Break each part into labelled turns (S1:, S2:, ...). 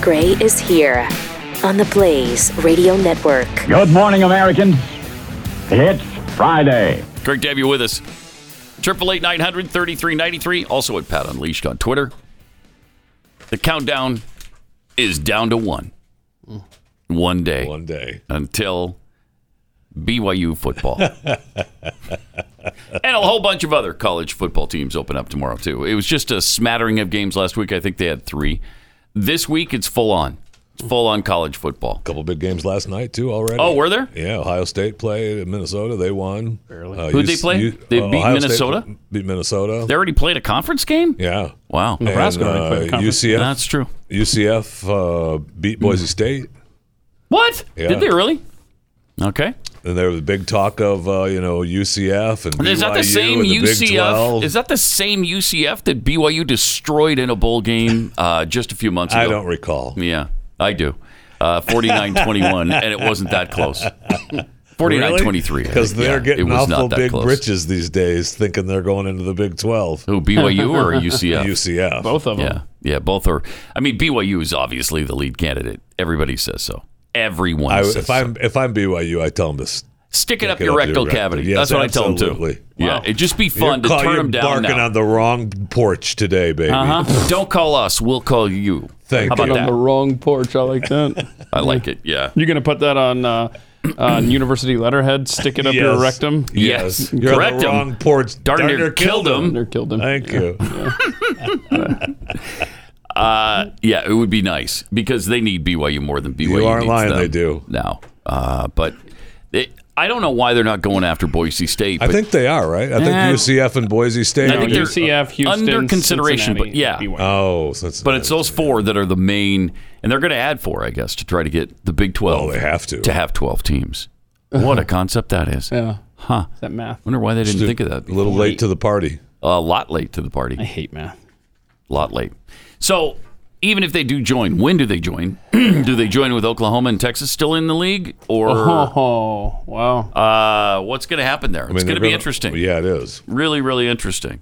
S1: Gray is here on the Blaze Radio Network.
S2: Good morning, Americans. It's Friday.
S3: Great to have you with us. Triple eight nine hundred thirty three ninety three. Also at Pat Unleashed on Twitter. The countdown is down to one. One day
S4: Mm. One day.
S3: until BYU football and a whole bunch of other college football teams open up tomorrow too. It was just a smattering of games last week. I think they had three. This week it's full on, full on college football.
S4: couple big games last night too already.
S3: Oh, were there?
S4: Yeah, Ohio State played at Minnesota. They won. Uh, Barely.
S3: Who'd they play? They beat Minnesota?
S4: beat Minnesota.
S3: They already played a conference game.
S4: yeah.
S3: Wow,
S5: Nebraska
S4: And,
S5: already played a
S4: uh,
S5: conference.
S4: UCF.
S3: that's true.
S4: UCF uh, beat Boise State.
S3: What
S4: Yeah.
S3: did they really? Okay.
S4: And there was big talk of uh, you know UCF and
S3: Is that the
S4: BYU
S3: same
S4: and the Big
S3: UCF?
S4: 12.
S3: Is that the same UCF that BYU destroyed in a bowl game uh, just a few months ago?
S4: I don't recall.
S3: Yeah, I do. Uh, 49-21, and it wasn't that close. 49-23. I
S4: Because
S3: think.
S4: they're
S3: Yeah, it
S4: getting
S3: was
S4: awful
S3: not that
S4: big
S3: close.
S4: britches these days, thinking they're going into the Big Twelve.
S3: Who, BYU or UCF?
S4: UCF.
S5: Both of them.
S3: Yeah, yeah, both are. I mean, BYU is obviously the lead candidate. Everybody says so. Everyone
S4: I,
S3: says
S4: if
S3: so.
S4: I'm if I'm BYU, I tell them to s-
S3: Stick it up
S4: it
S3: your
S4: up
S3: rectal
S4: your rectum.
S3: cavity.
S4: Yes,
S3: That's what I tell them,
S4: absolutely.
S3: too. Yeah,
S4: Wow.
S3: it'd just be fun to
S4: You're call-
S3: turn
S4: you're
S3: them down
S4: barking
S3: now.
S4: on the wrong porch today, baby.
S3: Uh-huh. Don't call us. We'll call you.
S4: Thank
S3: How about
S4: you.
S5: on the
S3: that?
S5: wrong porch. I like that.
S3: I like it. Yeah.
S5: You're gonna put that on uh, on university letterhead. Stick it up your
S4: Yes.
S5: rectum.
S3: Yes.
S4: You're
S3: Correct
S4: on the
S3: 'em.
S4: wrong porch.
S3: Darn near killed 'em.
S5: Or killed him.
S4: Thank you.
S3: Yeah, it would be nice because they need BYU more than BYU.
S4: aren't
S3: needs
S4: lying,
S3: them
S4: they do.
S3: now. Uh, but it, I don't know why they're not going after Boise State.
S4: I
S3: But
S4: think they are right. I think
S3: Eh.
S4: UCF and Boise State.
S3: I
S4: are
S3: think they're
S5: UCF, Houston,
S3: under consideration, but
S5: Cincinnati,
S3: yeah.
S5: BYU.
S4: oh, since
S3: but it's those four that are the main, and they're going to add four, I guess, to try to get the Big Twelve.
S4: Oh, they have to.
S3: to have twelve teams. What a concept that is.
S5: yeah.
S3: Huh.
S5: That math.
S3: Wonder why they didn't think of that.
S4: a little late to the party.
S3: A lot late to the
S5: I
S3: party.
S5: hate math.
S3: A lot late. So even if they do join, when do they join? do they join with Oklahoma and Texas still in the league, or
S4: Uh-huh.
S5: Oh wow.
S3: uh, what's going to happen there? it's
S4: they're
S3: going to be
S4: gonna-
S3: interesting.
S4: Yeah, it is.
S3: really, really interesting.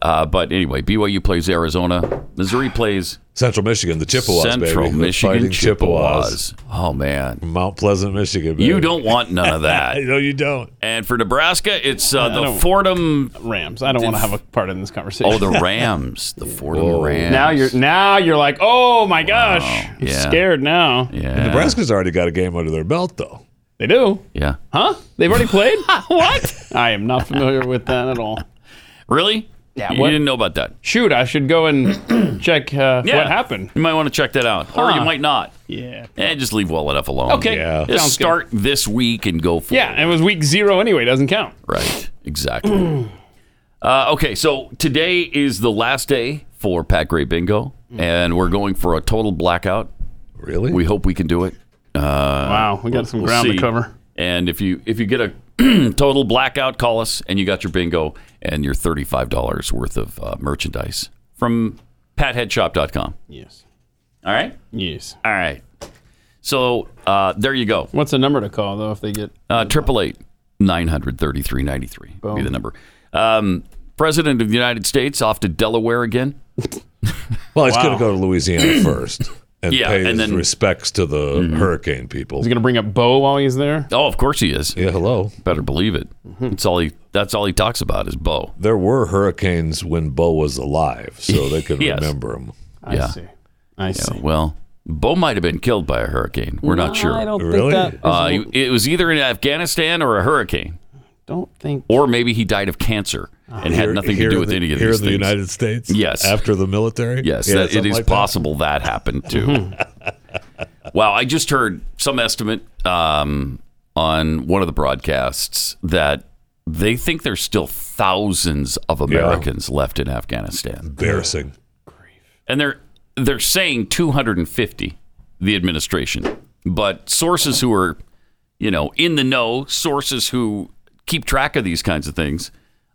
S3: Uh, but anyway, BYU plays Arizona. Missouri plays
S4: Central Michigan, the Chippewas,
S3: Central
S4: baby. The
S3: Michigan
S4: fighting
S3: Chippewas. Oh, man.
S4: Mount Pleasant, Michigan. Baby.
S3: You don't want none of
S4: I
S3: that.
S4: know you don't.
S3: And for Nebraska, it's uh, the
S5: don't-
S3: Fordham.
S5: Rams. I don't want to have a part in this conversation.
S3: Oh, the Rams. The Fordham Rams.
S5: now you're now you're like, oh my gosh, I'm
S3: Yeah.
S5: scared now.
S3: Yeah.
S4: Nebraska's already got a game under their belt, though.
S5: They do,
S3: Yeah.
S5: huh? They've already played. what? I am not familiar with that at all.
S3: Really?
S5: Yeah,
S3: You
S5: what-
S3: didn't know about that.
S5: Shoot, I should go and check uh,
S3: Yeah.
S5: what happened.
S3: You might want to check that out. Or you
S5: Huh.
S3: might not.
S5: Yeah.
S3: Eh, just leave well enough alone.
S5: Okay.
S4: Yeah.
S3: Just
S5: Sounds good.
S3: start this week and go for
S5: Yeah, it was week zero anyway. Doesn't count.
S3: Right. Exactly. uh, okay. So today is the last day for Pat Gray Bingo, and we're going for a total blackout.
S4: Really?
S3: We hope we can do it.
S5: wow, we got some
S3: Uh, We'll
S5: ground
S3: see.
S5: to cover.
S3: And if you if you get a total blackout, call us, and you got your bingo and your thirty five dollars worth of uh, merchandise from PatHeadShop.com.
S5: Yes.
S3: All right.
S5: Yes.
S3: All right. So uh, there you go.
S5: What's the number to call though if they get?
S3: Uh, Triple eight nine hundred thirty three ninety three be the number. Um, President of the United States off to Delaware again.
S4: Well, he's going to go to Louisiana first and
S3: Yeah,
S4: pay
S3: and
S4: his
S3: then- Mm-hmm.
S4: respects to the hurricane people.
S5: He's gonna bring up Bo while he's there.
S3: Oh, of course he is.
S4: Yeah, hello.
S3: Better believe it.
S4: Mm-hmm.
S3: That's all he. That's all he talks about is Bo.
S4: There were hurricanes when Bo was alive, so they can
S3: Yes.
S4: remember him.
S5: I
S3: Yeah.
S5: see. I see.
S3: Well, Bo might have been killed by a hurricane. We're not sure.
S5: I don't
S4: Really?
S5: think that.
S3: Uh, it was either in Afghanistan or a hurricane,
S5: don't think.
S3: or maybe he died of cancer and had nothing to
S4: Here
S3: do
S4: in
S3: with
S4: the-
S3: any of
S4: here
S3: these
S4: in the
S3: things.
S4: United States?
S3: Yes.
S4: After the military?
S3: Yes,
S4: Yeah,
S3: that, it
S4: something
S3: is
S4: like that. Mm-hmm.
S3: possible that, happened too. wow, I just heard some estimate um, on one of the broadcasts that they think there's still thousands of Americans left in Afghanistan,
S4: Embarrassing.
S3: and they're they're saying 250. The administration, but sources who are, you know, in the know, sources who keep track of these kinds of things,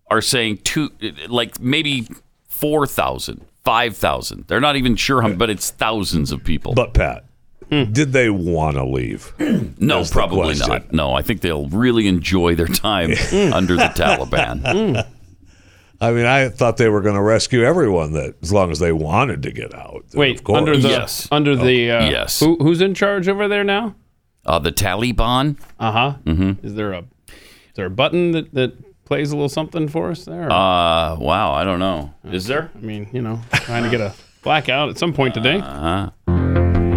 S3: are saying two, like maybe 4,000, 5,000. They're not even sure how, but it's thousands of people.
S4: But, Pat,
S5: Hmm.
S4: did they want to leave?
S3: no,
S4: that's the
S3: probably
S4: question.
S3: not. No, I think they'll really enjoy their time under the Taliban.
S4: I mean, I thought they were going to rescue everyone that as long as they wanted to get out. And
S5: Wait,
S4: of course.
S5: under the
S3: Yes.
S5: under the uh,
S3: Yes.
S5: Who, who's in charge over there now?
S3: Uh, the Taliban.
S5: Uh huh. Mm-hmm. Is there a is there a button that, that plays a little something for us there? Or-
S3: Uh, wow, I don't know. Is there?
S5: I mean, you know, trying to get a blackout at some point today.
S3: Uh-huh.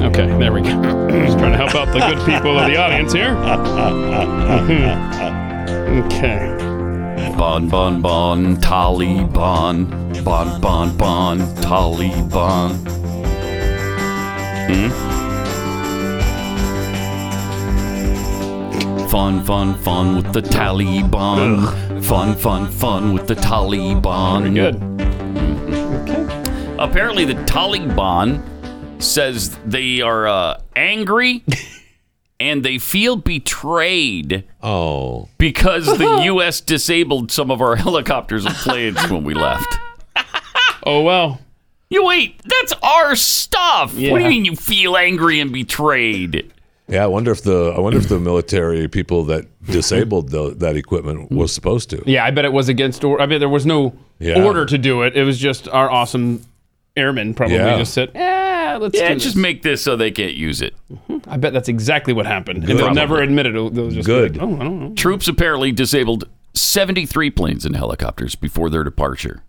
S5: Okay, there we go. Just trying to help out the good people of the audience here. okay.
S3: Bon, bon, bon, Taliban. Bon, bon, bon, Taliban. Hmm? Fun, fun, fun with the Taliban. Fun, fun, fun with the Taliban.
S5: Very good. Okay.
S3: Apparently, the Taliban says they are uh, angry and they feel betrayed
S4: oh,
S3: because the U.S. disabled some of our helicopters and planes when we left.
S5: Oh well.
S3: You wait, that's our stuff. What do
S5: Yeah.
S3: you mean you feel angry and betrayed?
S4: yeah. I wonder if the I wonder if the military people that disabled tho- that equipment was supposed to.
S5: Yeah, I bet it was against order. I bet there was no
S4: Yeah.
S5: order to do it. It was just our awesome airmen probably
S4: Yeah.
S5: just said, "Yeah, let's
S3: Yeah,
S5: do
S3: just
S5: this."
S3: make this so they can't use it.
S5: I bet that's exactly what happened. And they'll
S3: Probably.
S5: never admit it. They'll they'll just be
S4: Good.
S5: like, oh, I don't know.
S3: Troops apparently disabled 73 planes and helicopters before their departure.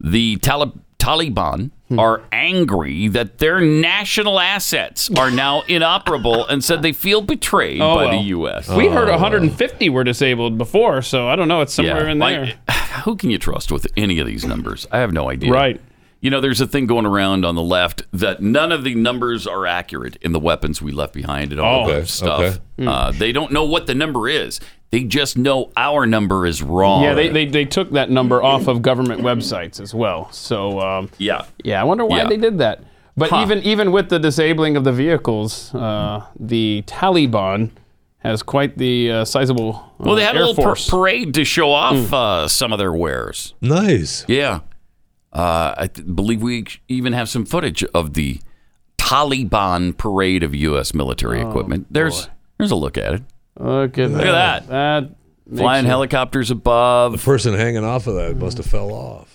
S3: The Talib- Taliban
S5: Hmm.
S3: are angry that their national assets are now inoperable and said they feel betrayed
S5: Oh,
S3: by the
S5: well.
S3: U.S.
S5: We heard
S4: Oh.
S5: 150 were disabled before, so I don't know. It's somewhere in there.
S3: like, who can you trust with any of these numbers? I have no idea.
S5: Right.
S3: You know, there's a thing going around on the left that none of the numbers are accurate in the weapons we left behind and all
S5: Oh.
S3: that
S4: Okay,
S3: stuff.
S4: okay.
S3: Uh, they don't know what the number is. They just know our number is wrong.
S5: Yeah, they, they, they took that number off of government websites as well. So um,
S3: yeah.
S5: yeah, I wonder why
S3: Yeah.
S5: they did that. But
S3: Huh.
S5: even even with the disabling of the vehicles, uh, the Taliban has quite the uh, sizable. Uh,
S3: Well, they had
S5: Air
S3: a little par-
S5: force. Hmm.
S3: parade to show off uh, some of their wares.
S4: Nice.
S3: Yeah. Uh, I th- believe we even have some footage of the Taliban parade of U.S. military
S5: Oh,
S3: equipment. There's there's a look at it.
S5: Look at
S3: Look at that.
S5: that. makes
S3: Flying
S5: you-
S3: helicopters above.
S4: Person hanging off of that must have fell off.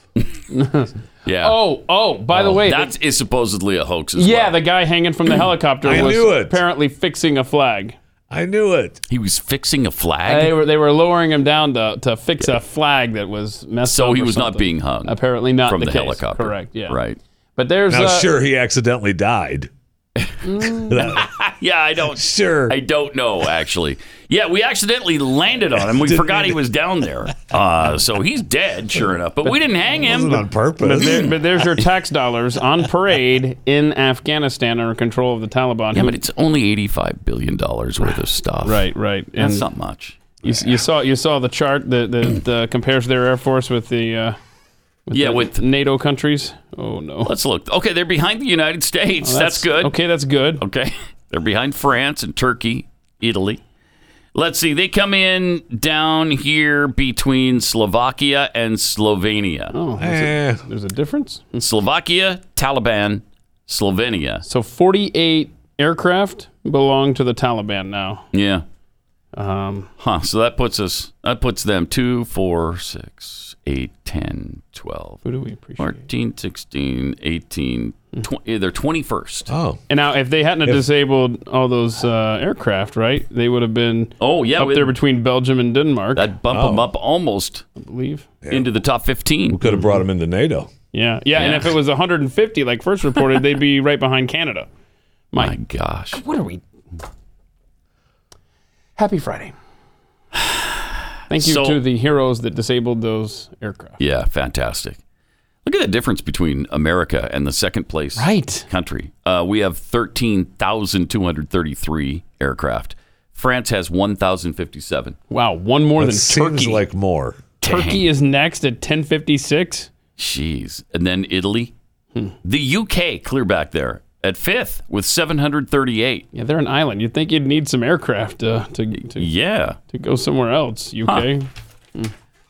S3: Yeah.
S5: Oh, oh! By the way, the-
S3: That is supposedly a hoax as
S5: yeah,
S3: well.
S5: the guy hanging from the helicopter
S4: I
S5: was
S4: knew it.
S5: apparently fixing a flag.
S4: I knew it.
S3: he was fixing a
S5: They
S3: flag.
S5: were they were lowering him down to, to fix a flag that was messed up.
S3: So he
S5: or
S3: was not
S5: something.
S3: being hung
S5: Apparently not
S3: from
S5: the,
S3: the,
S5: case.
S3: helicopter.
S5: Correct. Yeah.
S3: Right.
S5: But there's
S4: Now,
S5: uh,
S4: sure, he accidentally died. That-
S3: Yeah, I don't
S4: sure.
S3: I don't know actually. Yeah, we accidentally landed on him. We forgot he was down there. Uh, so he's dead, sure enough. But we didn't hang
S4: wasn't
S3: him.
S4: on purpose.
S5: there- but there's your tax dollars on parade in Afghanistan under control of the Taliban.
S3: Yeah,
S5: who-
S3: but it's only eighty-five billion dollars worth of stuff.
S5: right, right. And
S3: That's not much.
S5: you, you saw you saw the chart that that uh, compares their air force with the uh,
S3: Yeah, with
S5: NATO countries. Oh no,
S3: let's look. Okay, they're behind the United States. that's, good.
S5: Okay, that's good.
S3: Okay. They're behind France and Turkey, Italy. Let's see. They come in down here between Slovakia and Slovenia.
S5: Oh, there's, a,
S4: Eh,
S5: there's a difference.
S3: Slovakia, Taliban, Slovenia.
S5: So 48 aircraft belong to the Taliban now.
S3: Yeah.
S5: Um,
S3: Huh. So that puts us, that puts them 2, 4, 6, 8, 10, 12,
S5: who do we appreciate?
S3: 14, 16, 18,
S5: Hmm.
S3: 20, they're 21st.
S4: oh,
S5: And now, if they hadn't have disabled all those uh, aircraft, right, they would have been
S3: Oh, yeah.
S5: up
S3: we-
S5: there between Belgium and Denmark, I
S3: I'd bump them up almost
S5: believe. Yeah.
S3: into the top 15.
S4: could have brought him into NATO.
S5: yeah, And
S3: Yeah.
S5: if it was 150, like first reported, they'd be right behind Canada.
S3: My gosh.
S5: What are we? Happy Friday. Thank you
S3: So-
S5: to the heroes that disabled those aircraft.
S3: Yeah, fantastic. Look at the difference between America and the second place
S5: Right.
S3: country. Uh, we have 13,233 aircraft. France has 1,057.
S5: Wow, one more
S4: That
S5: than
S4: seems
S5: Turkey.
S4: like more.
S5: Turkey is next at 1056.
S3: Jeez. And then Italy.
S4: Hmm.
S3: The UK, clear back there, at fifth with 738.
S5: Yeah, they're an island. You'd think you'd need some aircraft uh, to, to
S3: Yeah.
S5: to go somewhere else. UK.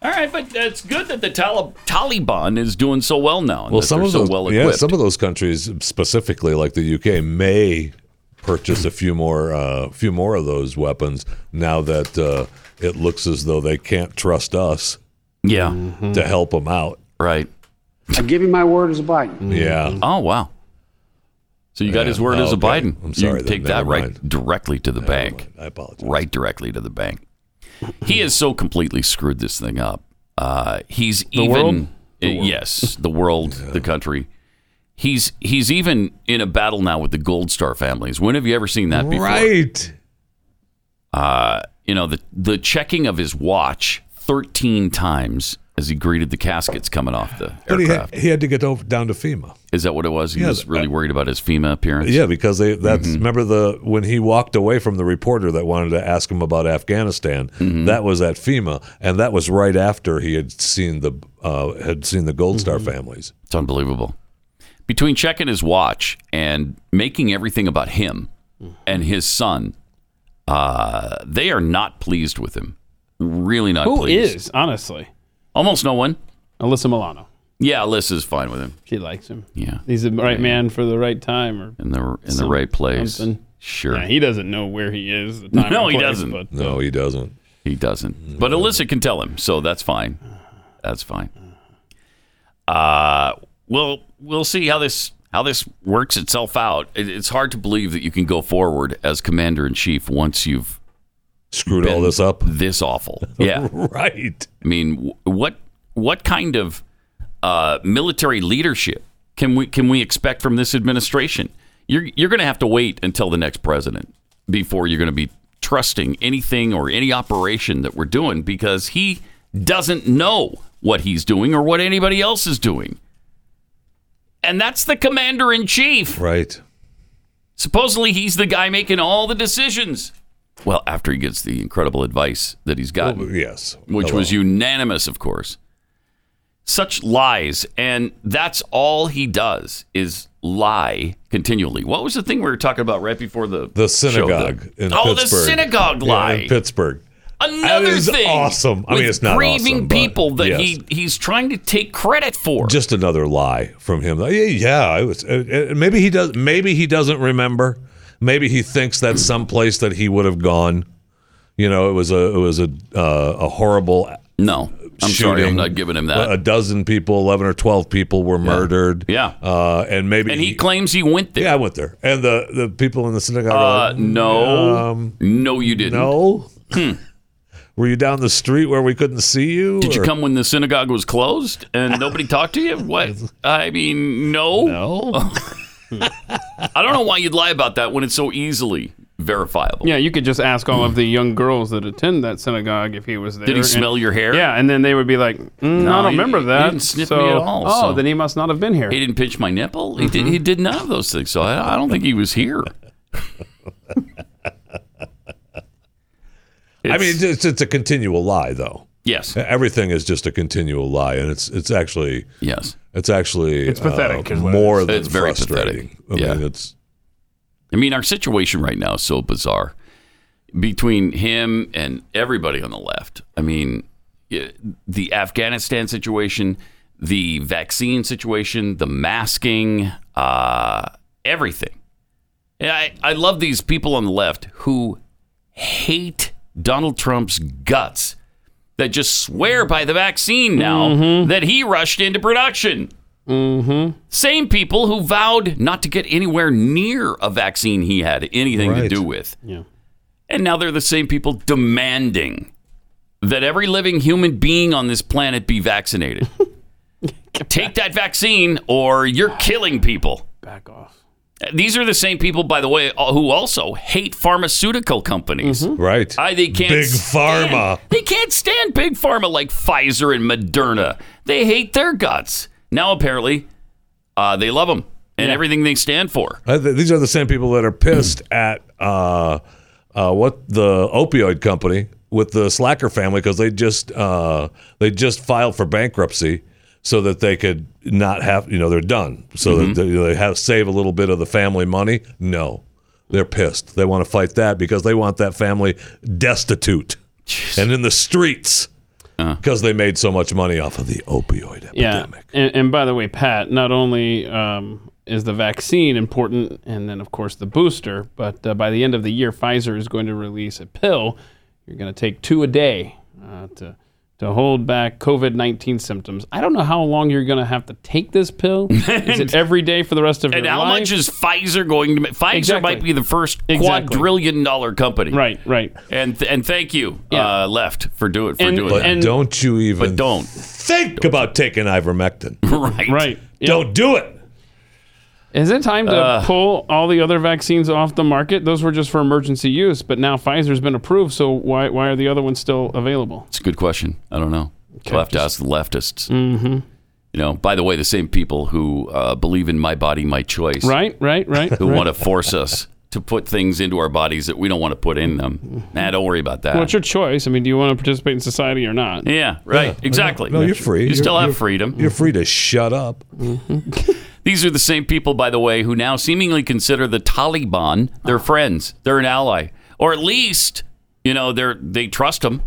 S3: All right, but it's good that the Talib- Taliban is doing so well now. and
S4: Well,
S3: that
S4: some
S3: they're
S4: of
S3: so
S4: those,
S3: well
S4: yeah,
S3: equipped.
S4: some of those countries, specifically like the UK, may purchase a few more, uh, few more of those weapons now that uh, it looks as though they can't trust us
S3: yeah.
S4: to help them out.
S3: Right.
S6: I give you my word as a Biden.
S4: Yeah.
S3: Oh wow. So you got
S4: Yeah.
S3: his word
S4: Oh,
S3: as a
S4: okay.
S3: Biden.
S4: I'm sorry,
S3: You
S4: then.
S3: take that
S4: Never
S3: right
S4: mind.
S3: directly to the
S4: Never
S3: bank.
S4: mind. I apologize.
S3: Right directly to the bank. He has so completely screwed this thing up. Uh, he's even
S5: world?
S3: uh, yes, the world, the country. He's he's even in a battle now with the Gold Star families. When have you ever seen that before?
S4: Right.
S3: you know, the the checking of his watch 13 times as he greeted the caskets coming off the
S4: But he
S3: aircraft.
S4: had, he had to get over, down to FEMA.
S3: Is that what it was? He
S4: Yeah,
S3: was really
S4: I-
S3: worried about his FEMA appearance.
S4: Yeah, because they that's remember the when he walked away from the reporter that wanted to ask him about Afghanistan. That was at FEMA, and that was right after he had seen the uh, had seen the Gold Star families.
S3: It's unbelievable. Between checking his watch and making everything about him and his son, uh, they are not pleased with him. Really not
S5: Who
S3: pleased.
S5: is, honestly?
S3: Almost no one.
S5: Alyssa Milano.
S3: Yeah, Alyssa's fine with him.
S5: She likes him.
S3: Yeah.
S5: He's the right man for the right time. Or
S3: In the in the
S5: Some-
S3: right place.
S5: something.
S3: Sure.
S5: Yeah, he doesn't know where he is. at The time
S3: No,
S5: or
S3: he
S5: place,
S3: doesn't.
S5: But, uh,
S4: No, he doesn't.
S3: He doesn't. But Alyssa can tell him, so that's fine. That's fine. Uh we'll we'll see how this how this works itself out. It, it's hard to believe that you can go forward as commander in chief once you've
S4: Screwed all
S3: been
S4: this up.
S3: This awful. Yeah.
S4: Right.
S3: I mean, wh- what what kind of uh, military leadership can we can we expect from this administration? You're you're going to have to wait until the next president before you're going to be trusting anything or any operation that we're doing because he doesn't know what he's doing or what anybody else is doing. And that's the commander in chief.
S4: Right.
S3: Supposedly he's the guy making all the decisions. Well, after he gets the incredible advice that he's gotten
S4: Yes. Oh,
S3: which
S4: Hello.
S3: was unanimous, of course. Such lies, and that's all he does is lie continually. What was the thing we were talking about right before the
S4: the
S3: show?
S4: synagogue
S3: The-
S4: in
S3: oh,
S4: Pittsburgh.
S3: the synagogue
S4: Yeah,
S3: lie.
S4: in Pittsburgh.
S3: Another
S4: That is
S3: thing.
S4: awesome. I mean,
S3: with
S4: it's not
S3: grieving
S4: awesome, but
S3: people that
S4: yes.
S3: he he's trying to take credit for.
S4: Just another lie from him. Like, yeah, yeah. I was. uh, uh, Maybe he does. Maybe he doesn't remember. Maybe he thinks that's someplace that he would have gone. You know, it was a it was a uh, a horrible
S3: no, I'm sorry, I'm
S4: shooting.
S3: not giving him that.
S4: A dozen people, eleven or twelve people, were murdered.
S3: Yeah.
S4: Uh, and maybe
S3: and he claims he went there.
S4: yeah, I went there, and the the people in the synagogue. are
S3: uh,
S4: like,
S3: no,
S4: Um,
S3: Hmm. no, you didn't.
S4: No. Were you down the street where we couldn't see you?
S3: Did you
S4: or-
S3: come when the synagogue was closed and nobody talked to you? What? I mean, no.
S4: No.
S3: I don't know why you'd lie about that when it's so easily verifiable.
S5: yeah, you could just ask all of the young girls that attend that synagogue if he was there.
S3: Did he
S5: and-
S3: smell your hair?
S5: Yeah, and then they would be like, mm, I
S3: he-
S5: don't remember
S3: he
S5: that.
S3: didn't sniff me
S5: so,
S3: at all,
S5: Oh,
S3: so-
S5: then he must not have been here.
S3: He didn't pinch my nipple. He did. He
S5: Mm-hmm.
S3: did none of those things. So I, I don't think he was here.
S4: I mean,
S3: It's-
S4: it's, it's, a continual lie, though.
S3: yes,
S4: Everything is just a continual lie, and it's it's actually
S3: yes.
S4: it's actually it's
S5: pathetic, is what it
S4: more
S5: is.
S4: than
S3: It's very
S4: frustrating.
S3: pathetic.
S4: I mean,
S3: Yeah.
S4: it's
S3: I mean, our situation right now is so bizarre between him and everybody on the left. I mean, y- the Afghanistan situation, the vaccine situation, the masking, uh, everything. And I, I love these people on the left who hate Donald Trump's guts that just swear by the vaccine now that he rushed into production. Same people who vowed not to get anywhere near a vaccine he had anything to
S4: Right.
S3: do with. And now they're the same people demanding that every living human being on this planet be vaccinated. Take that vaccine or you're killing people.
S5: Back off.
S3: These are the same people, by the way, who also hate pharmaceutical companies.
S5: Mm-hmm.
S4: right.
S3: I they can't
S4: Big
S3: stand-
S4: pharma.
S3: They can't stand big pharma like Pfizer and Moderna. They hate their guts. Now apparently, uh, they love them and everything they stand for.
S4: I Uh, th- these are the same people that are pissed at uh, uh, what the opioid company with the slacker family because they just uh, they just filed for bankruptcy so that they could not have you know they're done so
S3: Mm-hmm.
S4: that they, they have save a little bit of the family money. No, they're pissed. They want to fight that because they want that family destitute and in the streets
S3: Uh.
S4: because they made so much money off of the opioid
S5: Yeah.
S4: epidemic.
S5: And, and by the way, Pat, not only um, is the vaccine important, and then, of course, the booster, but uh, by the end of the year, Pfizer is going to release a pill. You're going to take two a day uh, to to hold back COVID 19 symptoms. I don't know how long you're going to have to take this pill. Is it every day for the rest of
S3: And
S5: your
S3: how
S5: life?
S3: much is Pfizer going to make? Pfizer
S5: Exactly.
S3: might be the first
S5: Exactly.
S3: quadrillion dollar company.
S5: right, right.
S3: And th- and thank you,
S5: Yeah.
S3: uh, left for do it for
S5: And-
S3: doing
S4: But
S3: that.
S5: and-
S4: don't you even
S3: But don't.
S4: think about taking ivermectin.
S3: right.
S5: Right. Yeah.
S4: Don't do it.
S5: Is it time to
S3: Uh.
S5: pull all the other vaccines off the market? Those were just for emergency use, but now Pfizer's been approved, so why, why are the other ones still available?
S3: It's a good question. I don't know. we'll have to ask the leftists. Mm-hmm. You know, by the way, the same people who uh, believe in my body, my choice,
S5: Right, right, right.
S3: who want to force us to put things into our bodies that we don't want to put in them. Nah, don't worry about that.
S5: Well, it's your choice. I mean, do you want to participate in society or not?
S3: yeah, right. exactly.
S4: No, you're free.
S3: You
S4: You're-
S3: still have
S4: you're-
S3: freedom.
S4: You're free to shut up.
S3: These are the same people, by the way, who now seemingly consider the Taliban their friends. They're an ally, or at least you know they're they trust them.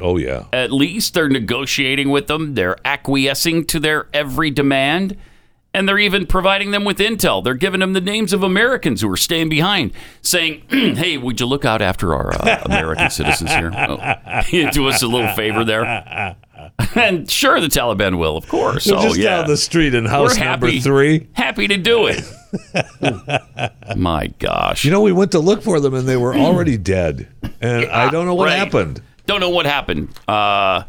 S4: Oh yeah.
S3: At least they're negotiating with them. They're acquiescing to their every demand, and they're even providing them with intel. They're giving them the names of Americans who are staying behind, saying, "Hey, would you look out after our uh, American citizens here? Oh, you do us a little favor there." and sure, the Taliban will, of course.
S4: They're
S3: oh
S4: just
S3: yeah,
S4: down the street in house
S3: We're
S4: number
S3: happy.
S4: three.
S3: happy to do it. My gosh.
S4: You know, we went to look for them and they were already dead. And I don't know what
S3: Right.
S4: happened.
S3: Don't know what happened. Uh,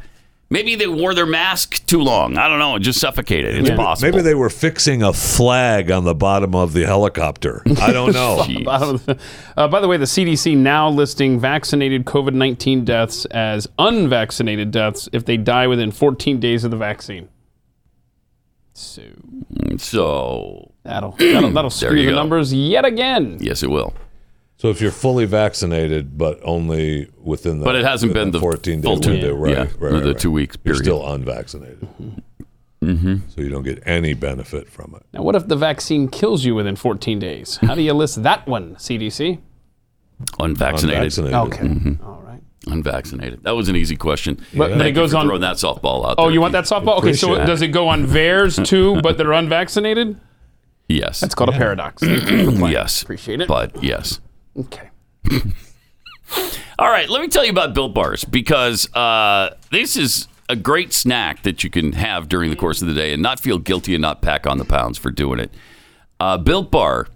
S3: maybe they wore their mask too long. I don't know. It just suffocated. It's possible.
S4: Maybe they were fixing a flag on the bottom of the helicopter. I don't know.
S3: Jeez.
S5: Uh, by the way, the CDC now listing vaccinated COVID 19 deaths as unvaccinated deaths if they die within 14 days of the vaccine. So
S3: So,
S5: that'll, that'll, that'll screw
S3: you
S5: the
S3: go.
S5: numbers yet again.
S3: yes, it will.
S4: so if you're fully vaccinated, but only within the
S3: But it hasn't
S4: within
S3: been the
S4: 14 day
S3: full two-
S4: window, right,
S3: yeah,
S4: right,
S3: or
S4: right,
S3: the
S4: right.
S3: two weeks
S4: You're
S3: period.
S4: still unvaccinated, mm-hmm. so you don't get any benefit from it.
S5: Now, what if the vaccine kills you within 14 days? How do you list that one, CDC?
S3: Unvaccinated. Unvaccinated.
S4: Unvaccinated.
S5: All right.
S3: That was an easy question.
S5: But then it
S3: Thank you
S5: goes
S3: for
S5: on-
S3: throwing that softball out.
S5: Oh,
S3: there,
S5: you want
S3: Keith.
S5: that softball? Okay, so
S4: Appreciate it.
S5: does it go on theirs too, but they're unvaccinated?
S3: Yes.
S5: It's called a paradox.
S3: yes.
S5: Appreciate it.
S3: But yes.
S5: okay.
S3: All right, let me tell you about Built Bars because uh, this is a great snack that you can have during the course of the day and not feel guilty and not pack on the pounds for doing it. Uh, Built Bar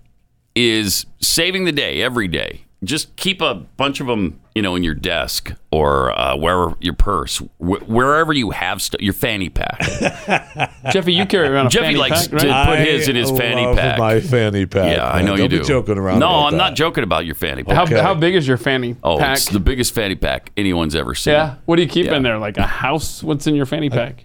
S3: is saving the day every day. Just keep a bunch of them, you know, in your desk or uh, wherever your purse, wh- wherever you have st- your fanny pack.
S5: Jeffy, you carry around a
S3: Jeffy
S5: fanny
S3: likes
S5: pack, right?
S3: to- put his
S4: I
S3: in his fanny
S4: love
S3: pack.
S4: My fanny pack.
S3: yeah, I
S4: man.
S3: know
S4: don't
S3: you do.
S4: Be joking around.
S3: No,
S4: about
S3: I'm not
S4: that.
S3: joking about your fanny pack.
S5: How,
S4: Okay.
S5: how big is your fanny
S3: oh,
S5: pack?
S3: it's the biggest fanny pack anyone's ever seen.
S5: yeah. What do you keep
S3: Yeah.
S5: in there? Like a house? What's in your fanny pack?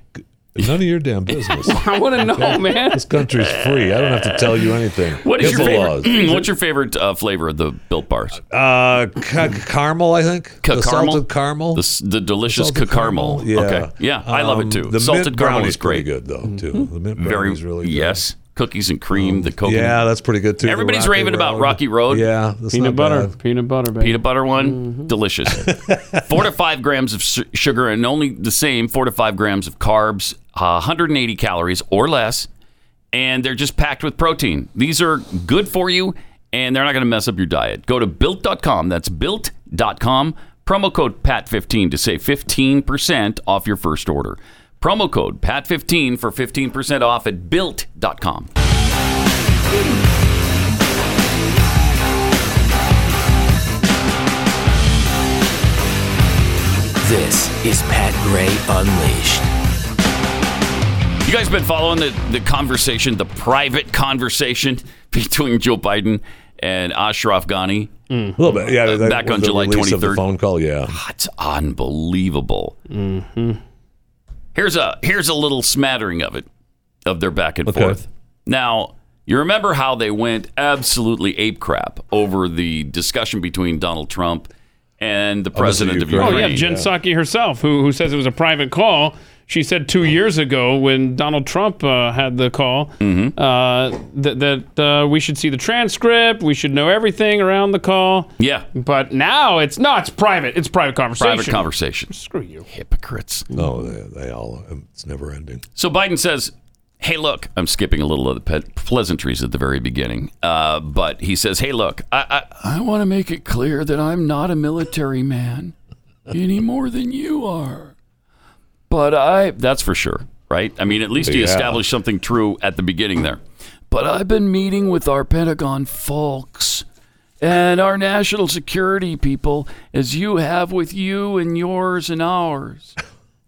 S4: None of your damn business.
S5: I want to know, man.
S4: this country's free. I don't have to tell you anything.
S3: What is your
S4: HIPAA laws.
S3: favorite? what's your favorite uh, flavor of the Built Bars?
S4: Uh, ca- caramel, I think.
S3: Ca-
S4: the
S3: caramel?
S4: salted caramel.
S3: The, s- the delicious
S4: Salted
S3: caramel.
S4: Yeah.
S3: Okay. Yeah, I love it
S4: Um,
S3: too.
S4: The
S3: Salted
S4: mint
S3: caramel
S4: brownie's
S3: is great. Mm-hmm.
S4: pretty good though too. The mint
S3: Very
S4: brownie's really good. Um,
S3: yes. Cookies and cream, the coconut,
S4: Yeah, that's pretty good too. The
S3: Everybody's raving about Rocky Road.
S4: Yeah, that's
S5: Peanut
S4: not
S5: butter.
S4: bad.
S5: Peanut butter, baby.
S3: peanut butter one, delicious. four to five grams of su- sugar and only the same four to five grams of carbs, uh, 180 calories or less, and they're just packed with protein. These are good for you, and they're not going to mess up your diet. Go to built.com. That's built.com. Promo code PAT15 to save 15% off your first order. Promo code PAT15 for 15% off at built.com.
S7: This is Pat Gray Unleashed.
S3: You guys been following the, the conversation, the private conversation between Joe Biden and Ashraf Ghani?
S4: A little bit. Yeah, that-
S3: Uh, back on
S4: the
S3: July
S4: release of the
S3: 23rd.
S4: phone call. Yeah,
S3: That's unbelievable.
S5: Mm-hmm.
S3: Here's a here's a little smattering of it, of their back and
S4: Okay.
S3: forth. Now you remember how they went absolutely ape crap over the discussion between Donald Trump and the president of
S4: Ukraine.
S3: Ukraine.
S5: Oh yeah, Jen Psaki herself, who who says it was a private call. She said two years ago when Donald Trump uh, had the call
S3: Mm-hmm.
S5: uh, that that uh, we should see the transcript, we should know everything around the call.
S3: yeah,
S5: But now it's no, it's private. It's private conversation.
S3: private conversations.
S5: Screw you.
S3: Hypocrites.
S4: no, they, they all. It's never ending.
S3: So Biden says, "Hey, look." I'm skipping a little of the pe- pleasantries at the very beginning, uh, but he says, "Hey, look. I I, I want to make it clear that I'm not a military man any more than you are. But I, that's for sure, right? I mean, at least you
S4: Yeah.
S3: established something true at the beginning there. But I've been meeting with our Pentagon folks and our national security people, as you have with you and yours and ours.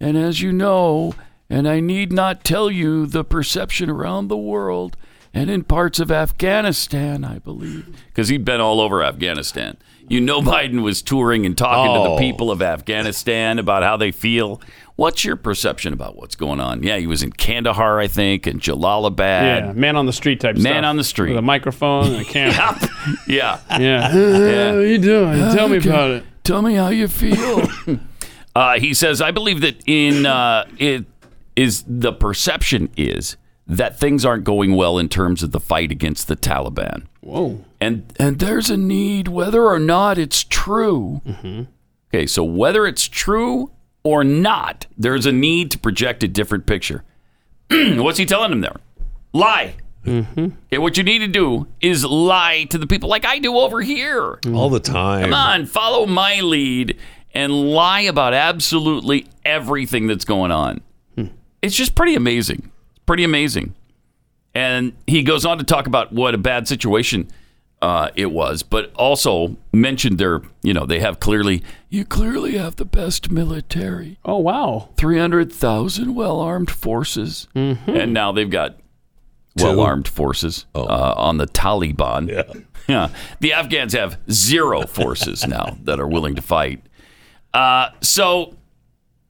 S3: And as you know, and I need not tell you the perception around the world and in parts of Afghanistan, I believe. Because he'd been all over Afghanistan. You know, Biden was touring and talking to the
S4: Oh.
S3: people of Afghanistan about how they feel. What's your perception about what's going on? Yeah, he was in Kandahar, I think, and
S5: Yeah,
S3: Jalalabad.
S5: man on the street type stuff.
S3: Man on the street.
S5: With a microphone and a camera.
S3: Yeah.
S5: yeah. How you doing? Tell me about it.
S3: Tell me how you feel. uh, he says, I believe that in uh, it is the perception is that things aren't going well in terms of the fight against the Taliban.
S5: Whoa.
S3: and and there's a need whether or not it's true
S5: Mm-hmm.
S3: okay so whether it's true or not there's a need to project a different picture what's he telling them there lie
S5: Mm-hmm.
S3: okay what you need to do is lie to the people like i do over here
S5: Mm.
S4: all the time.
S3: come on follow my lead and lie about absolutely everything that's going on it's just pretty amazing pretty amazing and he goes on to talk about what a bad situation uh, it was, but also mentioned their, you know, they have clearly, you clearly have the best military,
S5: Oh wow.
S3: 300,000 well armed forces.
S5: Mm-hmm.
S3: And now they've got well armed forces
S5: Oh.
S3: uh, on the Taliban. Yeah. The Afghans have zero forces now that are willing to fight. Uh, so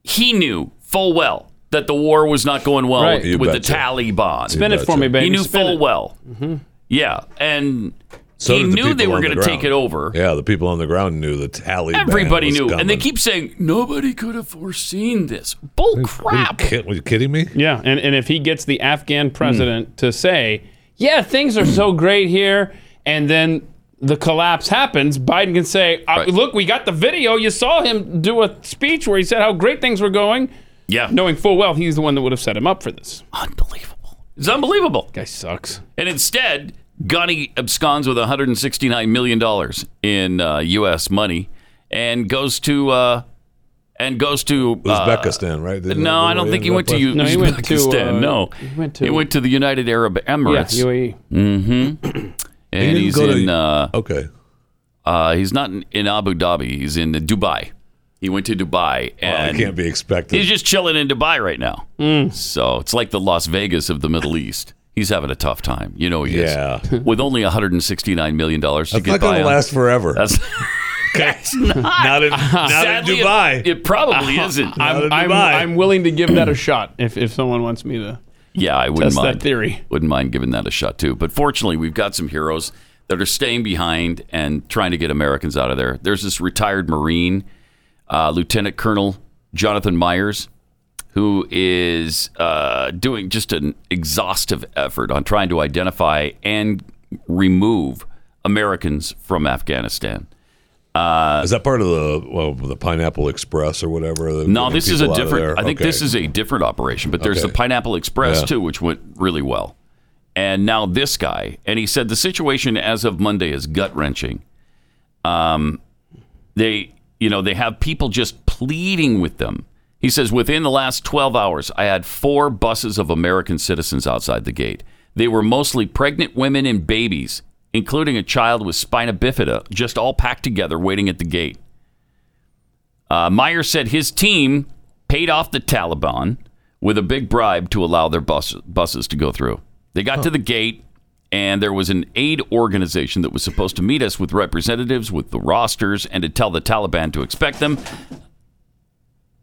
S3: he knew full well that the war was not going well
S5: Right.
S3: with,
S4: You
S3: with the
S4: betcha.
S3: Taliban.
S5: Spin it for
S4: Gotcha.
S5: me, baby.
S3: He knew
S5: Spin
S3: full
S5: it. Mm-hmm.
S3: well. Yeah, and
S4: So
S3: he
S4: did the
S3: knew they
S4: people
S3: were
S4: on the
S3: going to take
S4: ground.
S3: it over.
S4: Yeah, the people on the ground knew the tally.
S3: Everybody knew, and they keep saying nobody could have foreseen this. Bull crap.
S4: Were you kidding me?
S5: Yeah, and, and if he gets the Afghan
S3: Hmm.
S5: president to say, Yeah, things are so great here, and then the collapse happens, Biden can say, uh,
S3: Right.
S5: Look, we got the video. You saw him do a speech where he said how great things were going,
S3: Yeah,
S5: knowing full well he's the one that would have set him up for this.
S3: unbelievable. It's unbelievable.
S5: Guy sucks.
S3: And instead, Gunny absconds with 169 million dollars in uh, U.S. money and goes to uh, and goes to uh,
S4: Uzbekistan, right? Didn't
S3: No,
S4: that
S3: I don't
S4: where
S3: think he
S4: ended
S3: went
S4: up
S3: to U-
S4: with?
S5: No, he went to,
S3: Uzbekistan.
S5: uh,
S3: no,
S5: he went to-
S3: he went to the United Arab
S5: Yeah,
S3: Emirates.
S5: UAE.
S3: and
S4: didn't
S3: he's
S4: go to-
S3: in. Uh,
S4: Okay.
S3: uh, he's not in, in Abu Dhabi. He's in Dubai. He went to Dubai,
S4: I
S3: and
S4: can't be expected.
S3: he's just chilling in Dubai right now.
S4: Mm.
S3: So it's like the Las Vegas of the Middle East. He's having a tough time. You know he
S4: Yeah.
S3: is. With only $169 million to
S4: It's
S3: get
S4: not
S3: by
S4: going
S3: on.
S4: to last forever.
S3: That's,
S4: That's not. in, not
S3: Sadly,
S4: in Dubai.
S3: It, it probably isn't.
S4: Not in
S5: I'm, I'm,
S4: Dubai.
S5: I'm willing to give that a shot if, if someone wants me to
S3: yeah, I wouldn't
S5: test
S3: mind.
S5: that theory.
S3: Wouldn't mind giving that a shot too. But fortunately, we've got some heroes that are staying behind and trying to get Americans out of there. There's this retired Marine, uh, Lieutenant Colonel Jonathan Myers, who is uh, doing just an exhaustive effort on trying to identify and remove Americans from Afghanistan.
S4: Is that part of the well, the Pineapple Express or whatever? that
S3: No,
S4: getting
S3: this is
S4: people
S3: a
S4: out of
S3: different.
S4: there?
S3: I think
S4: Okay.
S3: this is a different operation. But there's
S4: Okay.
S3: the Pineapple Express
S4: Yeah.
S3: too, which went really well. And now this guy, and he said the situation as of Monday is gut wrenching. Um, they, you know, they have people just pleading with them. He says within the last 12 hours, I had four buses of American citizens outside the gate. They were mostly pregnant women and babies, including a child with spina bifida, just all packed together, waiting at the gate. Uh, Meyer said his team paid off the Taliban with a big bribe to allow their bus- buses to go through. They got to the gate, and there was an aid organization that was supposed to meet us with representatives with the rosters and to tell the Taliban to expect them.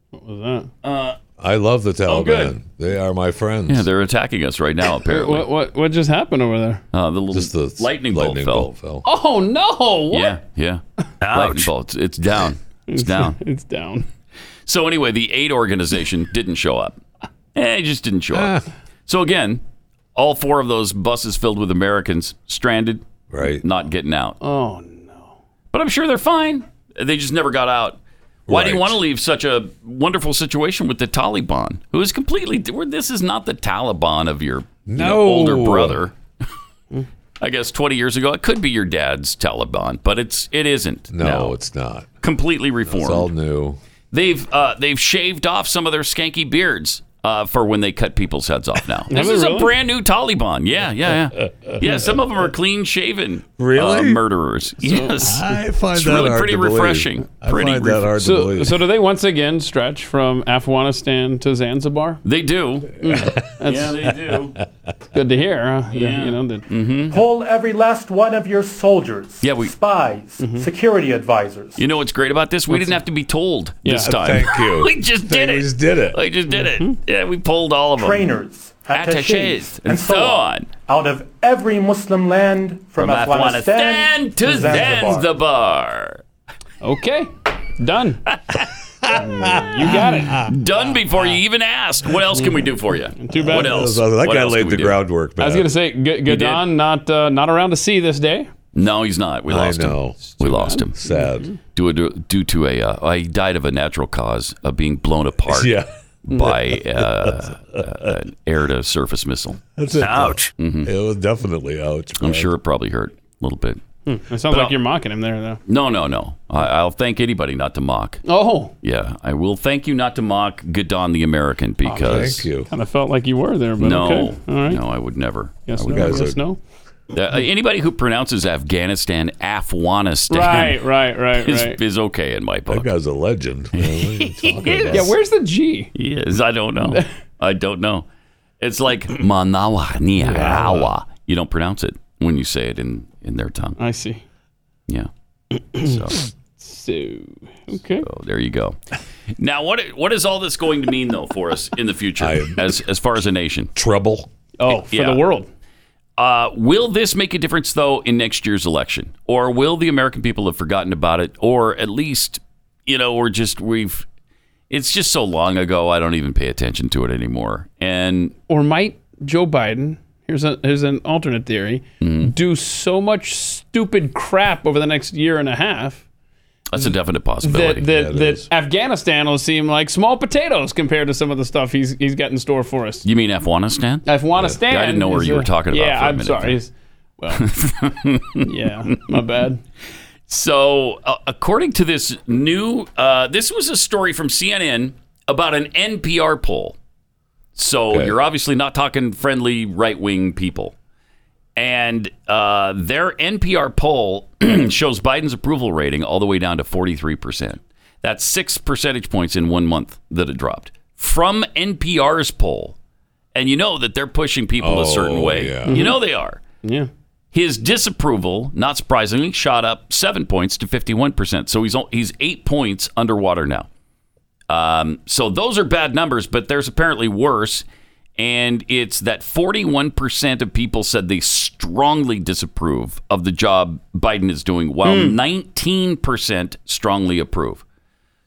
S5: What was that?
S4: I love the Taliban.
S5: good.
S4: They are my friends.
S3: Oh, Yeah, they're attacking us right now, apparently.
S5: What, what, what just happened over there?
S3: Uh, the little
S4: Just the
S3: lightning, bolt fell.
S4: fell.
S5: Oh, no. What?
S3: Yeah, yeah. Lightning bolt. It's- It's down. It's down.
S5: It's down.
S3: So anyway, the aid organization didn't show up. Eh, it just didn't show up. So again, all four of those buses filled with Americans stranded,
S4: Right.
S3: not getting out.
S5: Oh, no.
S3: But I'm sure they're fine. They just never got out. Why do you
S4: Right.
S3: want to leave such a wonderful situation with the Taliban, who is completely? where This is not the Taliban of your you know,
S4: No.
S3: older brother. I guess 20 years ago, it could be your dad's Taliban, but it's it isn't.
S4: No,
S3: now.
S4: it's not.
S3: completely reformed.
S4: It's all new.
S3: They've uh, they've shaved off some of their skanky beards uh, for when they cut people's heads off. Now this
S5: they
S3: is a
S5: really?
S3: brand new Taliban. Yeah, yeah, yeah. yeah, some of them are clean shaven. uh,
S4: Really?
S3: murderers? yes.
S4: I find
S3: It's
S4: that
S3: really
S4: hard
S3: pretty
S4: to believe.
S3: refreshing.
S4: I
S3: Pretty
S4: find that hard to
S5: So,
S4: believe.
S5: so do they once again stretch from Afghanistan to Zanzibar?
S3: They do. yeah, they do.
S5: Good to hear. uh, You know, that
S8: Call every last one of your soldiers,
S3: Yeah, we-
S8: spies, security advisors.
S3: You know what's great about this? We didn't have to be told this
S5: Yeah.
S3: time.
S4: Thank you.
S3: we just did
S4: They
S3: it.
S4: just did it. Mm-hmm.
S3: we just did it. Yeah, we pulled all of them.
S8: trainers,
S3: Attachés,
S8: attachés,
S3: and
S8: and so
S3: so
S8: on,
S3: on.
S8: out of every Muslim land from,
S3: From Afghanistan,
S8: Afghanistan,
S3: to
S8: Zanzibar.
S3: Zanzibar.
S5: okay, done. you got it.
S3: Done before you even asked. What else can we do for you? Too
S5: bad.
S3: What else?
S4: So that
S3: What
S4: guy
S3: else
S4: laid
S3: can we
S4: the
S3: do?
S4: groundwork, man.
S5: I was gonna say, G- Gadon not uh, not around to see this day.
S3: No, he's not. We
S4: I
S3: lost
S4: Mm-hmm.
S3: him.
S4: know.
S3: We lost him.
S4: Sad.
S3: Due, to- due to a, uh, he died of a natural cause of being blown apart
S4: Yeah.
S3: by uh, uh, an air to surface missile.
S4: That's it.
S7: Ouch.
S4: It was definitely ouch.
S3: Mm-hmm. I'm
S4: man.
S3: sure it probably hurt a little bit.
S5: It sounds like you're mocking him there, though.
S3: No, no, no. I, I'll thank anybody not to mock.
S5: Oh,
S3: Yeah, I will thank you not to mock Gadon the American because
S4: Thank you.
S5: kind of felt like Oh, you were there, but
S3: no,
S5: okay. All right.
S3: no, I would never.
S5: Yes,
S3: I would
S5: no,
S4: guys
S5: yes,
S4: are-
S5: no.
S3: never. Uh, anybody who pronounces Afghanistan Afghanistan
S5: Right, right, right,
S3: is,
S5: right.
S3: is okay in my
S4: That
S3: book.
S4: guy's a legend. man. What are you talking about?
S5: Yeah, where's the G?
S3: He is. I don't know. I don't know. It's like Manawa Niarawa. You don't pronounce it when you say it in in their tongue.
S5: I see.
S3: Yeah. So,
S5: So, okay.
S3: so Oh, there you go. Now, what what is all this going to mean though for us in the future
S4: I-
S3: as as far as a nation?
S4: Trouble.
S5: Oh, for
S3: yeah.
S5: the world.
S3: Uh, will this make a difference, though, in next year's election? Or will the American people have forgotten about it? Or at least, you know, we're just, we've, it's just so long ago, I don't even pay attention to it anymore. And
S5: Or might Joe Biden? Here's a here's an alternate theory.
S3: Mm-hmm.
S5: Do so much stupid crap over the next year and a half
S3: that's a definite possibility.
S5: that that, that Afghanistan will seem like small potatoes compared to some of the stuff he's he's got in store for us.
S3: you mean Afghanistan?
S5: Afghanistan.
S3: I didn't know where
S5: is
S3: you were
S5: a-
S3: talking about
S5: Yeah,
S3: for a
S5: I'm
S3: minute
S5: sorry.
S3: there.
S5: It's- Well, yeah, my bad.
S3: So, uh, according to this new, uh, this was a story from CNN about an NPR poll. So,
S4: Okay.
S3: you're obviously not talking friendly right wing people. And uh, their NPR poll shows Biden's approval rating all the way down to 43%. That's six percentage points in one month that it dropped from NPR's poll. And you know that they're pushing people a certain
S4: Oh,
S3: way.
S4: yeah.
S3: You know they are.
S5: Yeah.
S3: His disapproval, not surprisingly, shot up seven points to 51%. So he's, he's eight points underwater now. Um, so those are bad numbers, but there's apparently worse. And it's that 41% of people said they strongly disapprove of the job Biden is doing, while
S5: Hmm.
S3: 19% strongly approve.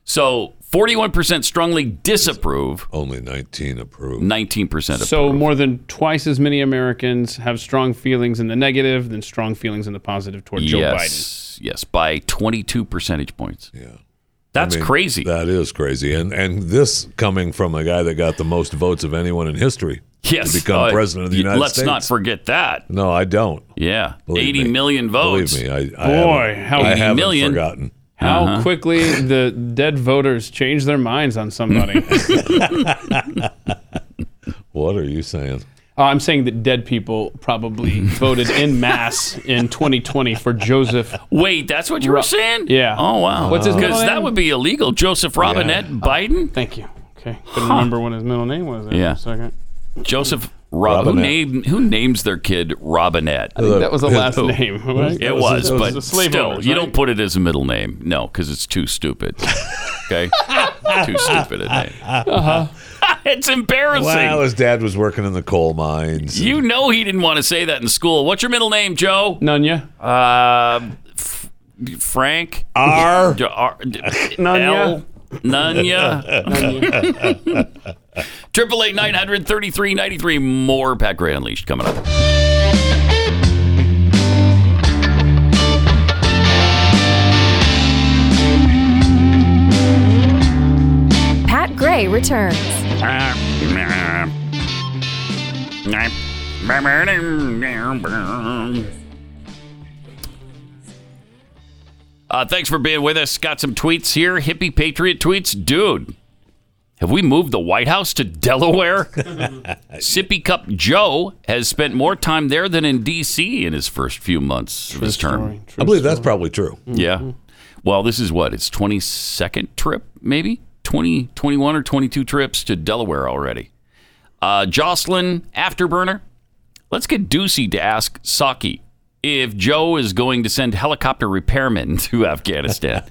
S3: So 41% strongly disapprove,
S4: Only 19 approved.
S3: 19% approve.
S5: So more than twice as many Americans have strong feelings in the negative than strong feelings in the positive toward Joe Biden.
S3: yes, yes, by 22 percentage points.
S4: Yeah.
S3: That's
S4: I mean,
S3: crazy.
S4: That is crazy. And and this coming from a guy that got the most votes of anyone in history
S3: yes,
S4: to become
S3: Uh,
S4: president of the
S3: y-
S4: United
S3: let's
S4: States.
S3: not forget that.
S4: No, I don't.
S3: Yeah,
S4: Believe
S3: eighty
S4: me.
S3: million votes.
S4: Believe me, I, I
S5: Boy,
S4: haven't-
S5: how
S4: I
S5: 80
S4: haven't
S3: million.
S4: forgotten.
S5: How
S3: Uh-huh.
S5: quickly the dead voters change their minds on somebody. uh,
S4: What are you saying?
S5: Uh, I'm saying that dead people probably voted in mass in 2020 for Joseph.
S3: Wait, that's what you were
S5: Ro-
S3: saying?
S5: Yeah.
S3: Oh wow.
S5: What's his middle
S3: Because that
S5: name?
S3: would be illegal. Joseph Robinette Biden.
S5: Thank you. Okay, couldn't remember what his middle name was. There
S3: Yeah.
S5: For a second.
S3: Joseph Rob. Who
S4: Robinette.
S3: named who names their kid Robinette?
S5: that was the last name. right?
S3: It was,
S5: Those
S3: but
S5: are slave
S3: still,
S5: owners,
S3: you
S5: right?
S3: don't put it as a middle name. No, because it's too stupid. Okay, too stupid a name. Uh-huh. it's embarrassing.
S4: Well, his dad was working in the coal mines.
S3: You know he didn't want to say that in school. What's your middle name, Joe?
S5: Nunya.
S3: Uh, F- Frank.
S4: are.
S3: D- R- D-
S5: Nunya.
S3: L. Nunya. Triple eight nine hundred thirty three ninety three. More Pat Gray Unleashed coming up.
S9: Pat Gray returns.
S3: Uh, Uh, thanks for being with us. Got some tweets here. Hippie Patriot tweets. Dude, have we moved the White House to Delaware? Sippy Cup Joe has spent more time there than in D.C. in his first few months of his term.
S4: I believe that's probably true.
S3: Yeah. Well, this is what its 22nd trip, maybe 20, 21 or 22 trips to Delaware already. Uh, Jocelyn Afterburner, let's get Ducey to ask Saki if Joe is going to send helicopter repairmen to Afghanistan.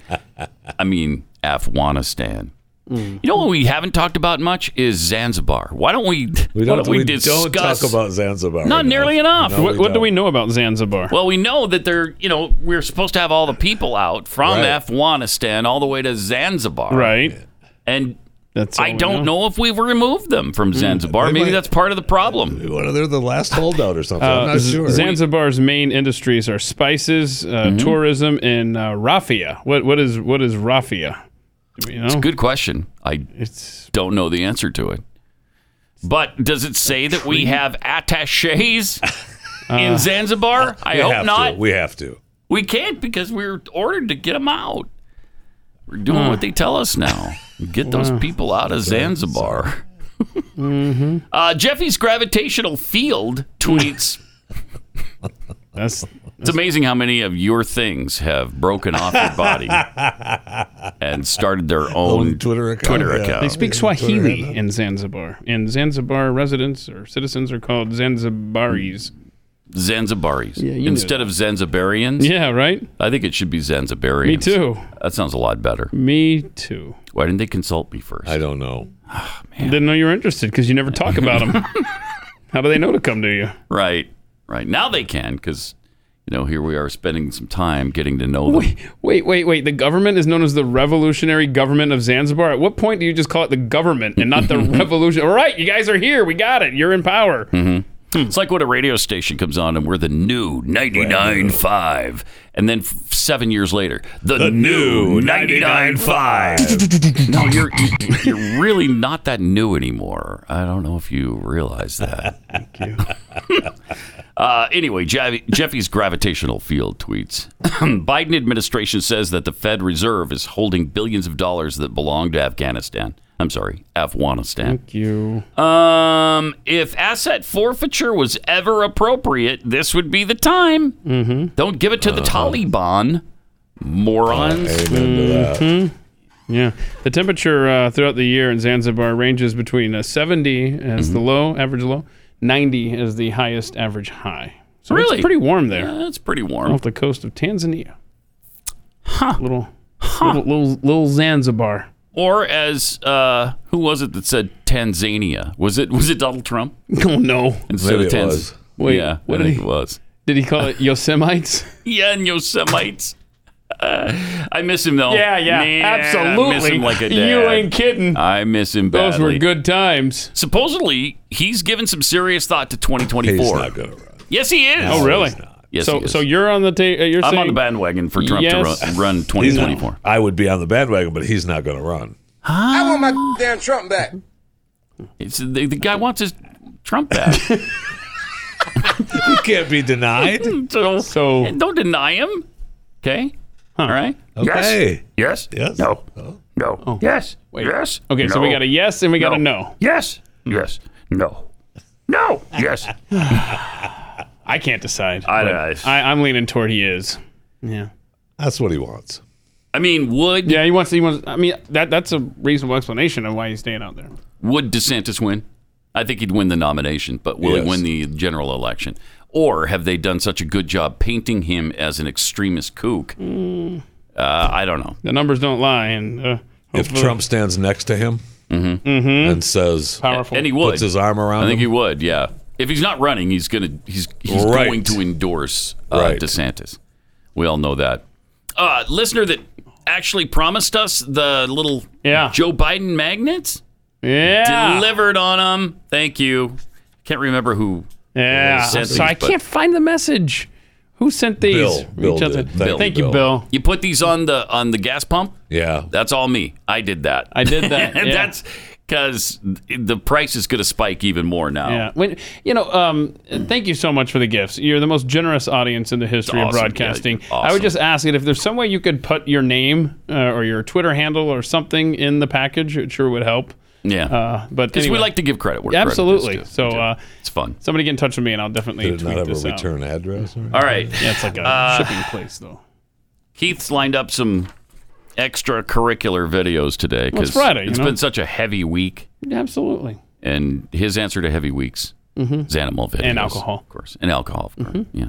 S3: I mean, Afghanistan.
S4: Mm.
S3: You know what we haven't talked about much is Zanzibar. Why don't we?
S4: We
S3: why
S4: don't,
S3: don't we,
S4: we
S3: discuss?
S4: don't talk about Zanzibar.
S3: Not
S4: enough.
S3: nearly enough.
S4: No,
S5: what what do
S4: don't.
S5: we know about Zanzibar?
S3: Well, we know that they're, you know, we're supposed to have all the people out from
S4: Right.
S3: Afghanistan all the way to Zanzibar.
S5: right.
S3: And
S5: That's. all
S3: I
S5: we
S3: don't know. if we've removed them from Zanzibar.
S4: They
S3: Maybe
S4: might-
S3: that's part of the problem.
S4: Well, they're the last holdout or something. I'm
S5: Uh,
S4: not sure.
S5: Zanzibar's main industries are spices, uh, tourism, and uh, raffia. What what is what is raffia? Do we know? It's
S3: Good question. I
S5: It's
S3: don't know the answer to it. But does it say that we have attaches in Zanzibar? I
S4: we
S3: hope
S4: have
S3: not.
S4: To.
S3: We,
S4: We have to.
S3: can't because we were ordered to get them out. We're doing what they tell us now. Get those people out of Zanzibar.
S5: Mm-hmm.
S3: uh, Jeffy's gravitational field tweets.
S5: that's
S3: It's amazing how many of your things have broken off your body and started their own
S4: Own Twitter account,
S3: Twitter
S4: yeah.
S5: they
S3: account.
S5: speak Swahili in Zanzibar, and Zanzibar residents or citizens are called Zanzibaris.
S3: Zanzibaris
S5: you
S3: instead of Zanzibarians.
S5: Yeah, right.
S3: I think it should be Zanzibarians.
S5: Me too.
S3: That sounds a lot better.
S5: Me too.
S3: Why didn't they consult me first?
S4: I don't know.
S5: Didn't know you were interested because you never talk about them. How do they know to come to you?
S3: Right, right. Now they can because you know here we are spending some time getting to know them.
S5: Wait, wait, wait. The government is known as the Revolutionary Government of Zanzibar. At what point do you just call it the government and not the revolution? All right, you guys are here. We got it. You're in power.
S3: It's like when a radio station comes on and we're the new 99.5. And then f- seven years later, the, new 99.5. no, you're, you're really not that new anymore. I don't know if you realize that. Uh, anyway, Jav- Jeffy's gravitational field tweets. Biden administration says that the Fed Reserve is holding billions of dollars that belong to Afghanistan. I'm sorry, Afghanistan.
S5: You.
S3: Um, if asset forfeiture was ever appropriate, this would be the time. Mm-hmm. Don't give it to the
S5: Uh-huh.
S3: Taliban, morons.
S4: Amen to that.
S5: Yeah. The temperature uh, throughout the year in Zanzibar ranges between uh, 70 as
S3: Mm-hmm.
S5: the low, average low, 90 as the highest average high. So
S3: Really?
S5: It's pretty warm there
S3: Yeah, that's pretty warm.
S5: off the coast of Tanzania. Huh. Little, little, little, little Zanzibar.
S3: Or as uh, who was it that said Tanzania? Was it was it Donald Trump
S5: Oh, no.
S3: instead
S4: Maybe
S3: of
S4: it
S3: Tanz-
S4: was.
S5: Wait,
S3: yeah,
S5: what
S3: I
S5: did
S3: think
S5: he-
S3: it was.
S5: Did he call it Yosemites?
S3: Yeah, and Yosemites. Uh, I miss him though.
S5: Yeah, yeah,
S3: Man, I miss
S5: absolutely.
S3: him like a dad.
S5: You ain't kidding.
S3: I miss him badly.
S5: Those were good times.
S3: Supposedly, he's given some serious thought to 2024.
S4: He's not going to run.
S3: Yes, he is.
S5: Oh, really?
S3: Yes,
S5: so,
S3: he is.
S5: so you're on the ta- uh, you're
S3: I'm
S5: saying
S3: on the bandwagon for Trump
S5: Yes.
S3: to run, run
S4: He's not-
S3: 2024.
S4: I would be on the bandwagon, but he's not going to run.
S10: I want my damn Trump back.
S3: It's, the, the guy wants his Trump back.
S4: He can't be denied.
S3: so,
S5: So-
S3: don't deny him. Okay. All right.
S4: Okay.
S3: Yes.
S4: Yes.
S3: No. No. Yes. Yes.
S5: Oh. Okay, so we got a yes and we got a no.
S3: Yes. Yes. No. No. Yes.
S5: I can't decide.
S3: I,
S5: but
S3: don't-
S5: I, I'm leaning toward he is. Yeah.
S4: That's what he wants.
S3: I mean, would
S5: Yeah, he wants. He wants. I mean, that that's a reasonable explanation of why he's staying out there.
S3: would DeSantis win? I think he'd win the nomination, but will
S4: Yes.
S3: he win the general election? Or have they done such a good job painting him as an extremist kook?
S4: Hmm.
S3: Uh, I don't know.
S5: The numbers don't lie, and uh,
S4: If
S5: hopefully- Mm-hmm.
S4: Trump stands next to him and says,
S5: powerful.
S3: And he would.
S4: puts his arm around
S3: I think he
S4: him,
S3: would. Yeah. If he's not running, he's gonna he's he's
S4: Right.
S3: going to endorse uh,
S4: Right.
S3: DeSantis. We all know that. Uh, listener that actually promised us the little
S5: Yeah.
S3: Joe Biden magnets
S5: yeah.
S3: delivered on them. Thank you. Can't remember who.
S5: yeah.
S3: sent
S5: So I
S3: these, but-
S5: can't find the message. Who sent these?
S4: Bill.
S5: Reach
S4: Bill
S5: out to-
S4: did. Thank you,
S5: Thank you,
S4: Bill.
S5: Bill.
S3: You put these on the on the gas pump.
S4: yeah,
S3: That's all me. I did that.
S5: I did that.
S3: and
S5: yeah.
S3: that's because the price is going to spike even more now.
S5: Yeah. When you know, um, thank you so much for the gifts. You're the most generous audience in the history
S3: It's awesome.
S5: of broadcasting.
S3: Yeah, you're
S5: I
S3: awesome.
S5: would just ask it if there's some way you could put your name uh, or your Twitter handle or something in the package. It sure would help.
S3: Yeah.
S5: Uh, but
S3: Because
S5: anyway.
S3: we like to give credit where
S5: absolutely.
S3: Credit is
S5: so
S3: due.
S5: uh,
S3: it's fun.
S5: somebody get in touch with me and I'll definitely
S4: Did it
S5: tweet
S4: not have a
S5: this out.
S4: return address? Or
S3: All right,
S5: Yeah, it's like a
S3: Uh,
S5: shipping place though.
S3: Keith's lined up some extracurricular videos today
S5: Well,
S3: because
S5: it's Friday, you know?
S3: been such a heavy week,
S5: Yeah, absolutely.
S3: and his answer to heavy weeks is animal videos
S5: And alcohol.
S3: of course, and alcohol, of course. Yeah.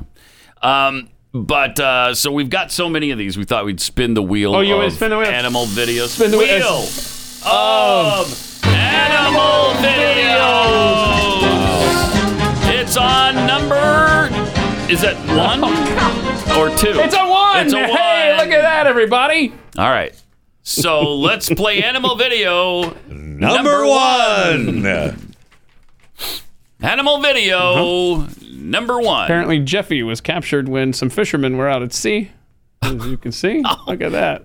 S3: Um, but uh, so we've got so many of these, we thought we'd spin the wheel.
S5: Oh, you
S3: of
S5: wanna spin the wheel?
S3: Animal videos.
S5: Spin the wheel.
S3: wheel of animal videos. It's on number. Is it one or two?
S5: Oh, It's a one.
S3: It's a
S5: Hey,
S3: one.
S5: look at that, everybody.
S3: All right. So let's play animal video.
S4: Number one.
S3: Animal video number one.
S5: Uh-huh. Apparently, Jeffy was captured when some fishermen were out at sea. As you can see, look at that.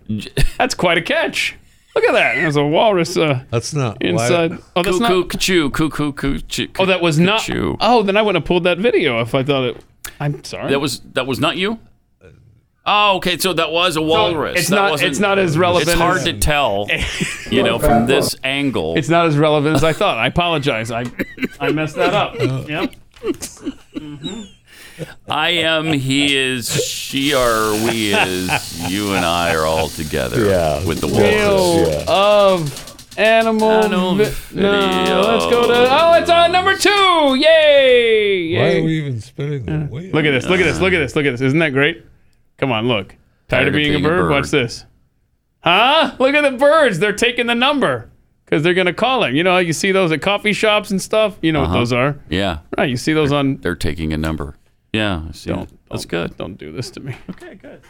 S5: That's quite a catch. Look at that. There's a walrus uh,
S4: That's not
S5: inside.
S4: Why,
S5: Oh, that's
S3: Cuckoo,
S5: not.
S3: cuckoo, cuckoo, cuckoo.
S5: Oh, that was not.
S3: cuckoo.
S5: Oh, then I would have pulled that video if I thought it. I'm sorry.
S3: That was that was not you. Oh, okay. So that was a walrus.
S5: it's
S3: That
S5: not-
S3: wasn't-
S5: it's not as relevant
S3: It's hard
S5: as-
S3: to tell, you know, from this angle.
S5: It's not as relevant as I thought. I apologize. I I messed that up. Yep.
S3: I am, he is, she are, we is, you and I are all together.
S4: Yeah.
S3: With the walrus.
S5: Video
S4: yeah.
S5: of animal.
S3: Animal
S5: vi- no,
S3: video.
S5: let's go to. Oh, it's on number two. Yay!
S4: why
S5: Yay.
S4: are we even spinning the wheel?
S5: Look at this. Look at this. Look at this. Look at this. Isn't that great? Come on, look. Tired, of being, a, bird? Watch this. Huh? Look at the birds. They're taking the number because they're going to call him. You know how you see those at coffee shops and stuff? You know what those are.
S3: Yeah.
S5: Right. You see those on.
S3: They're taking a number. Yeah. I see it. That's good.
S5: Don't do this to me. Okay, good.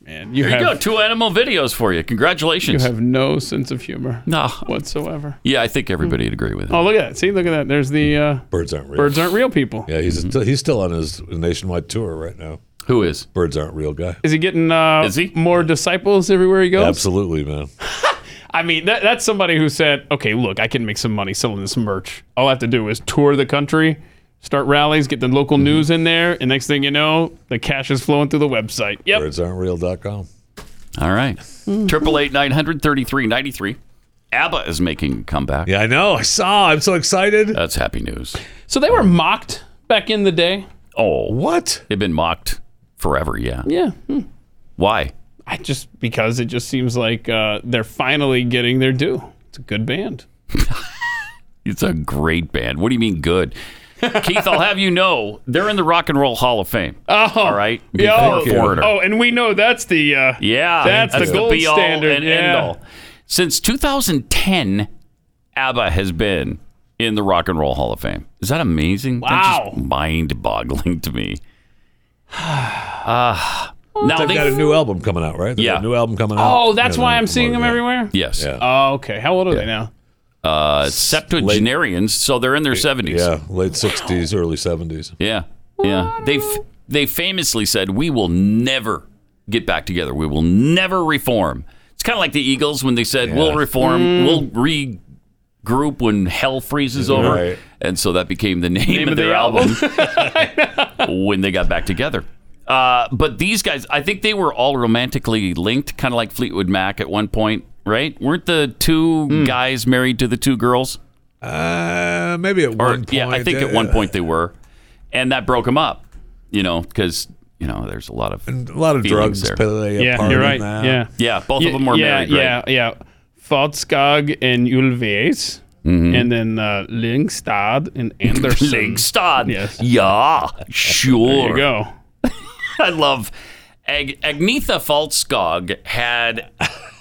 S5: Man, you,
S3: There
S5: have,
S3: you go. Two animal videos for you.
S5: you
S3: Congratulations.
S5: have no sense of humor
S3: no.
S5: whatsoever.
S3: Yeah, I think everybody would agree with it.
S5: Oh, look at that. See, look at that. There's the uh,
S4: Birds aren't real.
S5: birds aren't real Mm-hmm. people.
S4: Yeah, he's still, he's still on his nationwide tour right now.
S3: Who is?
S4: Birds aren't real, guy.
S5: Is he getting uh,
S3: Is he?
S5: more disciples everywhere he goes?
S4: Absolutely, man.
S5: I mean, that, that's somebody who said, okay, look, I can make some money selling this merch. All I have to do is tour the country, start rallies, get the local news in there, and next thing you know, the cash is flowing through the website. Yep.
S4: Birds aren't real.com.
S3: All right. Triple eight nine hundred thirty three ninety three. ABBA is making a comeback.
S4: Yeah, I know. I saw. I'm so excited.
S3: That's happy news.
S5: So they were mocked back in the day.
S3: Oh,
S4: what?
S3: they've been mocked forever. Yeah.
S5: Yeah. Hmm.
S3: Why?
S5: I just because it just seems like uh, they're finally getting their due. It's a good band.
S3: It's a great band. What do you mean good? Keith, I'll have you know they're in the Rock and Roll Hall of Fame.
S5: Oh,
S3: All right.
S5: Yo.
S3: Before Foreigner.
S5: Oh, and we know that's the uh,
S3: Yeah,
S5: That's the gold
S3: be-all
S5: standard,
S3: and
S5: yeah.
S3: end-all. Since 2010, ABBA has been in the Rock and Roll Hall of Fame. Is that amazing?
S5: Wow.
S3: That's just mind-boggling to me. Ah, now
S4: They've
S3: they,
S4: got a new album coming out, right? They've got
S3: Yeah.
S4: a new album coming out.
S5: Oh, that's
S4: Yeah,
S5: why
S4: they're
S5: I'm seeing them
S4: promoting it.
S5: everywhere.
S3: yes,
S4: Yeah.
S5: Oh, okay. How old are they now?
S3: uh, septuagenarians, so they're in their 70s.
S4: Yeah, late 60s, early 70s.
S3: yeah, yeah. They f- they famously said, "We will never get back together. We will never reform." It's kind of like the Eagles when they said, "We'll reform. We'll regroup when hell freezes over."
S4: Right.
S3: And so that became the name, of,
S5: of
S3: their
S5: the
S3: album when they got back together. Uh, but these guys, I think they were all romantically linked, kind of like Fleetwood Mac at one point, right? Weren't the two guys married to the two girls?
S4: Uh, maybe at
S3: Or
S4: one point.
S3: yeah, I think at
S4: uh,
S3: one point they were, and that broke them up. You know, because you know, there's a lot of
S4: A lot of
S3: feelings
S4: drugs
S3: there.
S4: play a
S5: Yeah,
S4: part
S5: you're
S4: in
S5: right.
S4: that.
S5: Yeah.
S3: yeah, both of them were
S5: yeah,
S3: married.
S5: Yeah,
S3: right?
S5: yeah, yeah. Falskog and Ulvaeus,
S3: Mm-hmm.
S5: and then uh, Lyngstad and Anderson.
S3: Lingstad.
S5: Yes.
S3: Yeah, sure.
S5: There you go.
S3: I love Ag- Agnetha Faltskog had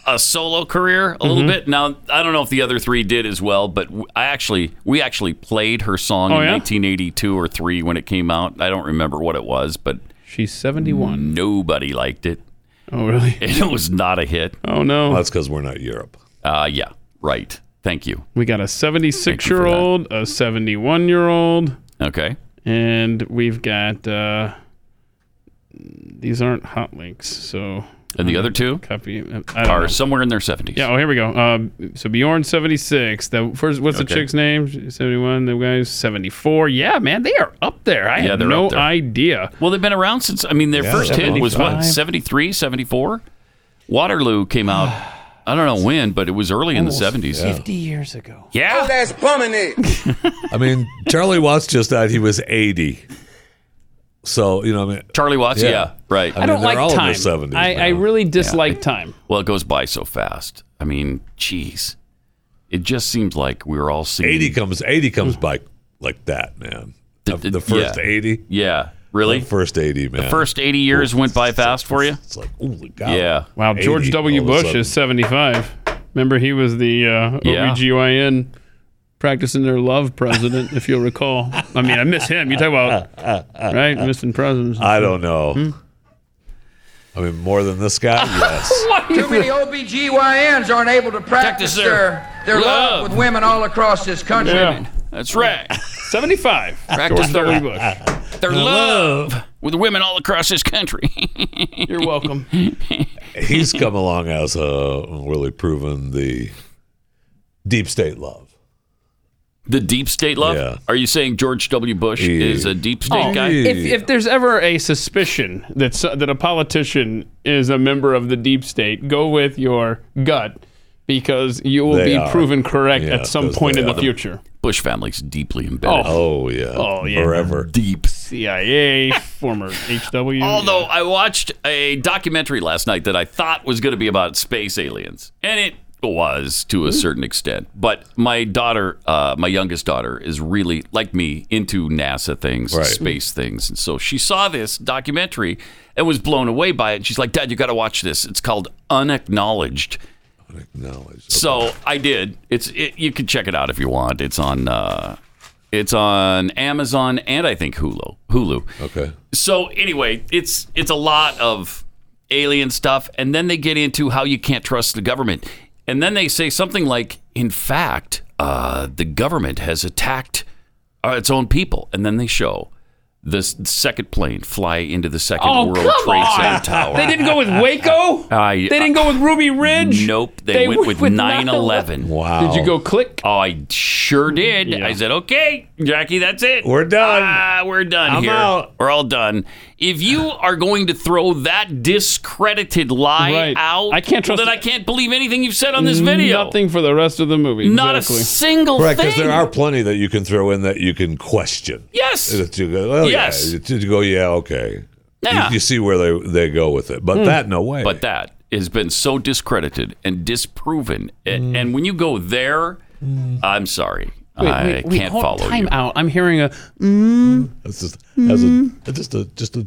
S3: a solo career a
S5: Mm-hmm.
S3: little bit. Now I don't know if the other three did as well, but w- I actually we actually played her song
S5: Oh,
S3: in
S5: yeah?
S3: 1982 or three when it came out. I don't remember what it was, but
S5: She's 71.
S3: nobody liked it.
S5: Oh, really?
S3: It was not a hit.
S5: Oh, no.
S4: That's because we're not Europe.
S3: Uh, yeah, right. Thank you.
S5: We got a 76
S3: Thank you for
S5: year old, a 71 year old,
S3: Okay.
S5: and we've got. Uh, these aren't hot links, so
S3: And the other two
S5: Copy. I don't
S3: are
S5: know.
S3: somewhere in their 70s.
S5: Yeah. Oh, here we go. Uh, so Bjorn seventy six. The first. What's
S3: Okay.
S5: the chick's name? Seventy one. The guy's seventy four. Yeah, man, they are up there. I
S3: Yeah,
S5: had
S3: they're
S5: no
S3: up there.
S5: idea.
S3: Well, they've been around since, I mean, their
S4: Yeah,
S3: first hit was what,
S5: 75?
S3: 73, 74? Waterloo came out, I don't know when, but it was early in the 70s. Yeah.
S5: Fifty years ago.
S10: Old ass bum in there.
S4: I mean, Charlie Watts just died. He was 80. So, you know, I mean,
S3: Charlie Watts, yeah,
S4: Yeah.
S3: right.
S4: I
S5: I
S4: mean,
S5: don't
S4: they're
S5: like
S4: all in
S5: time.
S4: their 70s
S5: I, I
S4: now.
S5: really dislike time.
S3: Well, it goes by so fast. I mean, jeez. It just seems like we were all seeing
S4: 80 comes 80 comes by like that, man.
S3: The-
S4: The,
S3: the-
S4: the first
S3: yeah.
S4: 80.
S3: Yeah, really?
S4: The first 80, man.
S3: First 80 years went by fast for you?
S4: It's like, oh, my God.
S3: Yeah.
S5: Wow. George
S4: 80
S5: W.
S4: all of a
S5: Bush
S4: sudden.
S5: is seventy five. Remember, he was the uh,
S3: Yeah.
S5: OBGYN practicing their love president, if you'll recall. I mean, I miss him. You talk about right missing presidents.
S4: I don't know.
S5: Hmm.
S4: I mean, more than this guy? Yes.
S10: Too many OBGYNs aren't able to practice
S3: their
S10: their, their
S3: love.
S10: love with women all across this country.
S5: Yeah.
S3: That's right.
S5: Seventy five.
S3: Practice
S5: George
S3: their-
S5: W. Bush.
S3: Their love with women all across this country.
S5: You're welcome.
S4: He's come along as uh, really proven the deep state love.
S3: the deep state love?
S4: Yeah. Oh,
S3: Are you saying George W. Bush
S4: Yeah.
S3: is a deep state guy?
S4: yeah.
S5: If, if there's ever a suspicion that so, that a politician is a member of the deep state, go with your gut because you will
S4: They
S5: be
S4: are.
S5: proven correct
S4: Yeah,
S5: at some
S4: 'cause
S5: point
S4: they
S5: in the
S4: are the-
S5: future.
S3: Bush family's deeply embedded.
S4: Oh, yeah.
S5: Oh, yeah.
S4: Forever.
S3: Deep.
S5: CIA, former HW.
S3: Although I watched a documentary last night that I thought was going to be about space aliens, and it was to
S4: Hmm.
S3: a certain extent. But my daughter, uh, my youngest daughter, is really like me into NASA things,
S4: Right.
S3: space things, and so she saw this documentary and was blown away by it. She's like, "Dad, you got to watch this. It's called Unacknowledged."
S4: Knowledge.
S3: So I did. It's it, you can check it out if you want. It's on uh, it's on Amazon and I think Hulu. Hulu.
S4: Okay.
S3: So anyway, it's it's a lot of alien stuff, and then they get into how you can't trust the government, and then they say something like, "In fact, uh, the government has attacked uh, its own people," and then they show the s- second plane fly into the second
S5: Oh,
S3: World
S5: come
S3: Trade
S5: on.
S3: Center tower.
S5: they didn't go with Waco.
S3: I-
S5: they didn't go with Ruby Ridge.
S3: Nope, they,
S5: They
S3: went
S5: went
S3: with
S5: with
S3: 9/11.
S4: Wow.
S5: Did you go click?
S3: Oh, I sure did.
S5: Mm-hmm. Yeah.
S3: I said, okay, Jackie, that's it.
S4: We're done.
S3: Ah, we're done
S4: I'm
S3: here.
S4: out."
S3: We're all done. If you are going to throw that discredited lie
S5: Right.
S3: out,
S5: I can't trust
S3: then I can't believe anything you've said on this video.
S5: Nothing for the rest of the movie.
S3: Oh. Not
S5: exactly.
S3: a single
S4: Right,
S3: thing.
S4: because there are plenty that you can throw in that you can question.
S3: Yes.
S4: That you go, well,
S3: Yes.
S4: Yeah. You go, yeah, okay.
S3: Yeah.
S4: You, you see where they, they go with it. But that, no way.
S3: But that has been so discredited and disproven.
S5: Mm.
S3: And, and when you go there, I'm sorry. I can't
S5: hold
S3: follow
S5: time
S3: you.
S5: out. I'm hearing a.
S4: That's just, that's a, that's just a, just a,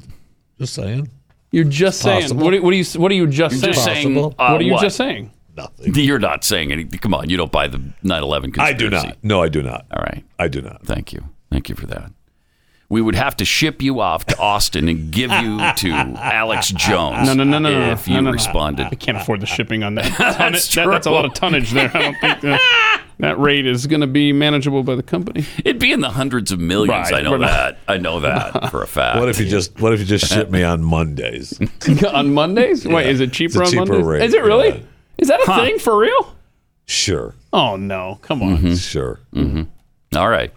S4: just saying.
S5: You're just saying.
S4: possible.
S5: What are, what are you? What are you just
S3: You're just saying,
S5: saying?
S4: Possible.
S3: uh,
S5: what are you just saying?
S4: Nothing.
S3: You're not saying anything. Come on, you don't buy the 9/11 conspiracy.
S4: I do not. No, I do not.
S3: All right.
S4: I do not.
S3: Thank you. Thank you for that. We would have to ship you off to Austin and give you to Alex Jones.
S5: No, no, no, no, no.
S3: If
S5: no,
S3: you
S5: no, no.
S3: responded,
S5: I can't afford the shipping on that.
S3: That's
S5: Tonnage- that- that's a lot of
S3: true.
S5: tonnage there. I don't think that, that rate is going to be manageable by the company.
S3: it'd be in the hundreds of millions.
S5: Right,
S3: I know
S5: we're not-
S3: that. I know that for a fact.
S4: What if you just What if you just ship me on Mondays?
S5: on Mondays? Wait, is it cheaper
S4: a
S5: on
S4: cheaper
S5: Mondays?
S4: rate,
S5: Is it really?
S4: yeah.
S5: Is that a thing for real?
S4: Sure,
S5: Oh no! Come on.
S3: Hmm.
S4: sure.
S3: All right.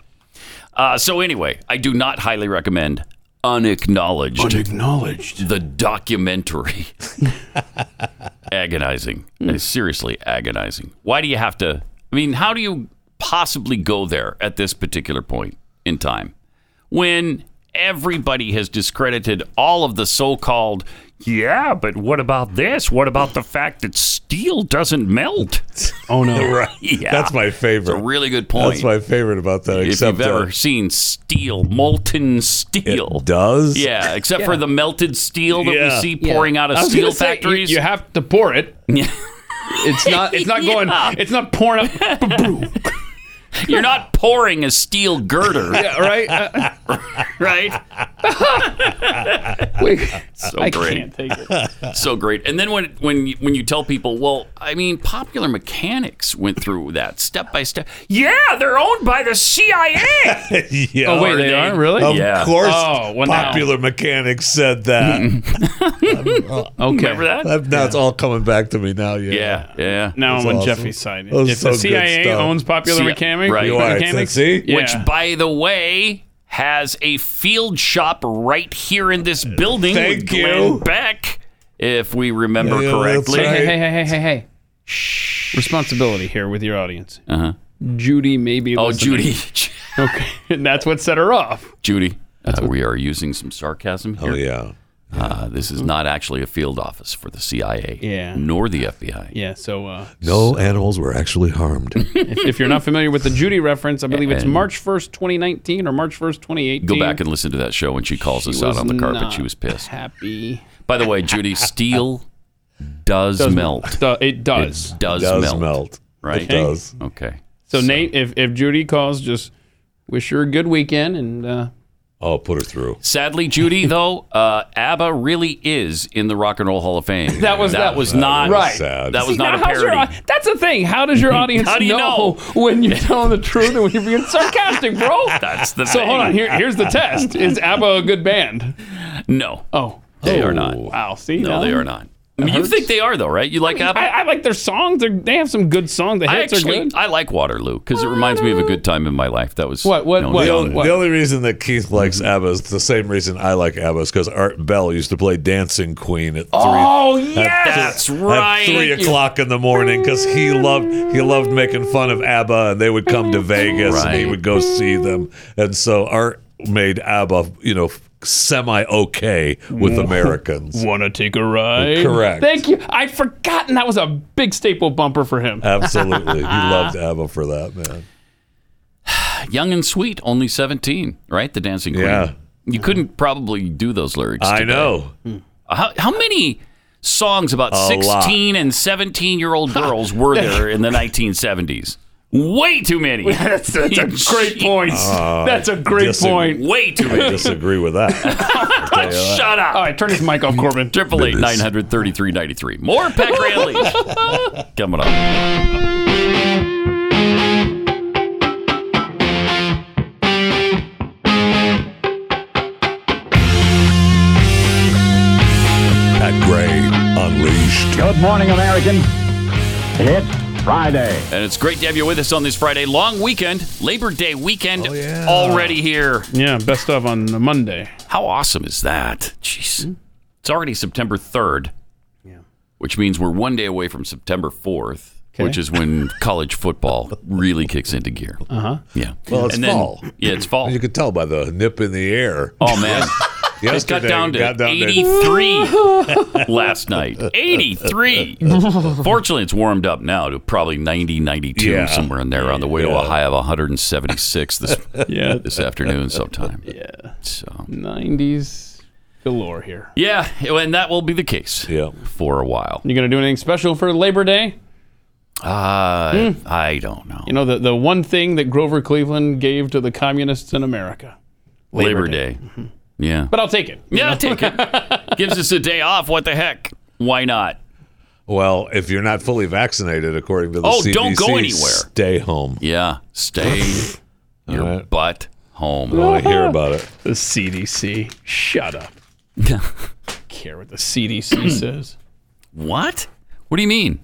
S3: Uh, so anyway, I do not highly recommend unacknowledged.
S5: Unacknowledged.
S3: the documentary. agonizing. It's Seriously agonizing. Why do you have to? I mean, how do you possibly go there at this particular point in time when everybody has discredited all of the so called, yeah, but what about this? What about the fact that steel doesn't melt?
S5: Oh no!
S3: Yeah.
S4: That's my
S3: It's
S4: favorite.
S3: a really good point.
S4: That's my favorite about that.
S3: if
S4: except uh,
S3: you've ever
S4: that
S3: seen steel, molten
S4: it
S3: steel.
S4: does.
S3: Yeah, except for the melted steel that
S4: Yeah.
S3: we see pouring out of
S5: I was
S3: steel
S5: gonna say, you-
S3: factories.
S5: you, have to pour it.
S3: Yeah.
S5: It's not. It's not going.
S3: Yeah.
S5: It's not pouring up.
S3: You're not pouring a steel girder.
S5: Yeah, right. Uh, right?
S3: So
S5: I
S3: great.
S5: can't take it.
S3: so great. And then when when you, when you tell people, well, I mean, Popular Mechanics went through that step by step. Yeah, they're owned by the CIA.
S4: yeah.
S5: Oh wait,
S3: Are
S5: they
S3: they?
S5: are really?
S4: Of
S3: Yeah.
S4: course,
S5: Oh, well, now-
S4: popular mechanics said that.
S5: okay.
S3: Remember that?
S4: That- now it's all coming back to me now. Yeah,
S3: yeah, yeah.
S5: Now I'm on
S4: awesome.
S5: Jeffy's side.
S4: That was
S5: If
S4: so
S5: the
S4: good
S5: CIA
S4: stuff.
S5: owns Popular
S3: See,
S5: Mechanic,
S3: right.
S4: You
S3: Popular
S4: are.
S5: Mechanics,
S4: See,
S5: yeah.
S3: Which, by the way, has a field shop right here in this building with
S4: Thank
S3: Glenn
S4: you.
S3: Beck, if we remember
S4: Yeah, that's
S3: correctly.
S4: right.
S5: hey, hey, hey, hey, hey, hey. Responsibility here with your audience. Uh-huh. Judy maybe.
S3: Oh, Judy.
S5: Okay. And that's what set her off.
S3: Judy, uh,
S5: Uh-huh.
S3: we are using some sarcasm here.
S4: oh yeah,
S3: Uh, this is not actually a field office for the CIA,
S5: Mm-hmm. Yeah.
S3: nor the FBI.
S5: Yeah, so uh,
S4: no animals were actually harmed.
S5: if, if you're not familiar with the Judy reference, I believe it's
S3: And-
S5: March 1st, 2019 or March 1st, 2018.
S3: Go back and listen to that show when she calls us out on the carpet.
S5: not
S3: She was pissed.
S5: Happy.
S3: By the way, Judy, steel does, melt.
S5: Du- it does.
S3: It does,
S4: does
S3: melt.
S4: melt.
S3: Right?
S4: It does.
S3: Okay.
S5: So, Nate, if, if Judy calls, just wish her a good weekend and uh,
S4: Oh, put her through.
S3: Sadly, Judy, though, uh, ABBA really is in the Rock and Roll Hall of Fame.
S5: That was-
S3: that
S5: that-
S3: was not
S5: Right.
S4: Sad.
S3: That was not a
S5: how's your
S3: parody.
S5: au- that's the thing. How does your audience
S3: How do you know?
S5: when you're telling the truth and when you're being sarcastic, bro?
S3: That's the
S5: so
S3: thing.
S5: hold on. Here, here's the test: Is ABBA a good band?
S3: No,
S5: Oh,
S3: they are not.
S5: Wow. See,
S3: No,
S5: now-
S3: they are not. I mean, you think they are though, right? You like ABBA?
S5: I, I like their songs. They're, they have some good songs. The
S3: I
S5: hits are
S3: actually
S5: good.
S3: I like Waterloo because it reminds me of a good time in my life. That was
S5: What-
S3: you
S5: what-
S3: know,
S5: what-
S4: The,
S3: young.
S4: only, the only reason that Keith likes ABBA is the same reason I like ABBA is because Art Bell used to play Dancing Queen at three.
S5: oh
S3: That's
S5: yes.
S3: right.
S4: At three
S3: Thank you.
S4: o'clock in the morning, because he loved he loved making fun of ABBA, and they would come to Vegas, and he
S3: Right.
S4: would go see them, and so Art made ABBA, you know, semi okay with Americans.
S5: Want to take a ride?
S4: Correct.
S5: Thank you. I'd forgotten that was a big staple bumper for him.
S4: Absolutely, he loved ABBA for that man.
S3: young and sweet, only seventeen, right? The Dancing Queen.
S4: Yeah.
S3: You couldn't probably do those lyrics.
S4: I
S3: today.
S4: know.
S3: How, how many songs about
S4: A lot.
S3: 16 and 17 year old girls were there in the 1970s? Way too many.
S5: that's, that's a great point. that's a great
S4: Uh, disagree.
S5: point.
S3: Way too
S4: I
S3: many.
S4: disagree with that.
S3: Shut
S5: All
S3: up.
S5: right, turn his mic off, Corbin.
S3: Triple eight nine hundred thirty three ninety three. More Peck Rally coming up.
S4: Pat Gray unleashed.
S2: Good morning, American. It's Friday.
S3: And it's great to have you with us on this Friday. Long weekend, Labor Day weekend
S4: Oh,
S3: already here.
S5: Yeah, best of on the Monday.
S3: How awesome is that?
S4: Hmm?
S3: Jeez. It's already September 3rd. Which means we're one day away from September 4th, which is when college football really kicks into gear. Uh huh. Yeah.
S4: Uh-huh. Well, it's
S3: And then-
S4: fall.
S3: Yeah, it's fall.
S4: You could tell by the nip in the air.
S3: Oh, man. It got
S4: Yesterday,
S3: down to
S4: got down
S3: 83 last night. 83. Fortunately, it's warmed up now to probably 90, 92,
S4: Yeah.
S3: somewhere in there on the way to a
S4: Yeah.
S3: high of 176 this,
S5: Yeah.
S3: this afternoon sometime. Yeah. So,
S5: 90s galore here.
S3: yeah, and that will be the case
S4: Yeah.
S3: for a while.
S5: You gonna do anything special for Labor Day?
S3: Uh, I don't know.
S5: You know the the one thing that Grover Cleveland gave to the communists in America.
S3: Labor, Day. Yeah.
S5: But I'll take it.
S3: yeah, I'll take it. Gives us a day off. What the heck? Why not?
S4: Well, if you're not fully vaccinated, according to the
S3: Oh,
S4: CDC,
S3: don't go anywhere.
S4: Stay home.
S3: Yeah. Stay your
S4: right.
S3: butt home.
S4: I want to hear about it.
S5: The CDC. Shut up. Care what the CDC says.
S3: What? What do you mean?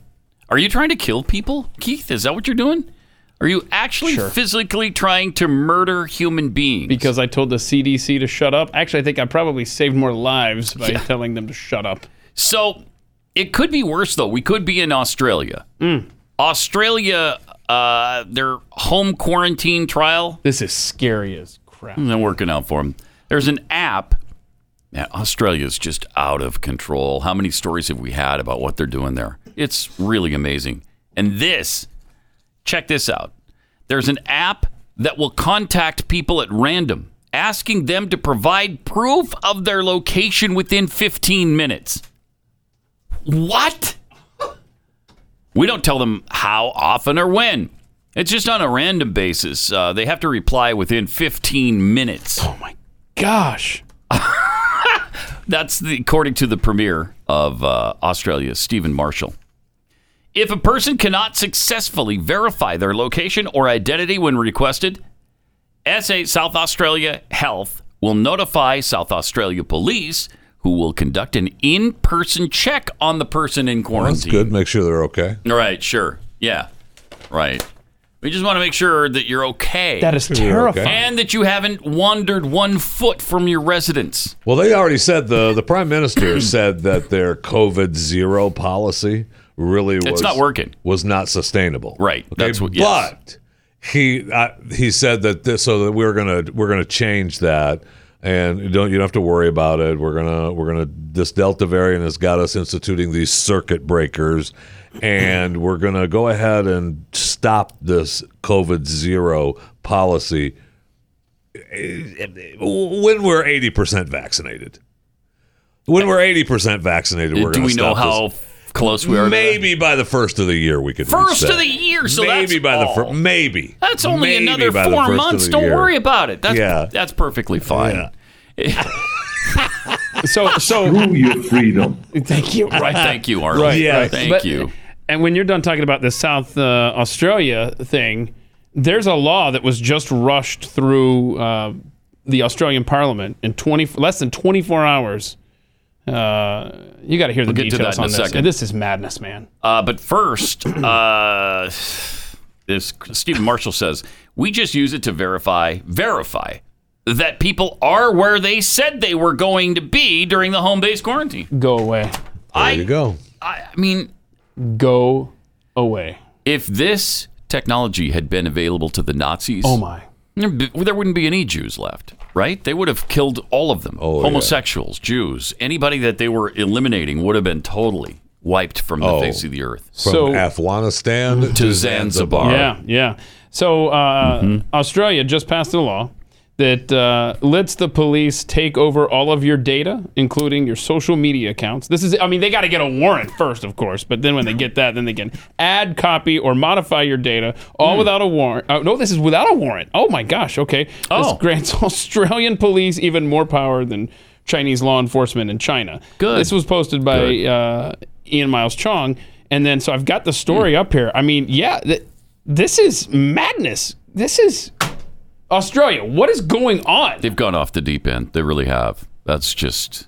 S3: Are you trying to kill people, Keith? Is that what you're doing? Are you actually physically trying to murder human beings?
S5: Because I told the CDC to shut up. Actually, I think I probably saved more lives by telling them to shut up.
S3: So it could be worse, though. We could be in Australia. Australia, uh, their home quarantine trial
S5: This is scary as crap.
S3: They're working out for them. There's an app. Man, Australia's just out of control. How many stories have we had about what they're doing there? It's really amazing. And this, check this out. There's an app that will contact people at random, asking them to provide proof of their location within 15 minutes. What? We don't tell them how often or when.
S4: Oh,
S3: It's just on a random basis. Uh, they have to reply within 15 minutes.
S5: gosh.
S3: That's the, according to the premier of uh, Australia, Stephen Marshall. If a person cannot successfully verify their location or identity when requested, SA South Australia Health will notify South Australia Police, who will conduct an in person check on the person in
S4: That's
S3: quarantine.
S4: good. Make sure they're okay.
S3: Right, sure. Yeah, right. We just want to make sure that you're okay.
S5: That is
S4: You're okay.
S5: terrifying.
S3: And that you haven't wandered one foot from your residence.
S4: Well, they already said the the prime minister said that their COVID zero policy really was
S3: not working.
S4: was not sustainable.
S3: Right.
S4: Okay,
S3: That's what- yes.
S4: But he I, he said that this, so that we we're gonna we're gonna change that. And you don't you don't have to worry about it. We're gonna we're gonna this Delta variant has got us instituting these circuit breakers, and we're gonna go ahead and stop this COVID zero policy when we're eighty percent vaccinated. When we're eighty percent vaccinated, we're
S3: Do
S4: gonna
S3: we know
S4: stop this.
S3: how close we are? to that?
S4: Maybe by the first of the year we could. reach
S3: First of
S4: that.
S3: the year, so
S4: maybe
S3: that's
S4: by
S3: all.
S4: the first. Maybe
S3: That's only
S4: Maybe
S3: another
S4: by the
S3: four
S4: first of
S3: months.
S4: the
S3: Don't
S4: year.
S3: worry about it. That's
S4: Yeah.
S3: that's perfectly fine.
S5: So so
S2: your freedom.
S5: thank you.
S3: Right. Thank you, Arnold.
S5: Right,
S4: Yeah. right.
S3: Thank
S5: But-
S3: you.
S5: And when you're done talking about the South uh, Australia thing, there's a law that was just rushed through uh, the Australian Parliament in 20 less than 24 hours. Uh, you got to hear the
S3: get to that
S5: details
S3: in
S5: on
S3: a
S5: this.
S3: second.
S5: And this is madness, man.
S3: Uh, but first, uh, this Stephen Marshall says we just use it to verify verify that people are where they said they were going to be during the home based quarantine.
S5: Go away.
S4: there you go.
S3: I, I mean,
S5: Go away.
S3: if this technology had been available to the Nazis,
S5: Oh my.
S3: There b- there wouldn't be any Jews left, right? They would have killed all of them. Homosexuals, Jews, anybody that they were eliminating would have been totally wiped from the
S4: Oh.
S3: face of the earth.
S4: From
S5: So-
S4: Afghanistan to,
S3: Zanzibar.
S5: Yeah, yeah. So uh,
S3: Mm-hmm.
S5: Australia just passed a law that uh, lets the police take over all of your data, including your social media accounts. This is, I mean, they got to get a warrant first, of course, but then when they get that, then they can add, copy, or modify your data, all
S3: Hmm.
S5: without a warrant. Uh, no, this is without a warrant. Oh my gosh. Okay.
S3: Oh.
S5: This grants Australian police even more power than Chinese law enforcement in China.
S3: Good.
S5: This was posted by uh, Ian Miles Chong, and then so I've got the story up here. I mean, yeah, th- this is madness. This is Australia. What is going on?
S3: They've gone off the deep end. They really have. That's just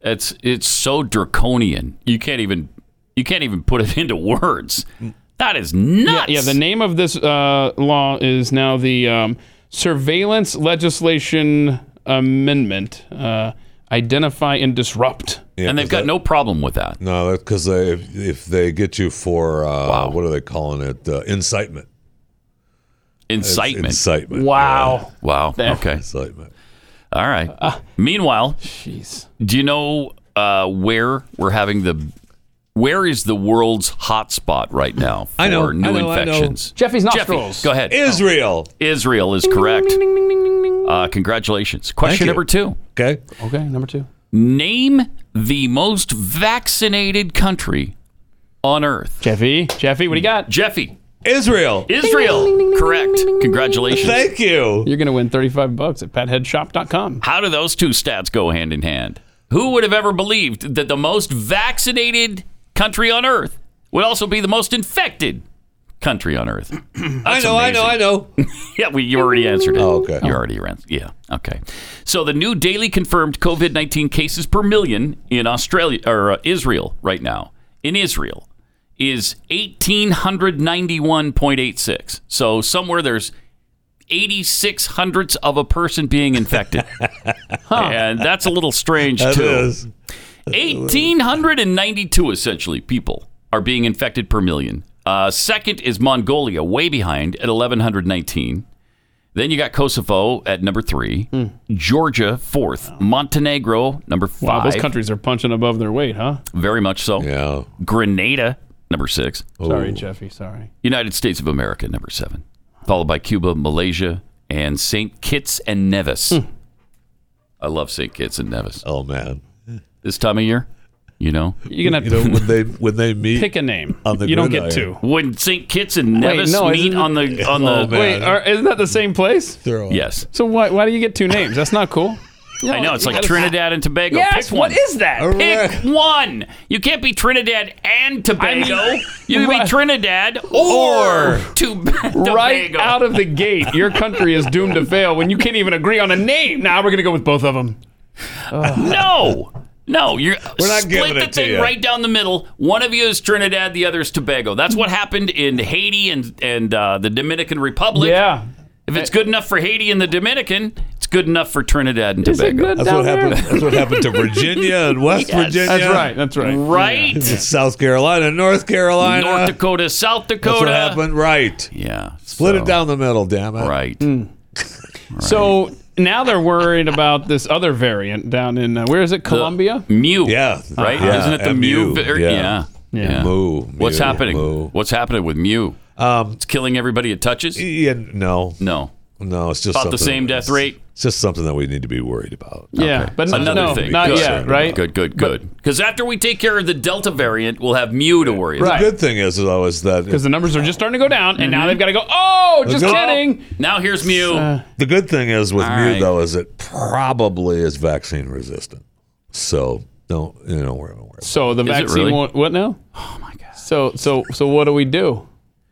S3: it's it's so draconian. You can't even you can't even put it into words. That is nuts.
S5: Yeah, the name of this uh, law is now the um, Surveillance Legislation Amendment. Uh, identify and disrupt.
S4: Yeah,
S3: and they've
S4: 'cause
S3: got
S4: that-
S3: no problem with that.
S4: No, because they if, if they get you for uh, what are they calling it? Uh, incitement. It's
S3: Incitement.
S4: Incitement. Yeah,
S3: wow.
S5: There. Uh,
S3: Okay.
S4: incitement.
S3: All right. Meanwhile,
S5: Jeez.
S3: Do you know uh, where we're having the where is the world's hot spot right now for
S4: I know,
S3: new
S4: I know, I know.
S3: infections?
S5: Jeffy's
S3: Jeffy,
S5: nostrils.
S3: go ahead.
S4: Israel.
S3: Israel is correct. Uh, congratulations. Question
S4: you.
S3: number two.
S4: Okay.
S5: Okay, number two.
S3: Name the most vaccinated country on earth.
S5: Jeffy, Jeffy, what do you got?
S3: Jeffy,
S4: Israel.
S3: Israel. Correct. Congratulations.
S4: Thank you.
S5: You're gonna win 35 bucks at PatHeadShop.com.
S3: How do those two stats go hand in hand? Who would have ever believed that the most vaccinated country on earth would also be the most infected country on earth?
S4: I know. I know. I know.
S3: Yeah, we, you already answered it.
S4: Oh, okay.
S3: You already ran. Yeah, okay. So the new daily confirmed COVID 19 cases per million in Australia or uh, Israel right now, in Israel, is 1,891.86. So somewhere there's 86 hundredths of a person being infected. And that's a little strange,
S4: That
S3: too.
S4: is-
S3: 1,892 essentially people are being infected per million. Uh, second is Mongolia, way behind at 1,119. Then you got Kosovo at number three, Georgia fourth, Montenegro number
S5: Wow,
S3: five,
S5: those countries are punching above their weight, huh?
S3: very much so.
S4: Yeah.
S3: Grenada number six,
S5: Sorry, Jeffy. Sorry.
S3: United States of America number seven, followed by Cuba, Malaysia, and Saint Kitts and Nevis. I love Saint Kitts and Nevis
S4: Oh man.
S3: this time of year. You know,
S5: You're gonna have
S4: You
S5: to
S4: know, when they when they meet,
S5: pick a name.
S4: On the
S5: you don't get
S4: gridiron.
S5: two.
S3: when St. Kitts and
S5: Wait,
S3: Nevis
S5: no,
S3: meet
S5: isn't
S3: on the on the
S4: Oh, man.
S5: Wait, are, isn't that the same place?
S4: throw up.
S3: yes,
S5: So why why do you get two names? That's not cool.
S3: I know it's like Trinidad and Tobago.
S5: Yes,
S3: Pick one.
S5: what is that?
S4: All
S3: Pick
S4: right.
S3: one. You can't be Trinidad and Tobago.
S5: I mean-
S3: you can be
S5: Right.
S3: Trinidad or,
S5: Or-
S3: Tob-
S5: Right
S3: Tobago.
S5: out of the gate, your country is doomed to fail when you can't even agree on a name. Now we're gonna go with both of them.
S3: no. No, you're
S4: We're not
S3: split
S4: giving
S3: the
S4: it to
S3: thing
S4: you.
S3: right down the middle. One of you is Trinidad, the other is Tobago. That's what happened in Haiti and and uh, the Dominican Republic.
S5: Yeah.
S3: If it's good enough for Haiti and the Dominican, it's good enough for Trinidad and
S5: Is it
S3: Tobago.
S5: good
S4: That's
S5: down
S4: what happened.
S5: there?
S4: That's what happened to Virginia and West Virginia.
S5: That's right. That's right.
S3: Right?
S4: South Carolina, North Carolina,
S3: North Dakota, South
S4: That's
S3: Dakota.
S4: what happened. Right.
S3: Yeah.
S4: Split
S3: so-
S4: it down Hmm. the middle. Damn it.
S3: Right.
S5: So now they're worried about this other variant down in uh, where is it? Colombia.
S3: Mu.
S4: Yeah.
S3: Right?
S4: Yeah,
S3: Isn't it the
S4: and
S3: Mu?
S4: Mu,
S3: vi-
S4: yeah.
S3: Yeah.
S5: Yeah.
S4: Mu,
S3: What's
S4: Mu,
S3: happening?
S4: Mu.
S3: What's happening with Mu?
S4: Um.
S3: It's killing everybody it touches?
S4: Yeah. No.
S3: No.
S4: No. It's just
S3: About the
S4: something-
S3: same death rate?
S4: It's just something that we need to be worried about.
S5: Yeah, but no,
S3: Another
S5: no,
S3: thing.
S5: not
S3: good.
S5: yet, right?
S3: Good, good, good. Because after we take care of the Delta variant, we'll have Mu to worry about.
S5: Right.
S4: The good thing is, though, is that
S5: Because the numbers are just starting to go down, and now they've got to go. Oh, just
S4: Mm-hmm. go-
S5: kidding.
S3: Now here's Mu.
S4: The good thing is with
S3: All
S4: Mu
S3: right.
S4: though is it probably is vaccine resistant. So don't you know we're gonna worry. about
S5: So the
S3: it
S5: vaccine
S3: really?
S5: won't. What now? Oh my god. So so so what do we do?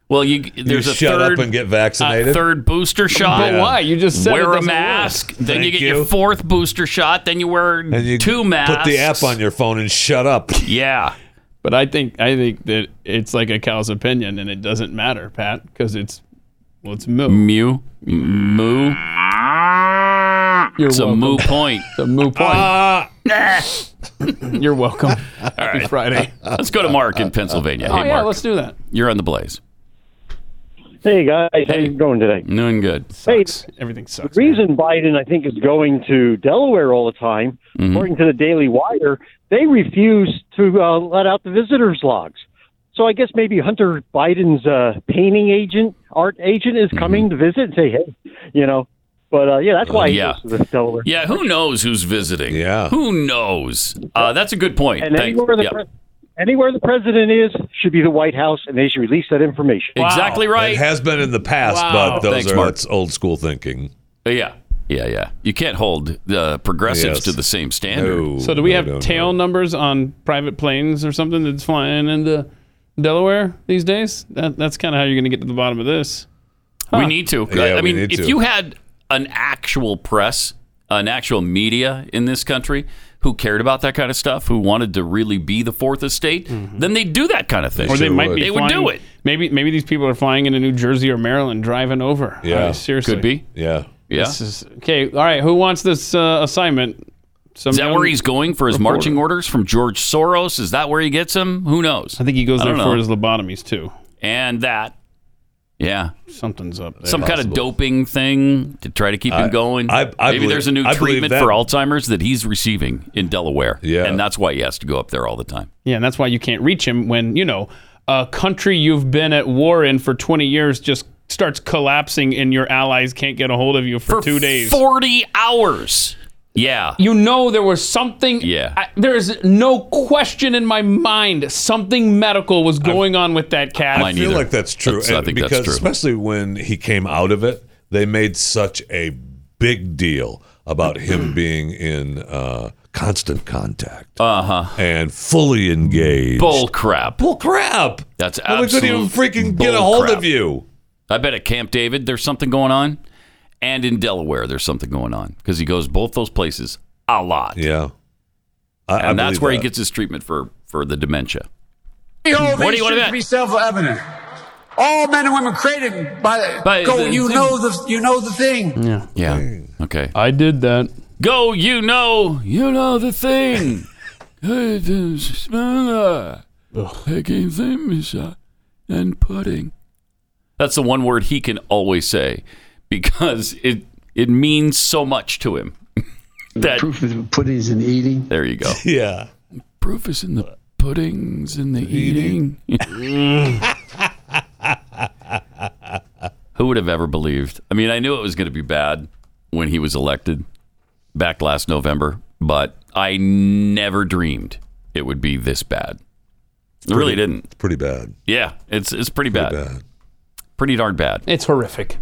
S3: well, you, there's
S4: you
S3: a
S4: shut
S3: third,
S4: up and get
S3: a
S4: vaccinated.
S3: third booster shot.
S5: But why? You just said it
S3: wear a
S5: doesn't work.
S3: mask. Then you
S4: Thank
S3: get your
S4: you.
S3: fourth booster shot. Then you wear
S4: and you
S3: two masks.
S4: Put the app on your phone and shut up.
S3: Yeah.
S5: But I think I think that it's like a cow's opinion, and it doesn't matter, Pat, because it's well, it's moo.
S3: Mu. Mu.
S5: You're
S3: It's a
S5: welcome.
S3: moo Ah. point.
S5: It's a moo point. You're welcome. Happy Friday. Oh
S3: Let's go to Mark in Pennsylvania. Hey,
S5: yeah,
S3: Mark.
S5: let's do that.
S3: You're on the blaze.
S2: Hey guys, how you going today?
S3: Doing good.
S2: Hey,
S5: Everything sucks.
S2: the reason Biden, I think, is going to Delaware all the time,
S3: Mm-hmm.
S2: according to the Daily Wire, they refuse to uh, let out the visitors' logs. So I guess maybe Hunter Biden's uh, painting agent, art agent, is coming to visit and say, hey, you know. But uh, yeah, that's why he
S3: Mm-hmm. yeah.
S2: goes to the Delaware.
S3: Yeah, who knows who's visiting?
S4: Yeah.
S3: Who knows? Uh, that's a good point.
S2: And
S3: Thank-
S2: anywhere the,
S3: yeah.
S2: pres anywhere the president is should be the White House, and they should release that information.
S3: Exactly
S4: It
S3: right.
S4: has been in the past,
S5: Wow.
S4: but those
S3: Oh, Thanks,
S4: are
S3: Mark.
S4: that's old school thinking.
S3: yeah. Yeah, yeah. You can't hold the progressives
S4: Yes.
S3: to the same standard.
S4: No,
S5: So do we
S4: no,
S5: have
S4: no, no.
S5: tail numbers on private planes or something that's flying into Delaware these days? That, that's kind of how you're going to get to the bottom of this.
S3: We need to.
S4: Yeah,
S3: I- I
S4: we
S3: mean,
S4: need
S3: if
S4: to.
S3: you had an actual press, an actual media in this country who cared about that kind of stuff, who wanted to really be the fourth estate,
S4: Mm-hmm.
S3: then they'd do that kind of thing.
S5: Or they
S4: Sure
S5: might
S4: would.
S5: be
S3: They would
S5: flying-
S3: do it.
S5: Maybe maybe these people are flying into New Jersey or Maryland, driving over.
S4: Yeah.
S5: All right, seriously.
S3: Could be.
S4: Yeah.
S3: Yeah.
S5: This is okay. All right, who wants this uh, assignment? Some
S3: Is that
S5: young-
S3: where he's going for his marching orders from George Soros? Is that where he gets them? Who knows?
S5: I think he goes
S3: I
S5: there
S3: don't
S5: for
S3: know.
S5: his lobotomies too.
S3: And that, yeah,
S5: Something's up. There.
S3: some kind of doping thing to try to keep him going.
S4: I- I
S3: Maybe
S4: believe-
S3: there's a new
S4: I believe
S3: treatment
S4: that-
S3: for Alzheimer's that he's receiving in Delaware.
S4: Yeah.
S3: And that's why he has to go up there all the time.
S5: yeah, and that's why you can't reach him when you know a country you've been at war in for 20 years just starts collapsing, and your allies can't get a hold of you for, two days.
S3: 40 hours. Yeah.
S5: you know there was something.
S3: Yeah.
S5: I- there is no question in my mind something medical was going on with that cat.
S3: Mine
S4: I feel
S3: either.
S4: like that's true.
S3: That's- I
S4: and
S3: think that's
S4: because
S3: true.
S4: especially when he came out of it, they made such a big deal about him being in uh, constant contact
S3: Uh-huh.
S4: and fully engaged.
S3: Bull crap.
S4: Bull crap.
S3: That's
S4: Well, we couldn't even
S3: absolute
S4: freaking get a
S3: bull
S4: hold
S3: crap.
S4: of you.
S3: I bet at Camp David there's something going on. And in Delaware there's something going on because he goes both those places a lot.
S4: Yeah. I, I
S3: And that's
S4: believe
S3: where he
S4: that.
S3: gets his treatment for, for the dementia.
S10: What
S3: do you want to bet?
S10: oh, Be self-evident. All men and women created by,
S3: By
S10: go.
S3: the
S10: you
S3: thing.
S10: know the you know the thing.
S3: Yeah. Okay.
S5: I did that.
S3: Go, you know, you know the thing. I just smell that. Taking thermostat and pudding. That's the one word he can always say because it it means so much to him. that
S6: Proof of the pudding is in eating.
S3: there you go.
S4: Yeah.
S3: Proof is in the puddings and the eating. Who would have ever believed? I mean, I knew it was going to be bad when he was elected back last November, but I never dreamed it it would be this bad. It really didn't. It's
S4: pretty bad.
S3: Yeah, it's it's pretty, bad. Pretty darn bad.
S5: It's horrific.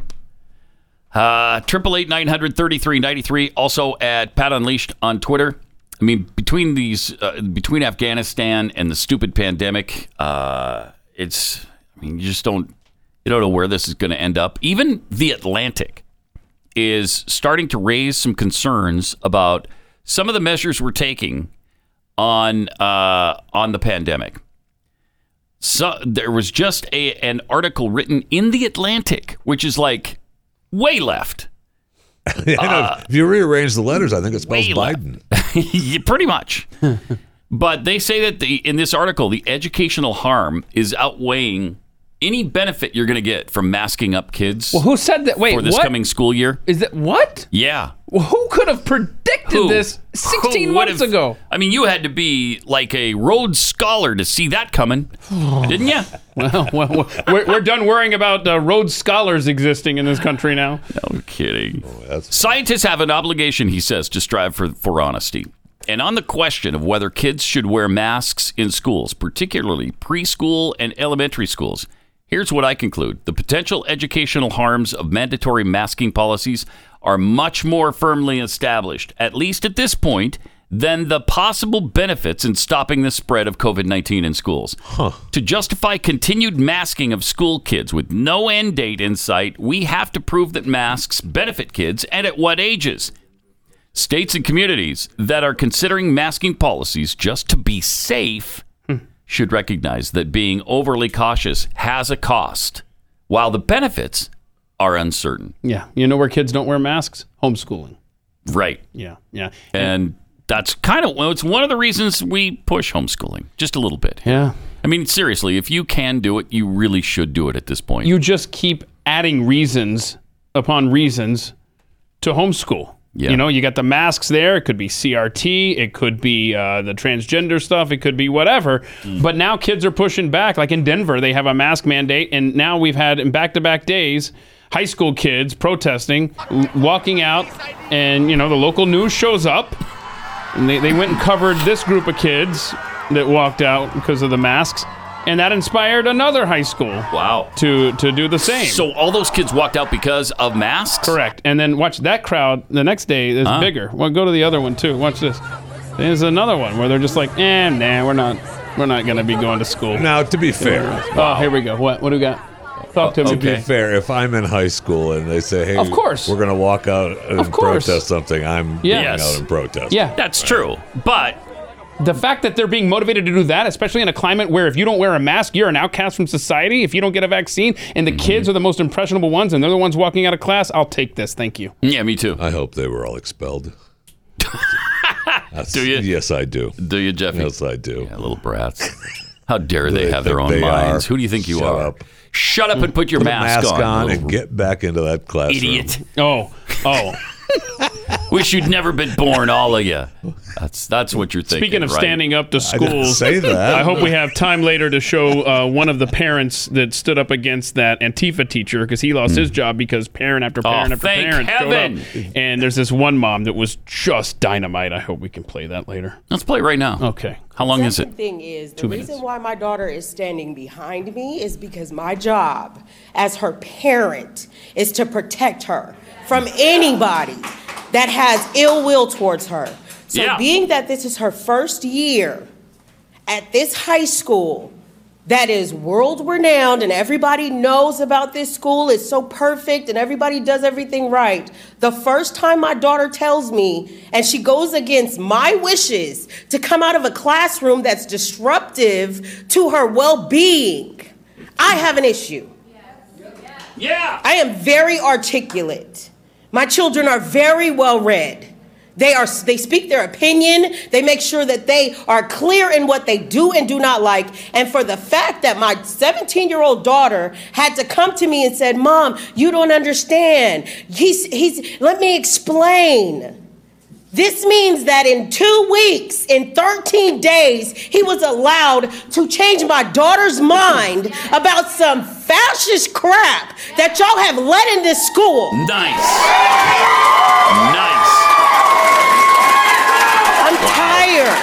S3: Uh triple eight nine hundred thirty three ninety three. Also at Pat Unleashed on Twitter. I mean, between these, uh, between Afghanistan and the stupid pandemic, uh, it's. I mean, you just don't. You don't know where this is going to end up. Even the Atlantic is starting to raise some concerns about some of the measures we're taking on uh, on the pandemic. So there was just a an article written in the Atlantic, which is like way left.
S4: Yeah, I know. if you rearrange the letters, I think it spells
S3: Uh, way left.
S4: Biden.
S3: Yeah, pretty much. but they say that the in this article, the educational harm is outweighing any benefit you're going to get from masking up kids
S5: Well, who said that? Wait,
S3: for this
S5: what?
S3: coming school year.
S5: Is that what?
S3: Yeah.
S5: Well, who could have predicted
S3: Who?
S5: this
S3: Who
S5: 16
S3: would
S5: months
S3: have-
S5: ago?
S3: I mean, you had to be like a Rhodes Scholar to see that coming, didn't you?
S5: well, well, well, we're, we're done worrying about uh, Rhodes scholars existing in this country now.
S3: No kidding. Scientists have an obligation, he says, to strive for, for honesty. And on the question of whether kids should wear masks in schools, particularly preschool and elementary schools, here's what I conclude the potential educational harms of mandatory masking policies are much more firmly established, at least at this point, than the possible benefits in stopping the spread of COVID 19 in schools. To justify continued masking of school kids with no end date in sight, we have to prove that masks benefit kids and at what ages. States and communities that are considering masking policies just to be safe should recognize that being overly cautious has a cost, while the benefits are uncertain.
S5: Yeah, you know where kids don't wear masks? Homeschooling.
S3: Right.
S5: Yeah, yeah,
S3: And that's kind of well, it's one of the reasons we push homeschooling just a little bit.
S5: yeah.
S3: I mean, seriously, if you can do it, you really should do it at this point.
S5: You just keep adding reasons upon reasons to homeschool.
S3: Yeah.
S5: You know, you got the masks there. It could be CRT. It could be uh, the transgender stuff. It could be whatever.
S3: Mm.
S5: But now kids are pushing back. Like in Denver, they have a mask mandate. And now we've had in back to back days high school kids protesting, w- walking out. And, you know, the local news shows up. And they, they went and covered this group of kids that walked out because of the masks. And that inspired another high school
S3: wow.
S5: to to do the same.
S3: So all those kids walked out because of masks?
S5: correct. And then watch that crowd the next day is
S3: Huh?
S5: bigger. Well, go to the other one too. Watch this. There's another one where they're just like, eh, nah, we're not, we're not gonna be going to school.
S4: Now, to be fair,
S5: Oh, here we go. What what do we got? Talk to me.
S4: to be
S3: Okay.
S4: fair, if I'm in high school and they say, "Hey,
S5: Of course.
S4: we're going to walk out and
S5: Of course.
S4: protest something," I'm
S5: Yeah.
S4: going
S3: Yes.
S4: out and protest.
S5: Yeah,
S3: That's true. But
S5: the fact that they're being motivated to do that, especially in a climate where if you don't wear a mask, you're an outcast from society. If you don't get a vaccine, and the kids are the most impressionable ones, and they're the ones walking out of class, I'll take this. Thank you.
S3: yeah, me too.
S4: I hope they were all expelled. That's-
S3: Do you?
S4: Yes, I do.
S3: Do you, Jeffy?
S4: Yes, I do.
S3: Yeah, little brats. How dare they,
S4: They
S3: have their
S4: think
S3: own
S4: they
S3: minds?
S4: are.
S3: Who do you think you
S4: Shut
S3: are?
S4: up.
S3: Shut up and put your
S4: Put a
S3: mask,
S4: mask on
S3: little
S4: and get back into that classroom.
S3: idiot.
S5: Oh, oh.
S3: Wish you'd never been born, all of you. That's that's what you're thinking.
S5: Speaking of
S3: right?
S5: standing up to
S4: I didn't
S5: schools,
S4: say that.
S5: I hope we have time later to show uh, one of the parents that stood up against that Antifa teacher because he lost his job because parent after parent after
S3: thank
S5: parent
S3: heaven.
S5: showed up. And there's this one mom that was just dynamite. I hope we can play that later.
S3: Let's play it right now.
S5: Okay.
S3: How long is it?
S11: Second thing is, the
S5: Two
S11: reason
S5: minutes.
S11: why my daughter is standing behind me is because my job as her parent is to protect her from anybody that has ill will towards her. So,
S3: Yeah.
S11: being that this is her first year at this high school that is world renowned and everybody knows about this school, it's so perfect and everybody does everything right. The first time my daughter tells me and she goes against my wishes to come out of a classroom that's disruptive to her well being, I have an issue.
S3: Yeah.
S11: I am very articulate. My children are very well read. They are they speak their opinion. They make sure that they are clear in what they do and do not like. And for the fact that my 17-year-old daughter had to come to me and said, "Mom, you don't understand. He's he's let me explain." This means that in two weeks, in 13 days, he was allowed to change my daughter's mind about some fascist crap that y'all have let in this school.
S3: Nice. Nice.
S11: I'm tired.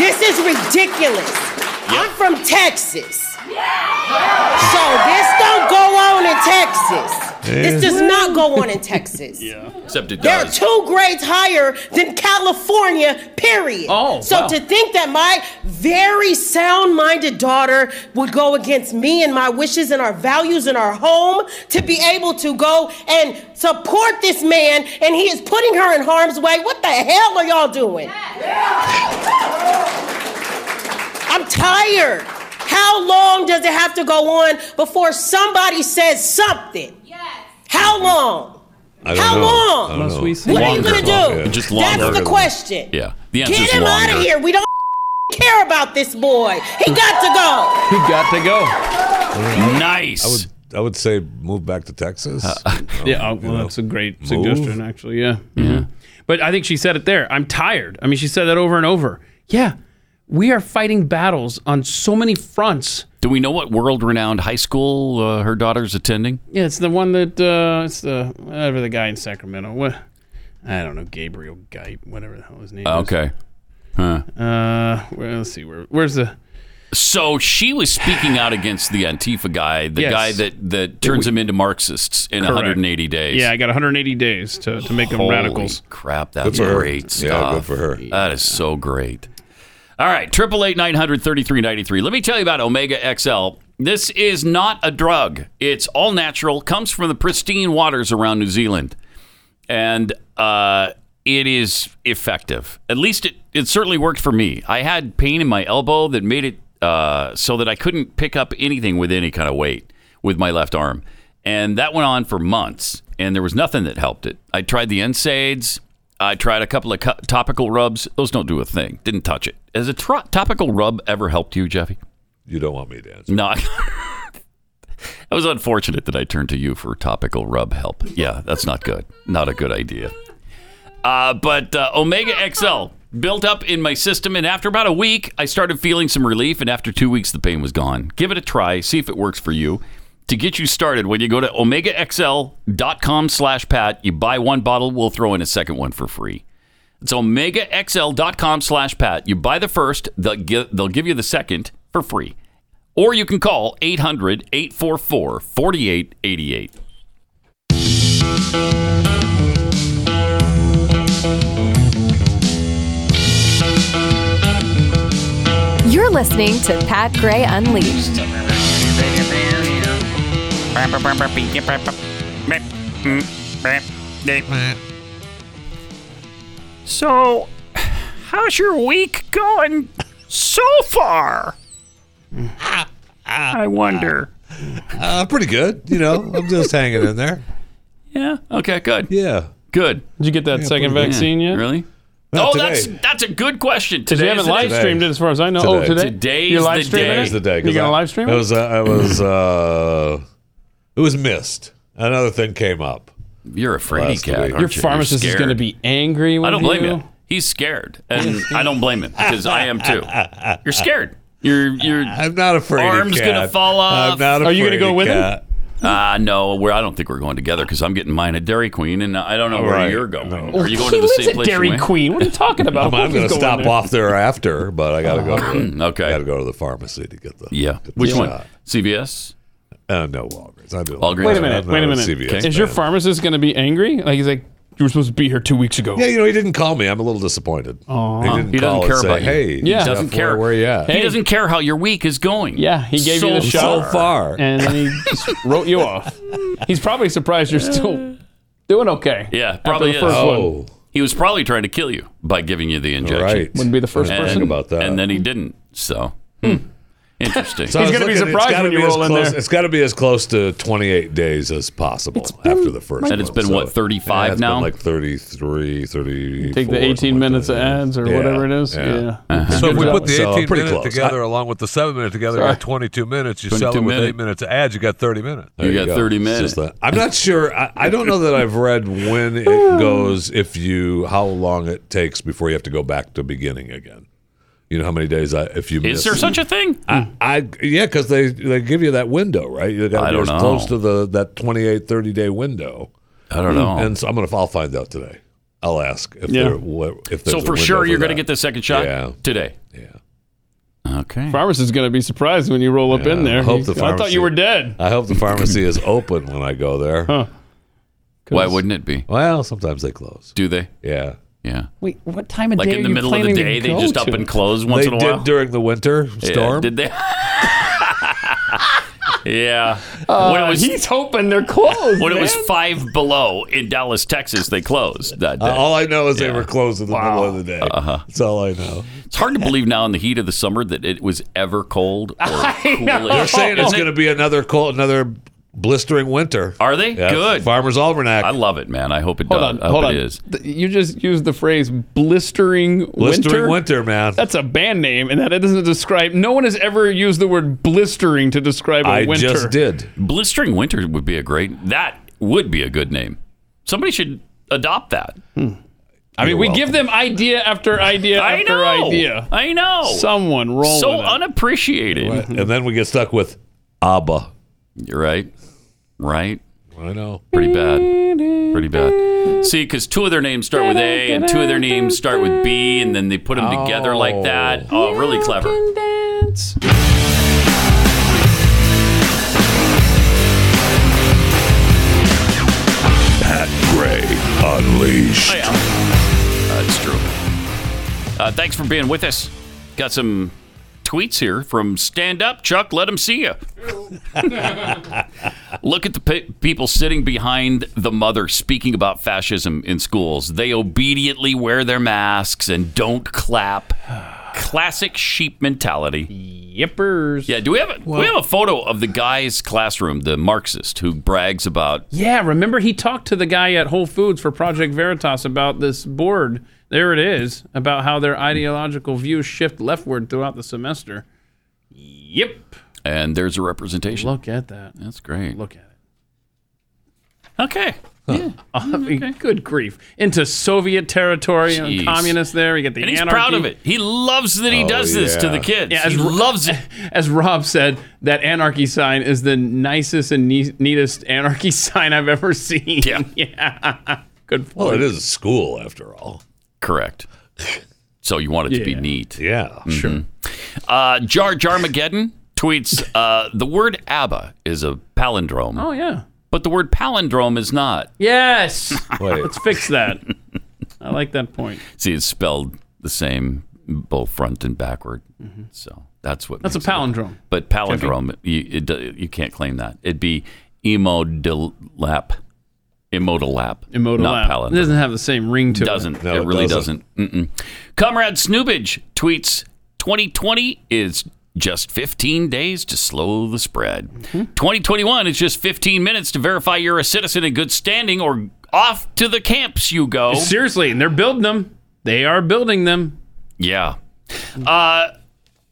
S11: This is ridiculous. I'm from Texas. So this don't go on in Texas. This does not go on in Texas.
S3: Except it
S11: They're
S3: does.
S11: two grades higher than California, period.
S3: Oh,
S11: so
S3: wow.
S11: to think that my very sound minded daughter would go against me and my wishes and our values in our home to be able to go and support this man and he is putting her in harm's way. What the hell are y'all doing? I'm tired. How long does it have to go on before somebody says something? Yes. How long?
S4: I don't
S11: How
S4: know.
S11: long?
S4: I don't know.
S11: What are you gonna do?
S3: Just longer.
S11: That's the question.
S3: Yeah. The answer
S11: Get
S3: is
S11: him
S3: longer.
S11: out of here. We don't care about this boy. He got to go.
S5: He got to go.
S3: Nice.
S4: I would, I would say move back to Texas.
S3: Uh,
S5: Yeah, oh, well, that's a great suggestion, actually. Yeah. Yeah. But I think she said it there. I'm tired. I mean, she said that over and over. Yeah. We are fighting battles on so many fronts.
S3: Do we know what world-renowned high school uh, her daughter's attending?
S5: Yeah, it's the one that, uh, it's the, whatever the guy in Sacramento. What? I don't know. Gabriel Guype, whatever the hell his name is.
S3: Uh, Okay. Huh.
S5: Uh, where, let's see. Where, where's the,
S3: So she was speaking out against the Antifa guy, the
S5: Yes.
S3: guy that, that turns him into Marxists in
S5: Correct.
S3: 180 days.
S5: yeah, I got 180 days to, to make them
S3: Holy
S5: radicals.
S3: crap, that's
S4: for her.
S3: great
S4: Yeah,
S3: stuff.
S4: good for her.
S3: That is so great. All right, triple eight nine hundred thirty three ninety three. Let me tell you about Omega XL. This is not a drug. It's all natural. Comes from the pristine waters around New Zealand, and uh, it is effective. At least it it certainly worked for me. I had pain in my elbow that made it uh, so that I couldn't pick up anything with any kind of weight with my left arm, and that went on for months. And there was nothing that helped it. I tried the NSAIDs. I tried a couple of cu- topical rubs. Those don't do a thing. Didn't touch it. Has a tro- topical rub ever helped you, Jeffy?
S4: You don't want me to answer.
S3: No. I I was unfortunate that I turned to you for topical rub help. Yeah, that's not good. Not a good idea. Uh, but uh, Omega XL built up in my system, and after about a week, I started feeling some relief. And after two weeks, the pain was gone. Give it a try. See if it works for you. To get you started, when you go to omegaxl.com slash pat, you buy one bottle, we'll throw in a second one for free. It's omegaxl.com slash pat. You buy the first, they'll give, they'll give you the second for free. Or you can call 800 844 4888.
S9: You're listening to Pat Gray Unleashed.
S12: So, how's your week going so far? I wonder.
S4: Uh, pretty good. You know, I'm just hanging in there.
S3: Yeah. Okay, good.
S4: Yeah.
S3: Good.
S5: Did you get that second vaccine yet?
S3: Really?
S5: Not
S3: oh,
S5: today.
S3: that's that's a good question.
S5: Because
S3: Today
S5: you haven't
S3: is the day.
S5: live streamed it as far as I know. Oh,
S4: Today.
S5: today?
S3: Today's
S5: You're
S3: the
S5: live streaming
S3: day.
S5: it?
S4: Today's the day.
S5: You
S4: 'cause
S5: gonna
S4: I-
S5: live stream
S4: I
S5: it?
S4: was. Uh, I was. Uh, it was missed. Another thing came up.
S3: You're a fraidy
S4: Last
S3: cat.
S4: week.
S3: aren't you?
S5: Your
S3: You're
S5: pharmacist is
S3: scared.
S5: going to be angry with
S3: I don't blame
S5: you.
S3: him. He's scared, and I don't blame him because I am too. You're scared. Your your
S4: I'm not afraid.
S3: arm's
S4: cat.
S3: gonna fall off.
S4: I'm not
S5: Are you gonna go
S4: fraidy
S5: with him?
S4: cat.
S3: Uh, no, we're, I don't think we're going together because I'm getting mine at Dairy Queen, and I don't know where
S4: Right.
S3: you're going.
S4: No.
S3: Are you going to
S5: he
S3: the
S5: lives
S3: same
S5: at
S3: place? you
S5: Dairy
S3: went?
S5: Queen. What are you talking
S4: I'm,
S5: about? Of
S4: I'm
S5: course
S4: gonna
S5: he's going
S4: stop
S5: there. Oh,
S4: off there after, but I gotta go. To the,
S3: Okay.
S4: Gotta go to the pharmacy to get the.
S3: Yeah.
S4: get the
S3: Which one?
S4: shot.
S3: CVS.
S4: Uh, no, Walgreens. I do.
S3: Walgreens.
S5: Wait a minute. Wait a minute.
S4: CVS
S5: Is your
S4: man.
S5: pharmacist going to be angry? Like he's like, you were supposed to be here two weeks ago.
S4: Yeah, you know, he didn't call me. I'm a little disappointed.
S5: Aw.
S4: He didn't
S3: He doesn't
S4: call
S3: care
S4: and say,
S3: about you.
S4: Hey,
S5: Um, Yeah.
S4: Jeff,
S3: Doesn't care.
S4: Where, where you at?
S5: Hey.
S3: He doesn't care how your week is going.
S5: Yeah, he gave
S3: So
S5: you the
S4: so
S5: shot,
S4: far.
S5: and then he just wrote you off. He's probably surprised you're still doing okay.
S3: Yeah, probably
S5: After the first
S3: is.
S5: one.
S4: oh,
S3: He was probably trying to kill you by giving you the injection.
S4: right.
S5: Wouldn't be the first
S4: And-
S5: person.
S4: Think about that.
S3: And then he didn't. So, hmm. interesting.
S4: So I was
S5: gonna be
S4: looking, it's
S5: surprised
S4: gotta
S5: when you
S4: be as
S5: roll in
S4: close-
S5: there.
S4: It's got to be as close to 28 days as possible after the first.
S3: And it's
S4: one,
S3: been, what, 35
S4: yeah, it's
S3: now?
S4: Been like 33, 34.
S5: Take the
S4: something
S5: 18
S4: like
S5: minutes of
S4: that, yeah.
S5: ads or
S4: Yeah,
S5: whatever it is.
S4: yeah.
S5: Yeah.
S3: Uh-huh.
S13: So if we put the
S4: So
S13: 18
S4: pretty
S13: minute
S4: close.
S13: together along with the 7 minute together, you got 22 minutes. You sell
S3: 22
S13: it with
S3: minute.
S13: 8 minutes of ads, you got 30 minutes.
S3: you got
S4: go.
S3: 30
S4: It's
S3: minutes.
S4: just that- I'm not sure. I, I don't know that I've read when it goes. If you, how long it takes before you have to go back to beginning again. You know how many days I, if you
S3: Is
S4: miss
S3: there such a thing?
S4: I, I yeah, because they they give you that window, right? You got
S3: I
S4: to be
S3: don't
S4: as
S3: know.
S4: close to the that 28, 30 day window.
S3: I don't know.
S4: And so I'm gonna I'll find out today. I'll ask if
S5: Yeah.
S4: they're what if
S3: so
S4: there's a
S3: for
S4: window
S3: sure, you're
S4: for
S3: going to
S4: that.
S3: get the second shot
S4: Yeah.
S3: today. Okay.
S5: Pharmacist's going to be surprised when you roll up in there.
S4: I hope the
S5: I thought
S4: pharmacy-
S5: you were dead.
S4: I hope the pharmacy is open when I go there.
S5: Huh.
S3: Why wouldn't it be?
S4: Well, sometimes they close.
S3: Do they?
S4: Yeah.
S3: Yeah.
S5: Wait, what time of
S3: Like
S5: day
S3: in
S5: are
S3: the
S5: you
S3: middle of the
S5: planning to
S3: day, they
S5: go
S3: just up
S5: to?
S3: and close once
S4: they
S3: in a while.
S4: did during the winter
S3: Yeah,
S4: storm.
S3: did they? yeah.
S5: Uh,
S3: when it was
S5: he's hoping they're closed.
S3: when it was
S5: man.
S3: five below in Dallas, Texas, they closed that day.
S4: Uh, all I know is they were closed in the middle of the day.
S3: Uh-huh.
S4: That's all I know.
S3: It's hard to believe now in the heat of the summer that it was ever cold or cool.
S4: They're saying it's going to be another cold, another blistering winter.
S3: Are they?
S4: Yeah.
S3: Good.
S4: Farmer's Almanac.
S3: I love it, man. I hope it
S5: Hold
S3: does.
S5: on,
S3: I hope
S5: hold
S3: it
S5: on.
S3: is.
S5: Th- You just used the phrase blistering,
S4: Blistering
S5: winter.
S4: winter, man.
S5: That's a band name, and that it doesn't describe. No one has ever used the word blistering to describe a
S4: I
S5: winter.
S4: just did.
S3: Blistering Winter would be a great. That would be a good name. Somebody should adopt that.
S5: I mean,
S3: You're
S5: we
S3: welcome.
S5: give them idea after idea
S3: I
S5: after
S3: know.
S5: idea.
S3: I know.
S5: Someone roll
S3: so
S5: with it.
S3: unappreciated.
S4: And then we get stuck with ABBA.
S3: You're right. Right.
S4: I know.
S3: Pretty bad. Pretty bad. See, because two of their names start with A and two of their names start with B, and then they put them together like that. Oh, really clever.
S13: Pat Gray Unleashed.
S3: Oh, Yeah. That's true. Uh, thanks for being with us. Got some tweets here from Stand Up Chuck. Let them see you. Look at the pe- people sitting behind the mother speaking about fascism in schools. They obediently wear their masks and don't clap. Classic sheep mentality.
S5: Yippers.
S3: Yeah, do we have a, we have a photo of the guy's classroom, the Marxist who brags about
S5: Yeah, remember he talked to the guy at Whole Foods for Project Veritas about this board. There it is, about how their ideological views shift leftward throughout the semester. Yep.
S3: and there's a representation.
S5: Look at that.
S3: That's great.
S5: Look at
S3: it. Okay.
S5: I mean, Good grief. Into Soviet territory
S3: Oh, Jeez.
S5: and communist there. You get the
S3: and he's
S5: anarchy.
S3: proud of it. He loves that he
S5: Oh,
S3: does this to the kids.
S5: Yeah, as
S3: he
S5: Ro-
S3: loves it.
S5: As Rob said, that anarchy sign is the nicest and ne- neatest anarchy sign I've ever seen. Yeah. Good point.
S4: Well, it is a school after all.
S3: Correct. So you want it to be
S5: Yeah.
S3: neat.
S4: Yeah, sure.
S3: Uh, Jar Jarmageddon tweets uh, the word ABBA is a palindrome,
S5: Oh, yeah.
S3: but the word palindrome is not.
S5: Yes.
S4: Wait.
S5: Let's fix that. I like that point.
S3: See, it's spelled the same both front and backward. So Mm-hmm. that's what.
S5: That's a
S3: makes it-
S5: palindrome.
S3: But palindrome, you, it, do- you can't claim that. It'd be emodilap. Emodilap.
S5: Immodal
S3: Not
S5: app. It
S3: palindrome.
S5: doesn't have the same ring to it.
S3: doesn't.
S4: No,
S3: it
S4: it
S3: really doesn't.
S4: doesn't.
S3: Mm-mm. Comrade Snoobage tweets 2020 is just 15 days to slow the spread.
S5: Hmm.
S3: 2021 is just 15 minutes to verify you're a citizen in good standing or off to the camps you go.
S5: Seriously, and they're building them. They are building them.
S3: Yeah. Uh,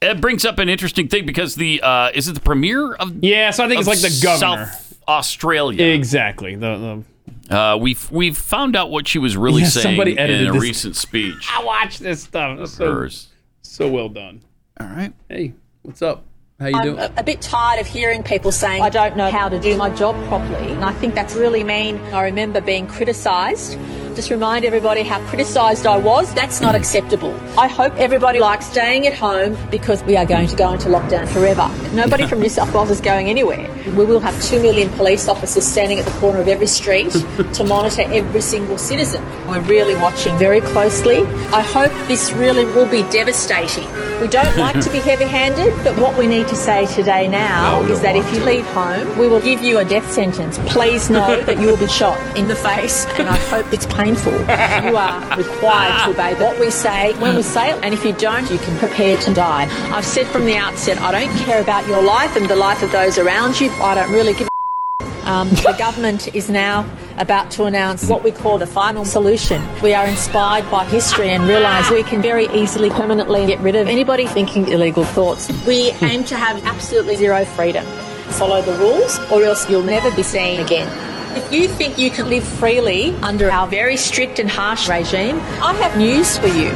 S3: it brings up an interesting thing because the uh, is it the premier of
S5: Yeah, so I think it's
S3: of
S5: like the governor.
S3: South Australia.
S5: Exactly. The,
S3: Uh, we've we've found out what she was really
S5: Yeah,
S3: saying
S5: somebody
S3: in
S5: edited
S3: a
S5: this.
S3: recent speech.
S5: the, I watch this stuff. It's So,
S3: Hers.
S5: so well done.
S3: All right.
S5: Hey, what's up? How you doing?
S14: I'm a, a bit tired of hearing people saying, I don't know how to do my job properly. And I think that's really mean. I remember being criticised. Just remind everybody how criticised I was. That's not acceptable. I hope everybody likes staying at home because we are going to go into lockdown forever. Nobody from New South Wales is going anywhere. We will have 2 million police officers standing at the corner of every street to monitor every single citizen. We're really watching very closely. I hope this really will be devastating. We don't like to be heavy handed, but what we need to say today now is that if you leave home, we will give you a death sentence. Please know that you will be shot in the face, and I hope it's painful. You are required to obey what we say when we say it, and if you don't, you can prepare to die. I've said from the outset, I don't care about your life and the life of those around you. I don't really give a um, the government is now about to announce what we call the final solution. We are inspired by history and realise we can very easily, permanently get rid of anybody thinking illegal thoughts. We aim to have absolutely zero freedom. Follow the rules, or else you'll never be seen again. If you think you can live freely under our very strict and harsh regime, I have news for you.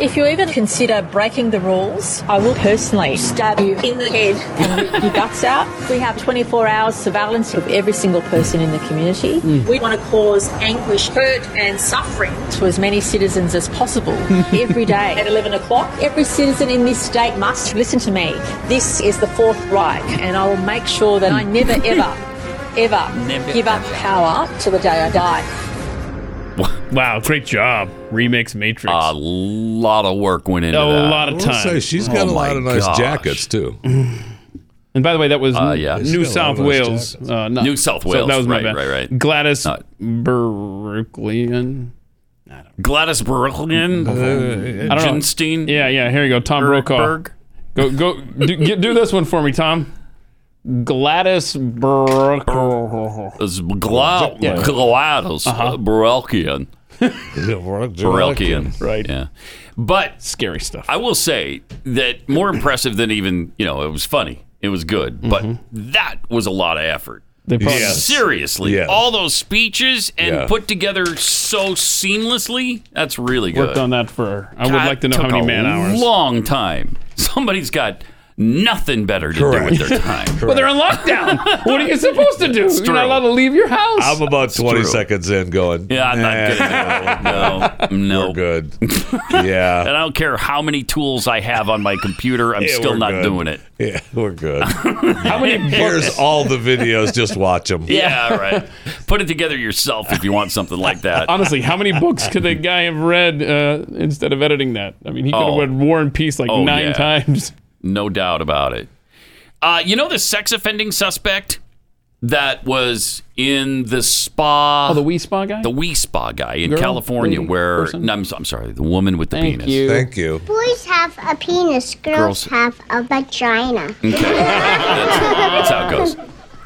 S14: If you even consider breaking the rules, I will personally stab you in the head and rip your guts out. We have 24 hours surveillance of every single person in the community.
S15: Mm.
S14: We want to cause anguish, hurt, and suffering to as many citizens as possible every day at 11 o'clock. Every citizen in this state must listen to me. This is the Fourth Reich, and I will make sure that I never, ever, ever
S5: Never,
S14: give up power till the day I die.
S5: Wow, great job. Remix Matrix.
S3: A lot of work went into
S5: A
S3: that.
S5: lot of I will time. say, she's got a lot
S3: Oh my
S5: of nice
S4: jackets, too.
S5: And by the way, that was
S3: Uh, yeah. She's got a
S5: New
S3: lot
S5: South
S3: of nice
S5: Wales.
S3: jackets.
S5: Uh, not-
S3: New South
S5: so
S3: Wales,
S5: that was my
S3: right,
S5: bad.
S3: right, right.
S5: Gladys Berkeleyan.
S3: Gladys Berkeleyan.
S5: I don't know.
S3: Jenstein?
S5: Yeah, yeah. Here you go. Tom Brokaw.
S3: Berg?
S5: Go, go. do, get, do this one for me, Tom. Gladys Berkeleyan.
S3: It's Gla-
S5: Yeah.
S3: Gladys
S5: Uh-huh.
S3: Berelkian. Berelkian.
S5: Right.
S3: Yeah. But
S5: scary stuff.
S3: I will say that more impressive than even, you know, it was funny. It was good. But that was a lot of effort.
S5: Mm-hmm. They probably- Yes.
S3: Seriously.
S5: Yes.
S3: All those speeches and
S5: Yeah.
S3: put together so seamlessly, that's really good.
S5: Worked on that for. I would
S3: God,
S5: like to know how
S3: took
S5: many
S3: a
S5: man hours.
S3: Long time. Somebody's got nothing better to do with their time.
S5: Well, they're on lockdown. what are you supposed to do? You're not allowed to leave your house.
S4: I'm about 20
S3: true.
S4: seconds in going.
S3: Yeah, I'm not
S4: "Nah,
S3: good. No, no, we're
S4: good. Yeah,
S3: and I don't care how many tools I have on my computer, I'm
S4: Yeah,
S3: still
S4: we're
S3: not
S4: good.
S3: doing it.
S4: Yeah, we're good. How many Here's all the videos. Just watch them.
S3: Yeah, right. Put it together yourself if you want something like that.
S5: Honestly, how many books could the guy have read uh, instead of editing that? I mean, he could have
S3: Oh.
S5: read War and Peace like
S3: Oh,
S5: nine
S3: yeah.
S5: times.
S3: No doubt about it. Uh, you know the sex offending suspect that was in the spa.
S5: Oh, the Wii Spa guy?
S3: The Wee Spa guy in
S5: Girl?
S3: California,
S5: Lady?
S3: where
S5: Person?
S3: no, I'm, so- I'm sorry, the woman with the
S5: Thank
S3: penis.
S5: you. Thank
S4: you.
S16: Boys have a penis, girls,
S3: Girls-
S16: have a vagina.
S3: Okay. That's, that's how it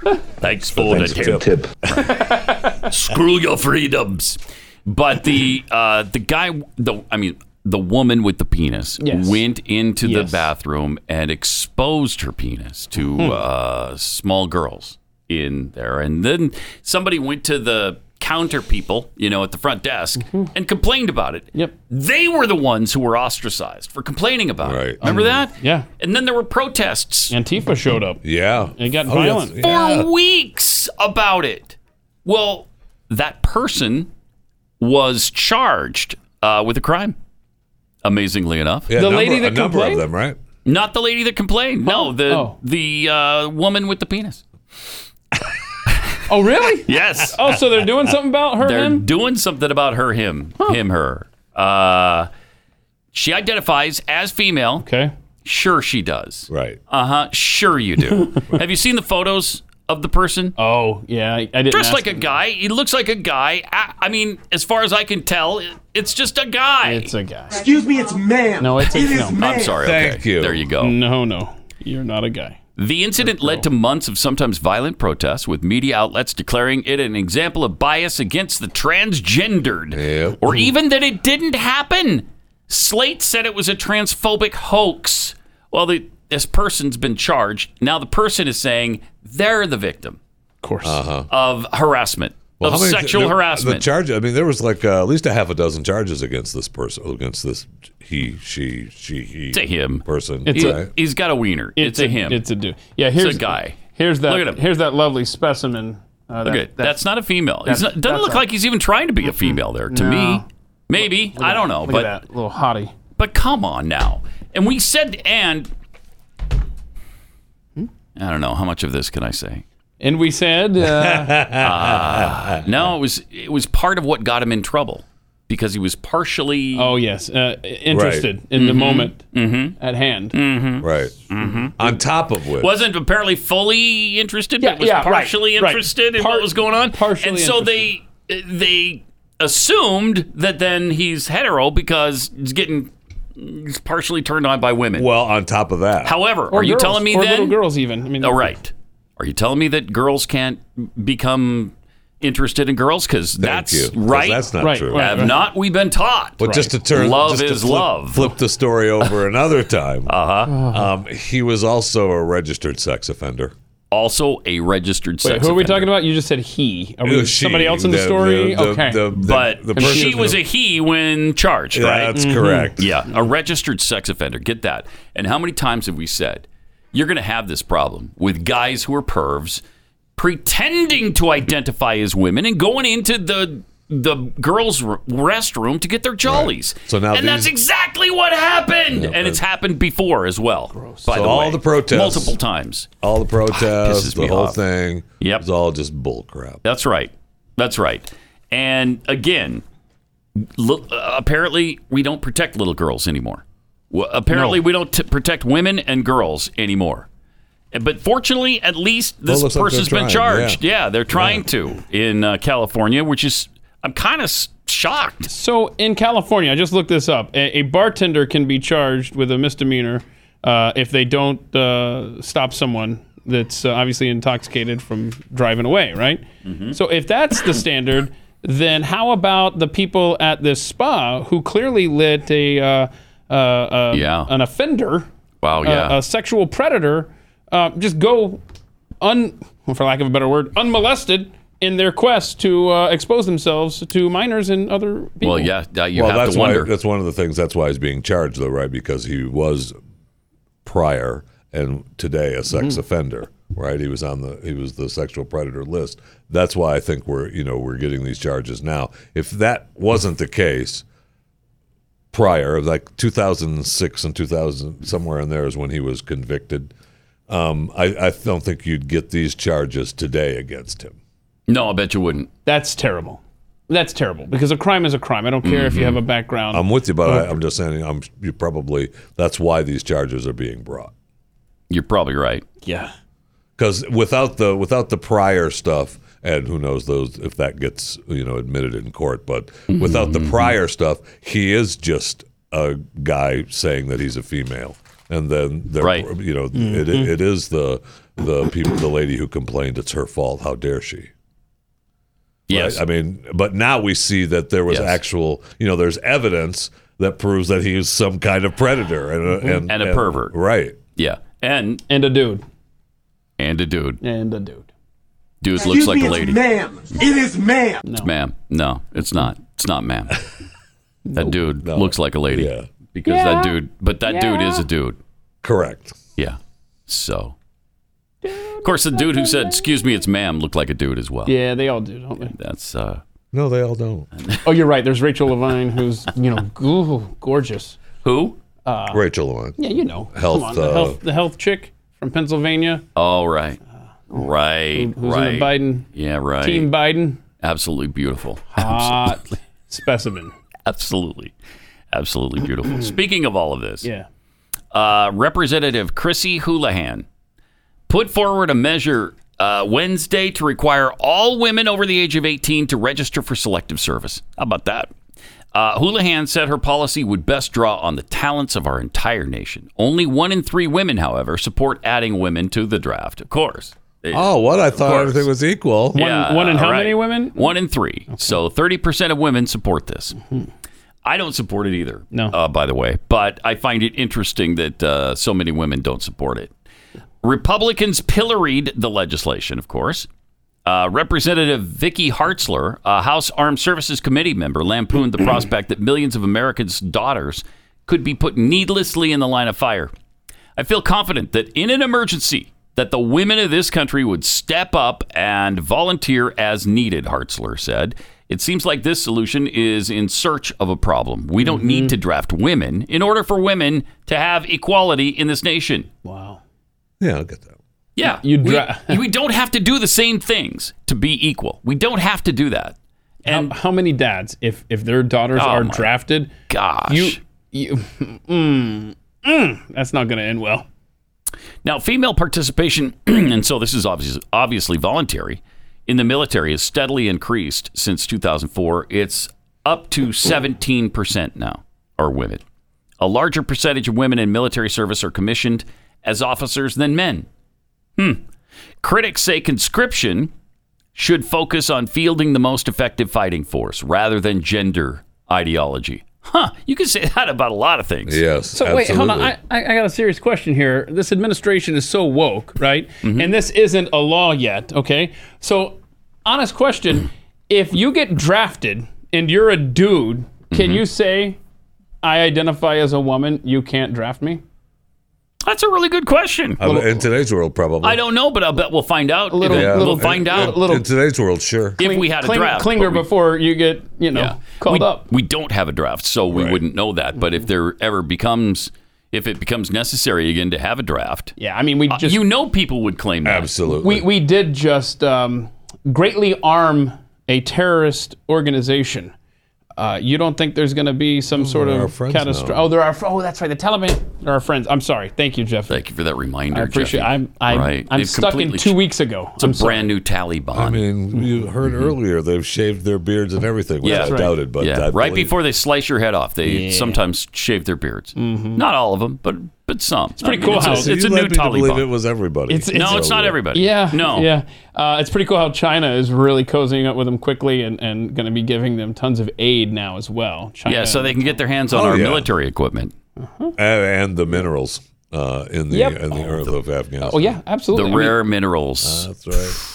S3: goes. Thanks for the tip. Screw your freedoms. But the uh, the guy, the I mean, the woman with the penis
S5: Yes.
S3: went into
S5: Yes.
S3: the bathroom and exposed her penis to
S5: Hmm.
S3: uh, small girls in there, and then somebody went to the counter people, you know, at the front desk
S5: Mm-hmm.
S3: and complained about it. Yep. They were the ones who were ostracized for complaining about it. Remember that?
S5: Mm-hmm. Yeah.
S3: And then there were protests
S5: Antifa showed up.
S4: Yeah.
S5: It got
S3: Oh,
S5: violent.
S3: yes. For weeks about it. Well, that person was charged uh, with a crime. Amazingly enough,
S4: Yeah, a The number- lady that a number of complained? them, right?
S3: Not the lady that complained. No, the the uh, woman with the penis.
S5: Oh, really?
S3: Yes.
S5: Oh, so they're doing something about her,
S3: They're
S5: him?
S3: doing something about her, him, him, her. Uh, she identifies as female.
S5: Okay.
S3: Sure, she does.
S4: Right.
S3: Uh huh. Sure, you do. Have you seen the photos of the person?
S5: Oh, yeah. I, I didn't.
S3: Dressed
S5: ask
S3: like a guy. He looks like a guy. I, I mean, as far as I can tell, it- it's just a guy. It's
S5: a guy.
S8: Excuse me, it's man.
S5: No, it's a
S8: It is
S5: no.
S3: I'm sorry. Okay.
S4: Thank you. Mm.
S3: There you go.
S5: No, no. You're not a guy.
S3: The incident led to months of sometimes violent protests, with media outlets declaring it an example of bias against the transgendered, or
S4: Mm.
S3: even that it didn't happen. Slate said it was a transphobic hoax. Well, the, this person's been charged. Now the person is saying they're the victim
S5: Of course.
S3: of harassment,
S4: Well,
S3: of
S4: how many-
S3: sexual
S4: the- The
S3: harassment.
S4: charge. I mean, there was like uh, at least a half a dozen charges against this person, against this he, she, she, he.
S3: It's a him
S4: person.
S5: It's a-
S4: right?
S3: He's got a wiener. It's, a, him.
S5: It's a dude. Yeah, here's
S3: it's a guy.
S5: Here's that.
S3: Look at him.
S5: Here's that lovely specimen. Uh,
S3: Look
S5: that-
S3: at- that's not a female.
S5: that's-
S3: He's not, doesn't
S5: that's
S3: look
S5: a-
S3: like he's even trying to be a female there. To me,
S5: No.
S3: maybe
S5: at
S3: I don't
S5: that.
S3: know.
S5: Look
S3: but
S5: at that little hottie.
S3: but come on now. And we said and
S5: Hmm?
S3: I don't know how much of this can I say.
S5: And we said, uh,
S3: Uh, no, it was it was part of what got him in trouble because he was partially.
S5: oh yes, uh, interested in the
S3: Mhm.
S5: moment
S3: Mhm.
S5: at hand.
S4: Right.
S3: Mm-hmm.
S4: On top of which.
S3: wasn't apparently fully interested,
S5: Yeah,
S3: but was
S5: yeah, right,
S3: partially
S5: right.
S3: interested in what was going on. Partially, and so they uh, they assumed that then he's hetero because he's getting he's partially turned on by women.
S4: Well, on top of that,
S3: however,
S5: Or
S3: are you
S5: girls,
S3: telling me
S5: or
S3: then?
S5: little girls even? I mean,
S3: oh, right. Are you telling me that girls can't become interested in girls? Because that's
S4: you. 'Cause
S3: right.
S4: that's not Right, true. right,
S3: Have
S4: right.
S3: not we been taught?
S4: But just to turn
S3: love
S4: just to
S3: is
S4: flip-
S3: love.
S4: Flip the story over another time.
S3: Uh huh.
S5: Uh-huh.
S4: Um, he was also a registered sex offender.
S3: also a registered
S5: Wait,
S3: sex
S5: who are we
S3: offender.
S5: talking about? You just said he. Are we
S3: Uh, she.
S5: somebody else in the,
S3: The-
S5: story?
S3: the- the-
S5: okay.
S3: the- the- But the person she who- was a he when charged,
S4: Yeah,
S3: right? Mm-hmm.
S4: that's Mhm. correct.
S3: Yeah, a registered sex offender. Get that. And how many times have we said you're going to have this problem with guys who are pervs pretending to identify as women and going into the the girls' r- restroom to get their jollies?
S4: So now
S3: and that's
S4: these-
S3: exactly what happened. and it's happened before as well. By
S4: So
S3: the
S4: all
S3: way,
S4: the protests-
S3: multiple times.
S4: All the protests,
S3: Ah, Pisses
S4: the
S3: me
S4: whole
S3: off.
S4: thing.
S3: Yep.
S4: It's all just bull crap.
S3: That's right. That's right. And again, li- uh, apparently we don't protect little girls anymore. Well, apparently we don't t- protect women and girls anymore. Uh, But fortunately, at least
S12: Well,
S3: this
S12: looks like
S3: person's
S12: they're
S3: been
S12: trying, yeah.
S3: charged. Yeah, they're trying to in uh, California, which is I'm kind of shocked.
S5: So in California, I just looked this up. A, a bartender can be charged with a misdemeanor uh, if they don't uh, stop someone that's uh, obviously intoxicated from driving away, right?
S3: Mm-hmm.
S5: So if that's the standard, then how about the people at this spa who clearly lit a uh, uh, uh,
S3: Yeah.
S5: an offender,
S3: Wow,
S5: uh,
S3: Oh, yeah.
S5: a sexual predator, uh, just go un, well, for lack of a better word, unmolested in their quest to uh, expose themselves to minors and other people.
S3: Well, yeah, uh, you
S4: Well,
S3: have
S4: that's
S3: to wonder.
S4: Why, that's one of the things. That's why he's being charged, though, right? Because he was prior and today a sex
S3: Mhm.
S4: offender, right? He was on the he was the sexual predator list. That's why I think we're you know we're getting these charges now. If that wasn't the case prior, like 2006 and 2000 somewhere in there is when he was convicted. Um, I, I don't think you'd get these charges today against him.
S3: No, I bet you wouldn't.
S5: That's terrible. That's terrible because a crime is a crime. I don't care if you
S3: Mm-hmm.
S5: have a background.
S3: Um,
S4: I'm with you, but
S5: Well,
S4: I, I'm just saying, I'm you probably that's why these charges are being brought.
S3: You're probably right.
S5: Yeah,
S4: because without the without the prior stuff, and who knows those if that gets you know admitted in court, but
S3: Mm-hmm,
S4: without the prior stuff, he is just a guy saying that he's a female, and then they're,
S3: Right.
S4: you know it,
S3: Mhm.
S4: it is the the people the lady who complained it's her fault. How dare she?
S3: Yes.
S4: Right? I mean, but now we see that there was
S3: Yes.
S4: actual, you know, there's evidence that proves that he is some kind of predator and a, and,
S3: Mm-hmm. And a pervert.
S4: Right.
S3: Yeah. And
S5: and a dude.
S3: And a dude.
S5: And a dude.
S3: Dude looks like a lady.
S15: ma'am. It is ma'am.
S3: It's ma'am. No, it's not. It's not ma'am. that dude looks like a lady. Yeah. Because that
S12: Yeah.
S3: dude, but that dude
S12: Yeah.
S3: is a dude.
S4: Correct.
S3: Yeah. So. Of course, the dude who said, excuse me, it's ma'am, looked like a dude as well.
S5: Yeah, they all do, don't they?
S3: That's, uh,
S4: No, they all don't.
S5: Oh, you're right. There's Rachel Levine, who's you know, ooh, gorgeous.
S3: Who?
S5: Uh,
S4: Rachel Levine.
S5: Yeah, you know, Come
S4: Health,
S5: on,
S4: uh,
S5: the health, the health chick from Pennsylvania.
S3: all right. Right.
S5: Who's in
S3: right.
S5: the Biden-
S3: Yeah, right.
S5: Team Ah. Biden.
S3: Absolutely beautiful.
S5: Hot specimen.
S3: Absolutely. Absolutely beautiful. Speaking of all of this,
S5: Yeah.
S3: uh, Representative Chrissy Houlihan put forward a measure uh, Wednesday to require all women over the age of 18 to register for selective service. How about that? Uh, Houlihan said her policy would best draw on the talents of our entire nation. Only one in three women, however, support adding women to the draft. Of course.
S4: Oh, what I
S3: Of
S4: thought
S3: course.
S4: everything was equal.
S3: Yeah,
S5: one in how
S3: right.
S5: many women?
S3: One in three. So 30% of women support this. I don't support it either, no. uh, by the way, but I find it interesting that uh, so many women don't support it. Republicans pilloried the legislation, of course. Uh, Representative Vicky Hartzler, a House Armed Services Committee member, lampooned the prospect that millions of Americans' daughters could be put needlessly in the line of fire. I feel confident that in an emergency, that the women of this country would step up and volunteer as needed, Hartzler said. It seems like this solution is in search of a problem. We don't
S5: Mm-hmm.
S3: need to draft women in order for women to have equality in this nation.
S5: Wow.
S4: Yeah, I get that.
S3: Yeah.
S5: You
S3: we,
S5: dra-
S3: we don't have to do the same things to be equal. We don't have to do that. And
S5: how, how many dads, if if their daughters
S3: Oh,
S5: are
S3: my
S5: drafted,
S3: gosh,
S5: you, you mm, mm, that's not going to end well.
S3: Now, female participation, and so this is obviously, obviously voluntary, in the military has steadily increased since 2004. It's up to 17% now are women. A larger percentage of women in military service are commissioned as officers than men. Hmm. Critics say conscription should focus on fielding the most effective fighting force rather than gender ideology. Huh. You can say that about a lot of things.
S4: Yes.
S5: So wait, hold on. I, I I got a serious question here. This administration is so woke, right?
S3: Mm-hmm.
S5: And this isn't a law yet, okay? So, honest question: If you get drafted and you're a dude,
S3: Mm-hmm.
S5: can you say, "I identify as a woman"? You can't draft me.
S3: That's a really good question.
S4: I mean, in today's world, probably.
S3: I don't know, but I'll bet we'll find out.
S4: Yeah.
S3: We'll
S4: In-
S3: find
S4: in-
S3: out.
S4: in today's world, sure.
S3: if we had a
S5: Cling-
S3: draft. but
S5: clinger
S3: we-
S5: before you get you know called
S3: we,
S5: up. Mm-hmm.
S3: We don't have a draft, so we wouldn't know that. But if there ever becomes, if it becomes necessary again to have a draft,
S5: yeah, I mean, we just-
S3: Uh, you know people would claim that
S4: absolutely.
S5: We we did just um, greatly arm a terrorist organization. Uh, you don't think there's going to be some sort
S3: they're Oh, our
S5: of
S3: friends
S5: catastrophe?
S3: now.
S5: Oh, there are. Oh, that's right. The Taliban are our friends. I'm sorry. Thank you, Jeff.
S3: Thank you for that reminder.
S5: I appreciate.
S3: Jeffy.
S5: I'm I'm,
S3: Right.
S5: I'm
S3: They've
S5: stuck in
S3: completely
S5: two
S3: ch-
S5: weeks ago.
S3: It's a
S5: I'm
S3: brand new Taliban.
S4: I mean, you heard earlier they've shaved their beards and everything, which
S3: Yeah.
S4: I
S3: That's right.
S4: doubted, but
S3: yeah,
S4: I
S3: right
S4: believe-
S3: before they slice your head off, they
S4: Yeah.
S3: sometimes shave their beards. Not all of them, but but some. It's
S5: Mm-hmm. pretty cool
S3: It's
S5: how-
S3: a,
S5: So
S3: it's
S5: you
S3: a new
S5: led me to
S3: Taliban.
S5: believe
S4: it was everybody.
S3: no, it's not everybody.
S5: Yeah.
S3: no.
S5: Yeah. Uh, it's pretty cool how China is really cozying up with them quickly and, and going to be giving them tons of aid now as well. China.
S3: Yeah, so they can get their hands on
S5: Oh,
S3: our
S5: yeah.
S3: military equipment.
S4: And, and the minerals uh, in the
S5: Yep.
S4: in the earth of Afghanistan.
S5: Oh yeah, absolutely. I
S3: The
S5: mean,
S3: rare minerals.
S4: That's right.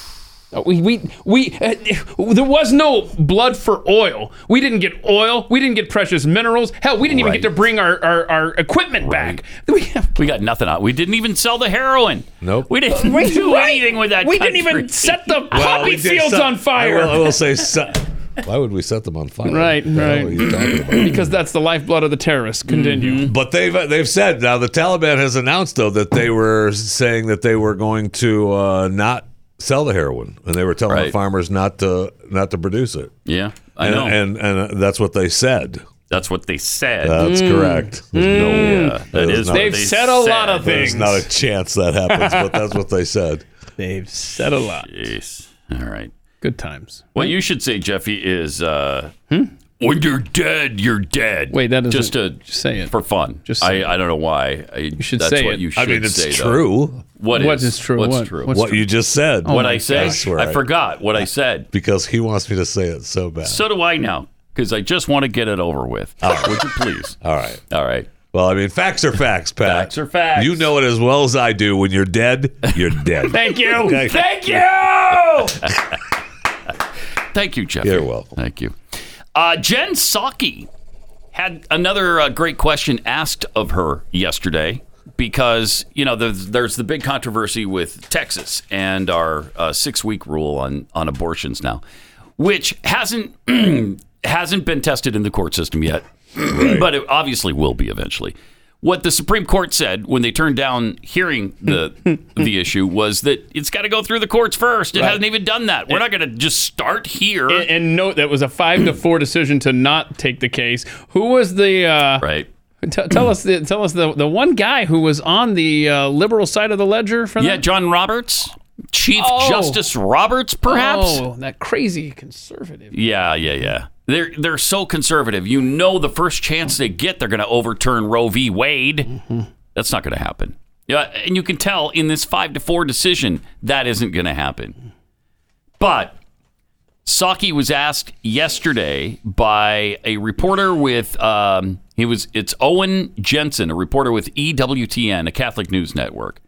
S5: Uh, We we we uh, there was no blood for oil. We didn't get oil. We didn't get precious minerals. Hell, we didn't even get to bring our our, our equipment back.
S3: We got nothing out. We didn't even sell the heroin. Nope. We didn't
S5: Right,
S3: do
S5: right.
S3: anything with that.
S5: We didn't
S3: country.
S5: even set the
S4: Well, we did set- I will, I will say, set- why would we set them on fire?
S5: Right,
S4: What the hell
S5: right.
S4: are you talking about?
S5: because that's the lifeblood of the terrorists. Continue.
S4: But they've they've said now the Taliban has announced though that they were saying that they were going to uh, not sell the heroin and they were telling the
S3: Right.
S4: farmers not to not to produce it.
S3: Yeah, I
S4: and,
S3: know.
S4: and and that's what they said.
S3: That's what they said.
S4: That's
S3: Mm.
S4: correct. There's
S3: Mm. Yeah, that
S4: there's
S3: is
S4: not-
S3: what They've they said a lot of
S4: There's
S3: things.
S4: not a chance that happens, but that's what they said.
S5: They've said a lot.
S3: Jeez. All right.
S5: Good times.
S3: What you should say, Jeffy, is uh, when you're dead, you're dead. Wait,
S5: Hmm? that
S3: just to
S5: say it
S3: for fun.
S5: Just
S3: I,
S5: say it.
S3: I don't know why. I, you
S5: should
S3: that's
S5: say
S3: what
S5: it.
S3: You should
S5: I mean, it's
S3: say, though.
S4: true.
S3: What,
S5: What is true?
S3: What's
S5: What-
S3: true?
S5: what's
S4: what you just said.
S3: What I said?
S4: swear
S3: I forgot what I said.
S4: because he wants me to say it so bad.
S3: So do I now, because I just want to get it over with. Would you please?
S4: All right.
S3: All right.
S4: Well, I mean, facts are facts, Pat. Facts
S3: are facts.
S4: You know it as well as I do. When you're dead, you're dead.
S3: Thank you.
S4: Okay.
S3: Thank you. Thank you, Jeffy.
S4: You're welcome.
S3: Thank you. Uh, Jen Psaki had another uh, great question asked of her yesterday because, you know, there's, there's the big controversy with Texas and our uh, six week rule on, on abortions now, which hasn't, hasn't been tested in the court system yet, but it obviously will be eventually. What the Supreme Court said when they turned down hearing the the issue was that it's got to go through the courts first. It
S5: Right.
S3: hasn't even done that. We're not going to just start here.
S5: And, and note that was a five to four decision to not take the case. Who was the uh,
S3: right?
S5: tell us the tell us the the one guy who was on the uh, liberal side of the ledger for
S3: Yeah,
S5: that.
S3: John Roberts, Chief
S5: Oh.
S3: Justice Roberts, perhaps.
S5: Oh, that crazy conservative.
S3: Yeah, yeah, yeah. They're they're so conservative. You know, the first chance they get, they're going to overturn Roe v. Wade. That's not going to happen. Yeah, and you can tell in this five to four decision that isn't going to happen. But Saki was asked yesterday by a reporter with um, he was it's Owen Jensen, a reporter with E EWTN, a Catholic news network,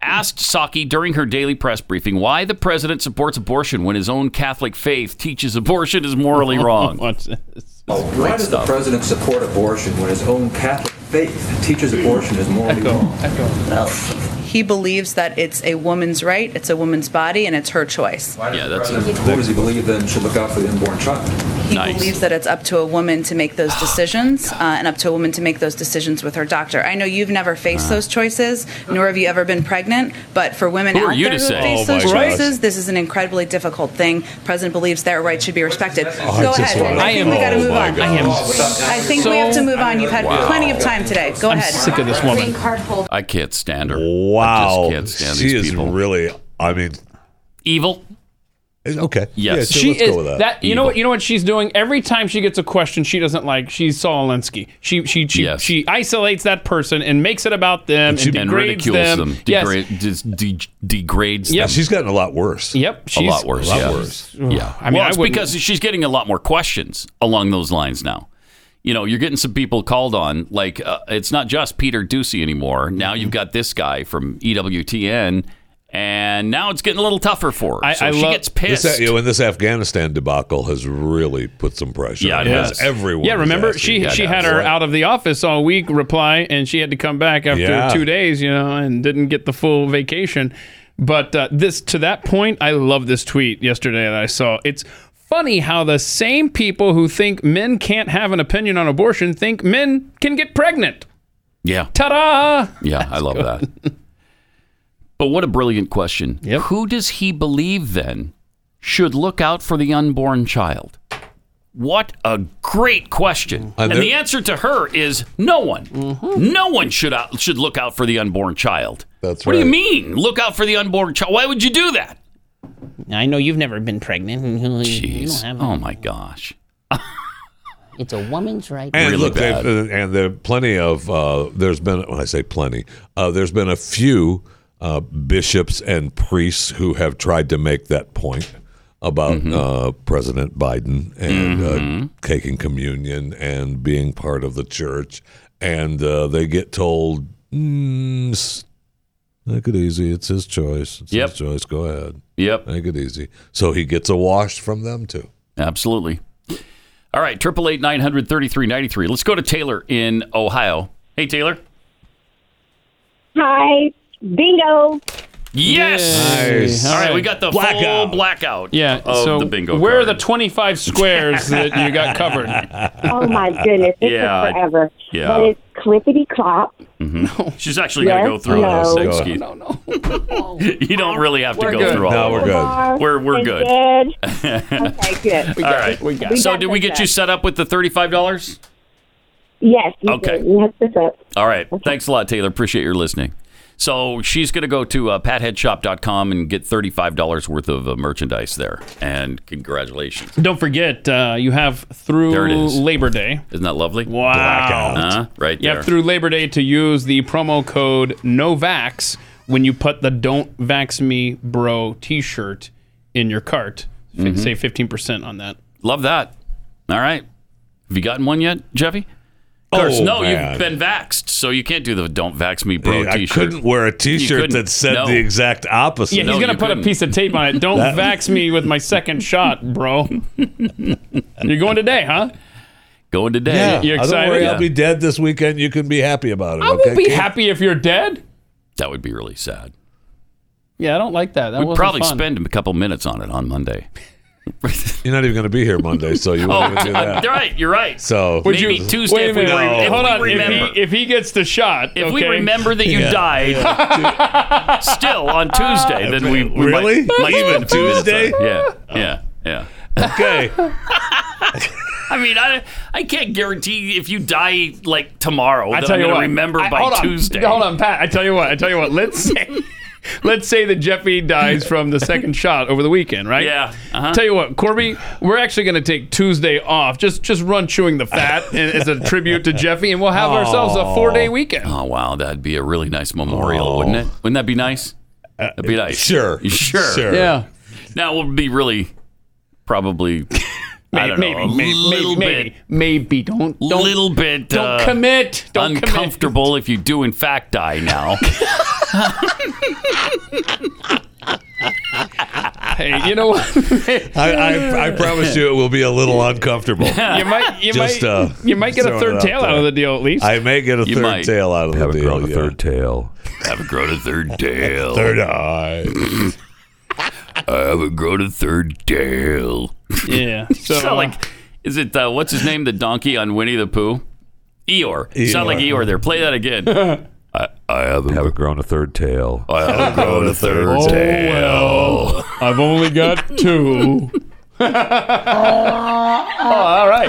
S3: asked Saki during her daily press briefing why the president supports abortion when his own Catholic faith teaches abortion is morally wrong.
S5: Watch this.
S15: Why does the president support abortion when his own Catholic faith teaches abortion is morally wrong?
S17: He believes that it's a woman's right, it's a woman's body, and it's her choice.
S3: Yeah, that's
S15: a Who does he believe then should look out for the unborn child?
S17: He believes that it's up to a woman to make
S3: Oh,
S17: those decisions uh, and up to a woman to make those decisions with her doctor. I know you've never faced
S3: Uh-huh.
S17: those choices, nor have you ever been pregnant, but for women
S3: Who are
S17: out
S3: you
S17: there
S3: to
S17: who
S3: say?
S17: face
S3: Oh,
S17: those
S3: my God.
S17: choices, this is an incredibly difficult thing. President believes their right should be respected. Go
S3: I just
S17: ahead.
S3: wanna-
S17: I
S3: I
S17: think
S3: am-
S17: we got to
S3: oh,
S17: move
S3: my
S17: on.
S3: God. I am
S17: I think we
S3: so-
S17: have to move on. You've had
S3: Wow.
S17: plenty of time today. Go
S5: I'm
S17: ahead.
S5: sick of this woman.
S3: I can't stand her.
S4: Wow.
S3: I just can't stand
S4: she
S3: these
S4: is
S3: people.
S4: really, I mean,
S3: Evil.
S4: okay.
S3: Yes.
S4: Yeah, sure,
S5: she
S4: let's
S5: is
S4: go with that.
S5: You know what? You know what she's doing. Every time she gets a question she doesn't like, she's Saul Alinsky. She she she, she isolates that person and makes it about them and,
S3: she and
S5: degrades
S3: ridicules them,
S5: Yes.
S3: degrade, just de- degrades
S5: Yep.
S3: them.
S5: She's
S4: gotten a lot worse.
S5: Yep,
S3: a
S5: she's-
S3: lot worse.
S5: A lot
S3: yeah.
S5: worse.
S3: Yeah,
S5: I mean,
S3: well,
S5: I
S3: it's
S5: wouldn't-
S3: because she's getting a lot more questions along those lines now. you know, you're getting some people called on. Like, uh, it's not just Peter Ducey anymore. Now you've got this guy from E EWTN, and now it's getting a little tougher for her. so she gets pissed.
S4: This, you know, and this Afghanistan debacle has really put some pressure.
S3: Yeah,
S4: on
S3: it
S4: her.
S3: has.
S4: Everyone.
S5: Yeah,
S4: is
S5: remember
S4: asking
S5: she
S4: about
S5: she had
S4: that.
S5: her out of the office all week reply, and she had to come back after
S4: Yeah.
S5: two days, you know, and didn't get the full vacation. But uh, this to that point, I love this tweet yesterday that I saw. It's funny how the same people who think men can't have an opinion on abortion think men can get pregnant.
S3: Yeah.
S5: Ta-da!
S3: Yeah, I love that. But what a brilliant question. Who does he believe then should look out for the unborn child? What a great question.
S4: And
S3: And,
S4: there-
S3: the answer to her is no one.
S18: Mm-hmm.
S3: No one should out, should look out for the unborn child. That's what do you
S18: right.
S3: mean? Look out for the unborn child. Why would you do that?
S18: I know you've never been pregnant. and you- You
S3: Jeez.
S18: don't have
S3: Oh my gosh.
S18: It's a woman's right.
S4: And look, they've- uh, and there are plenty of uh, there's been when I say plenty, uh, there's been a few uh, bishops and priests who have tried to make that point about uh, President Biden and uh, taking communion and being part of the church, and uh, they get told. Mm, s- Make it easy. It's his choice. It's
S3: Yep.
S4: his choice. Go ahead.
S3: Yep.
S4: Make it easy. So he gets a wash from them too.
S3: Absolutely. All right, triple eight nine hundred thirty three ninety three. Let's go to Taylor in Ohio. Hey Taylor.
S19: Hi. Bingo.
S3: Yes.
S5: Nice.
S3: All right, we got the full
S5: Blackout.
S3: blackout.
S5: Yeah,
S3: of
S5: so
S3: the bingo.
S5: where are the 25 squares that you got covered?
S19: Oh my goodness, it
S3: Yeah.
S19: took forever.
S3: Yeah.
S19: But it's clippity clop.
S3: Mhm. She's actually going to go
S19: Yes,
S3: through all those
S19: no.
S3: things,
S19: Go
S3: Keith. you don't really have to
S19: We're
S3: go
S19: good.
S3: through all.
S4: No,
S3: of
S4: we're
S3: them.
S19: good.
S3: Oh, We're we're
S19: And
S3: good.
S19: dead.
S3: okay,
S19: good. We
S3: all
S19: got
S3: right.
S19: it. We got it.
S3: so
S19: We got
S3: did we
S19: this
S3: get you
S19: up.
S3: set up with the thirty five dollars?
S19: Yes. You
S3: Okay.
S19: Did. You hooked this up.
S3: All right. Thanks a lot, Taylor. Appreciate your listening. So she's going to go to uh, patheadshop.com and get $35 worth of uh, merchandise there. And congratulations.
S5: Don't forget, uh, you have
S3: There it
S5: through
S3: is.
S5: Labor Day.
S3: Isn't that lovely?
S5: Wow. Blackout.
S3: Uh, right
S5: You
S3: there.
S5: have through Labor Day to use the promo code NOVAX when you put the Don't Vax Me Bro t shirt in your cart. F-
S3: Mhm.
S5: Save 15% on that.
S3: Love that. All right. Have you gotten one yet, Jeffy? Of course,
S4: Oh,
S3: no,
S4: man.
S3: you've been vaxxed, so you can't do the don't vax me bro
S4: Hey, I
S3: t shirt.
S4: couldn't wear a T-shirt that said the exact opposite.
S5: Yeah, he's going to put a piece of tape on it. Don't
S4: That-
S5: vax me with my second shot, bro. You're going today, huh?
S3: Going today.
S4: Yeah,
S5: You
S4: Oh,
S5: excited?
S4: Don't worry,
S5: Yeah.
S4: I'll be dead this weekend. You can be happy about it.
S5: I
S4: okay,
S5: won't be
S4: kid?
S5: happy if you're dead.
S3: That would be really sad.
S5: Yeah, I don't like that. That
S3: We'd
S5: wasn't
S3: probably
S5: fun.
S3: spend a couple minutes on it on Monday.
S4: You're not even going to be here Monday, so you won't even do that.
S3: right. You're right.
S4: So
S5: Oh, Would
S3: Maybe
S5: you,
S3: Tuesday
S5: wait a
S3: if we
S5: minute.
S3: re- if
S5: Hold
S3: we
S5: on. If
S3: remember.
S5: he, if he gets the shot,
S3: If we
S5: okay.
S3: remember that you
S5: Yeah.
S3: died still on Tuesday, then we, we might-
S4: Really?
S3: might,
S4: Even
S3: spend a few minutes on
S4: Tuesday?
S3: it. Yeah, yeah, yeah.
S4: okay.
S3: I mean, I I can't guarantee if you die like tomorrow.
S5: I
S3: that
S5: tell
S3: I'm
S5: you
S3: gonna
S5: what,
S3: remember
S5: I-
S3: by
S5: hold on,
S3: Tuesday.
S5: Hold on, Pat. I tell you what. I tell you what. Let's say, let's say that Jeffy dies from the second shot over the weekend, right?
S3: Yeah, uh-huh.
S5: Tell you what, Corby, we're actually going to take Tuesday off. Just just run chewing the fat and- as a tribute to Jeffy, and we'll have ourselves a four day weekend.
S3: Oh wow, that'd be a really nice memorial, wouldn't it? Wouldn't that be nice? That'd be nice.
S4: Sure.
S3: sure,
S4: Sure.
S5: Yeah.
S3: Now we'll be really probably. I don't
S5: maybe,
S3: know. A
S5: maybe,
S3: little
S5: maybe,
S3: bit.
S5: maybe, don't, don't,
S3: little bit.
S5: don't
S3: uh,
S5: commit, don't commit.
S3: uncomfortable if you do in fact die now.
S5: Hey, you know what?
S4: I, I, I promise you, it will be a little uncomfortable.
S5: you might, you
S4: Just,
S5: might,
S4: uh,
S5: you might get a
S4: throwing it
S5: third
S4: out
S5: tail out of
S4: there.
S5: the deal at least.
S4: I may get a
S3: You
S4: third
S3: might.
S4: tail out of the deal.
S3: grown a
S4: third
S3: tail. haven't grown a third tail.
S4: Third eye.
S3: I haven't grown a third tail.
S5: Yeah.
S3: So,
S5: So, uh,
S3: like, is it uh, what's his name? The donkey on Winnie the Pooh. Eeyore. You Sound like
S5: Eeyore.
S3: Eeyore there. Play that again. I, I haven't, grown a third tail. I haven't grown a third
S5: Oh,
S3: tail.
S5: well. I've only got two. Oh, all right.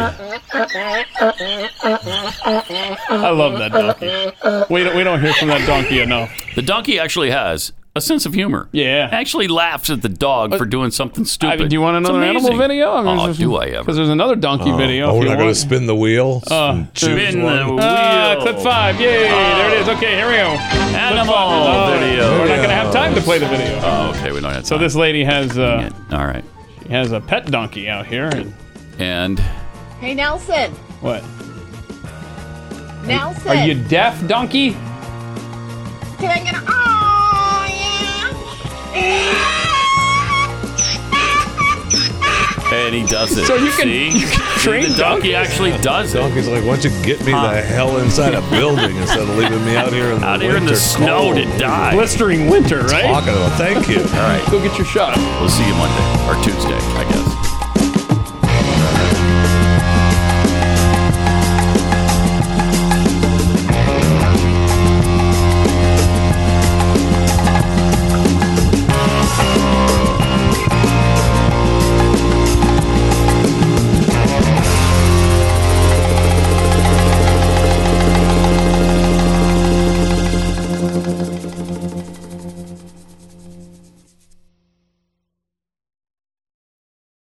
S5: I love that donkey. We don't, we don't hear from that donkey enough.
S3: The donkey actually has a sense of humor.
S5: Yeah. Uh,
S3: Actually laughs at the dog for doing something stupid.
S5: I mean, do you want
S3: It's
S5: another animal
S3: amazing.
S5: video? I mean,
S3: oh,
S5: there's-
S3: do I ever?
S5: Because there's another donkey video.
S4: Oh,
S5: if
S4: we're
S5: you
S4: not going to
S5: want.
S4: spin the wheel.
S5: Uh,
S4: Choose
S3: spin
S4: one.
S3: the
S5: Ah,
S3: wheel.
S5: clip five. Yay, there it is. Okay, here we go. Clip
S3: Animal
S5: five. Oh,
S3: video.
S5: We're not going to have time to play the video.
S3: Oh, okay. We don't have time.
S5: So this lady has uh,
S3: All right.
S5: she has a pet donkey out here. And
S3: And
S14: Hey, Nelson,
S5: what?
S14: Now
S5: Are
S14: say,
S5: you deaf, donkey?
S14: can I get a, oh, yeah.
S3: And he does it.
S4: So you can-
S3: See?
S4: you can
S3: See,
S4: train
S3: the donkey
S4: donkeys?
S3: actually does it.
S4: Donkey's like, why don't you get me the hell inside a building instead of leaving me out here in the
S3: Out here in the
S4: winter
S3: snow to
S4: cold.
S3: die.
S5: Blistering winter, right?
S4: Talking about, thank you.
S3: All right.
S5: Go get your shot.
S3: We'll see you Monday or Tuesday, I guess.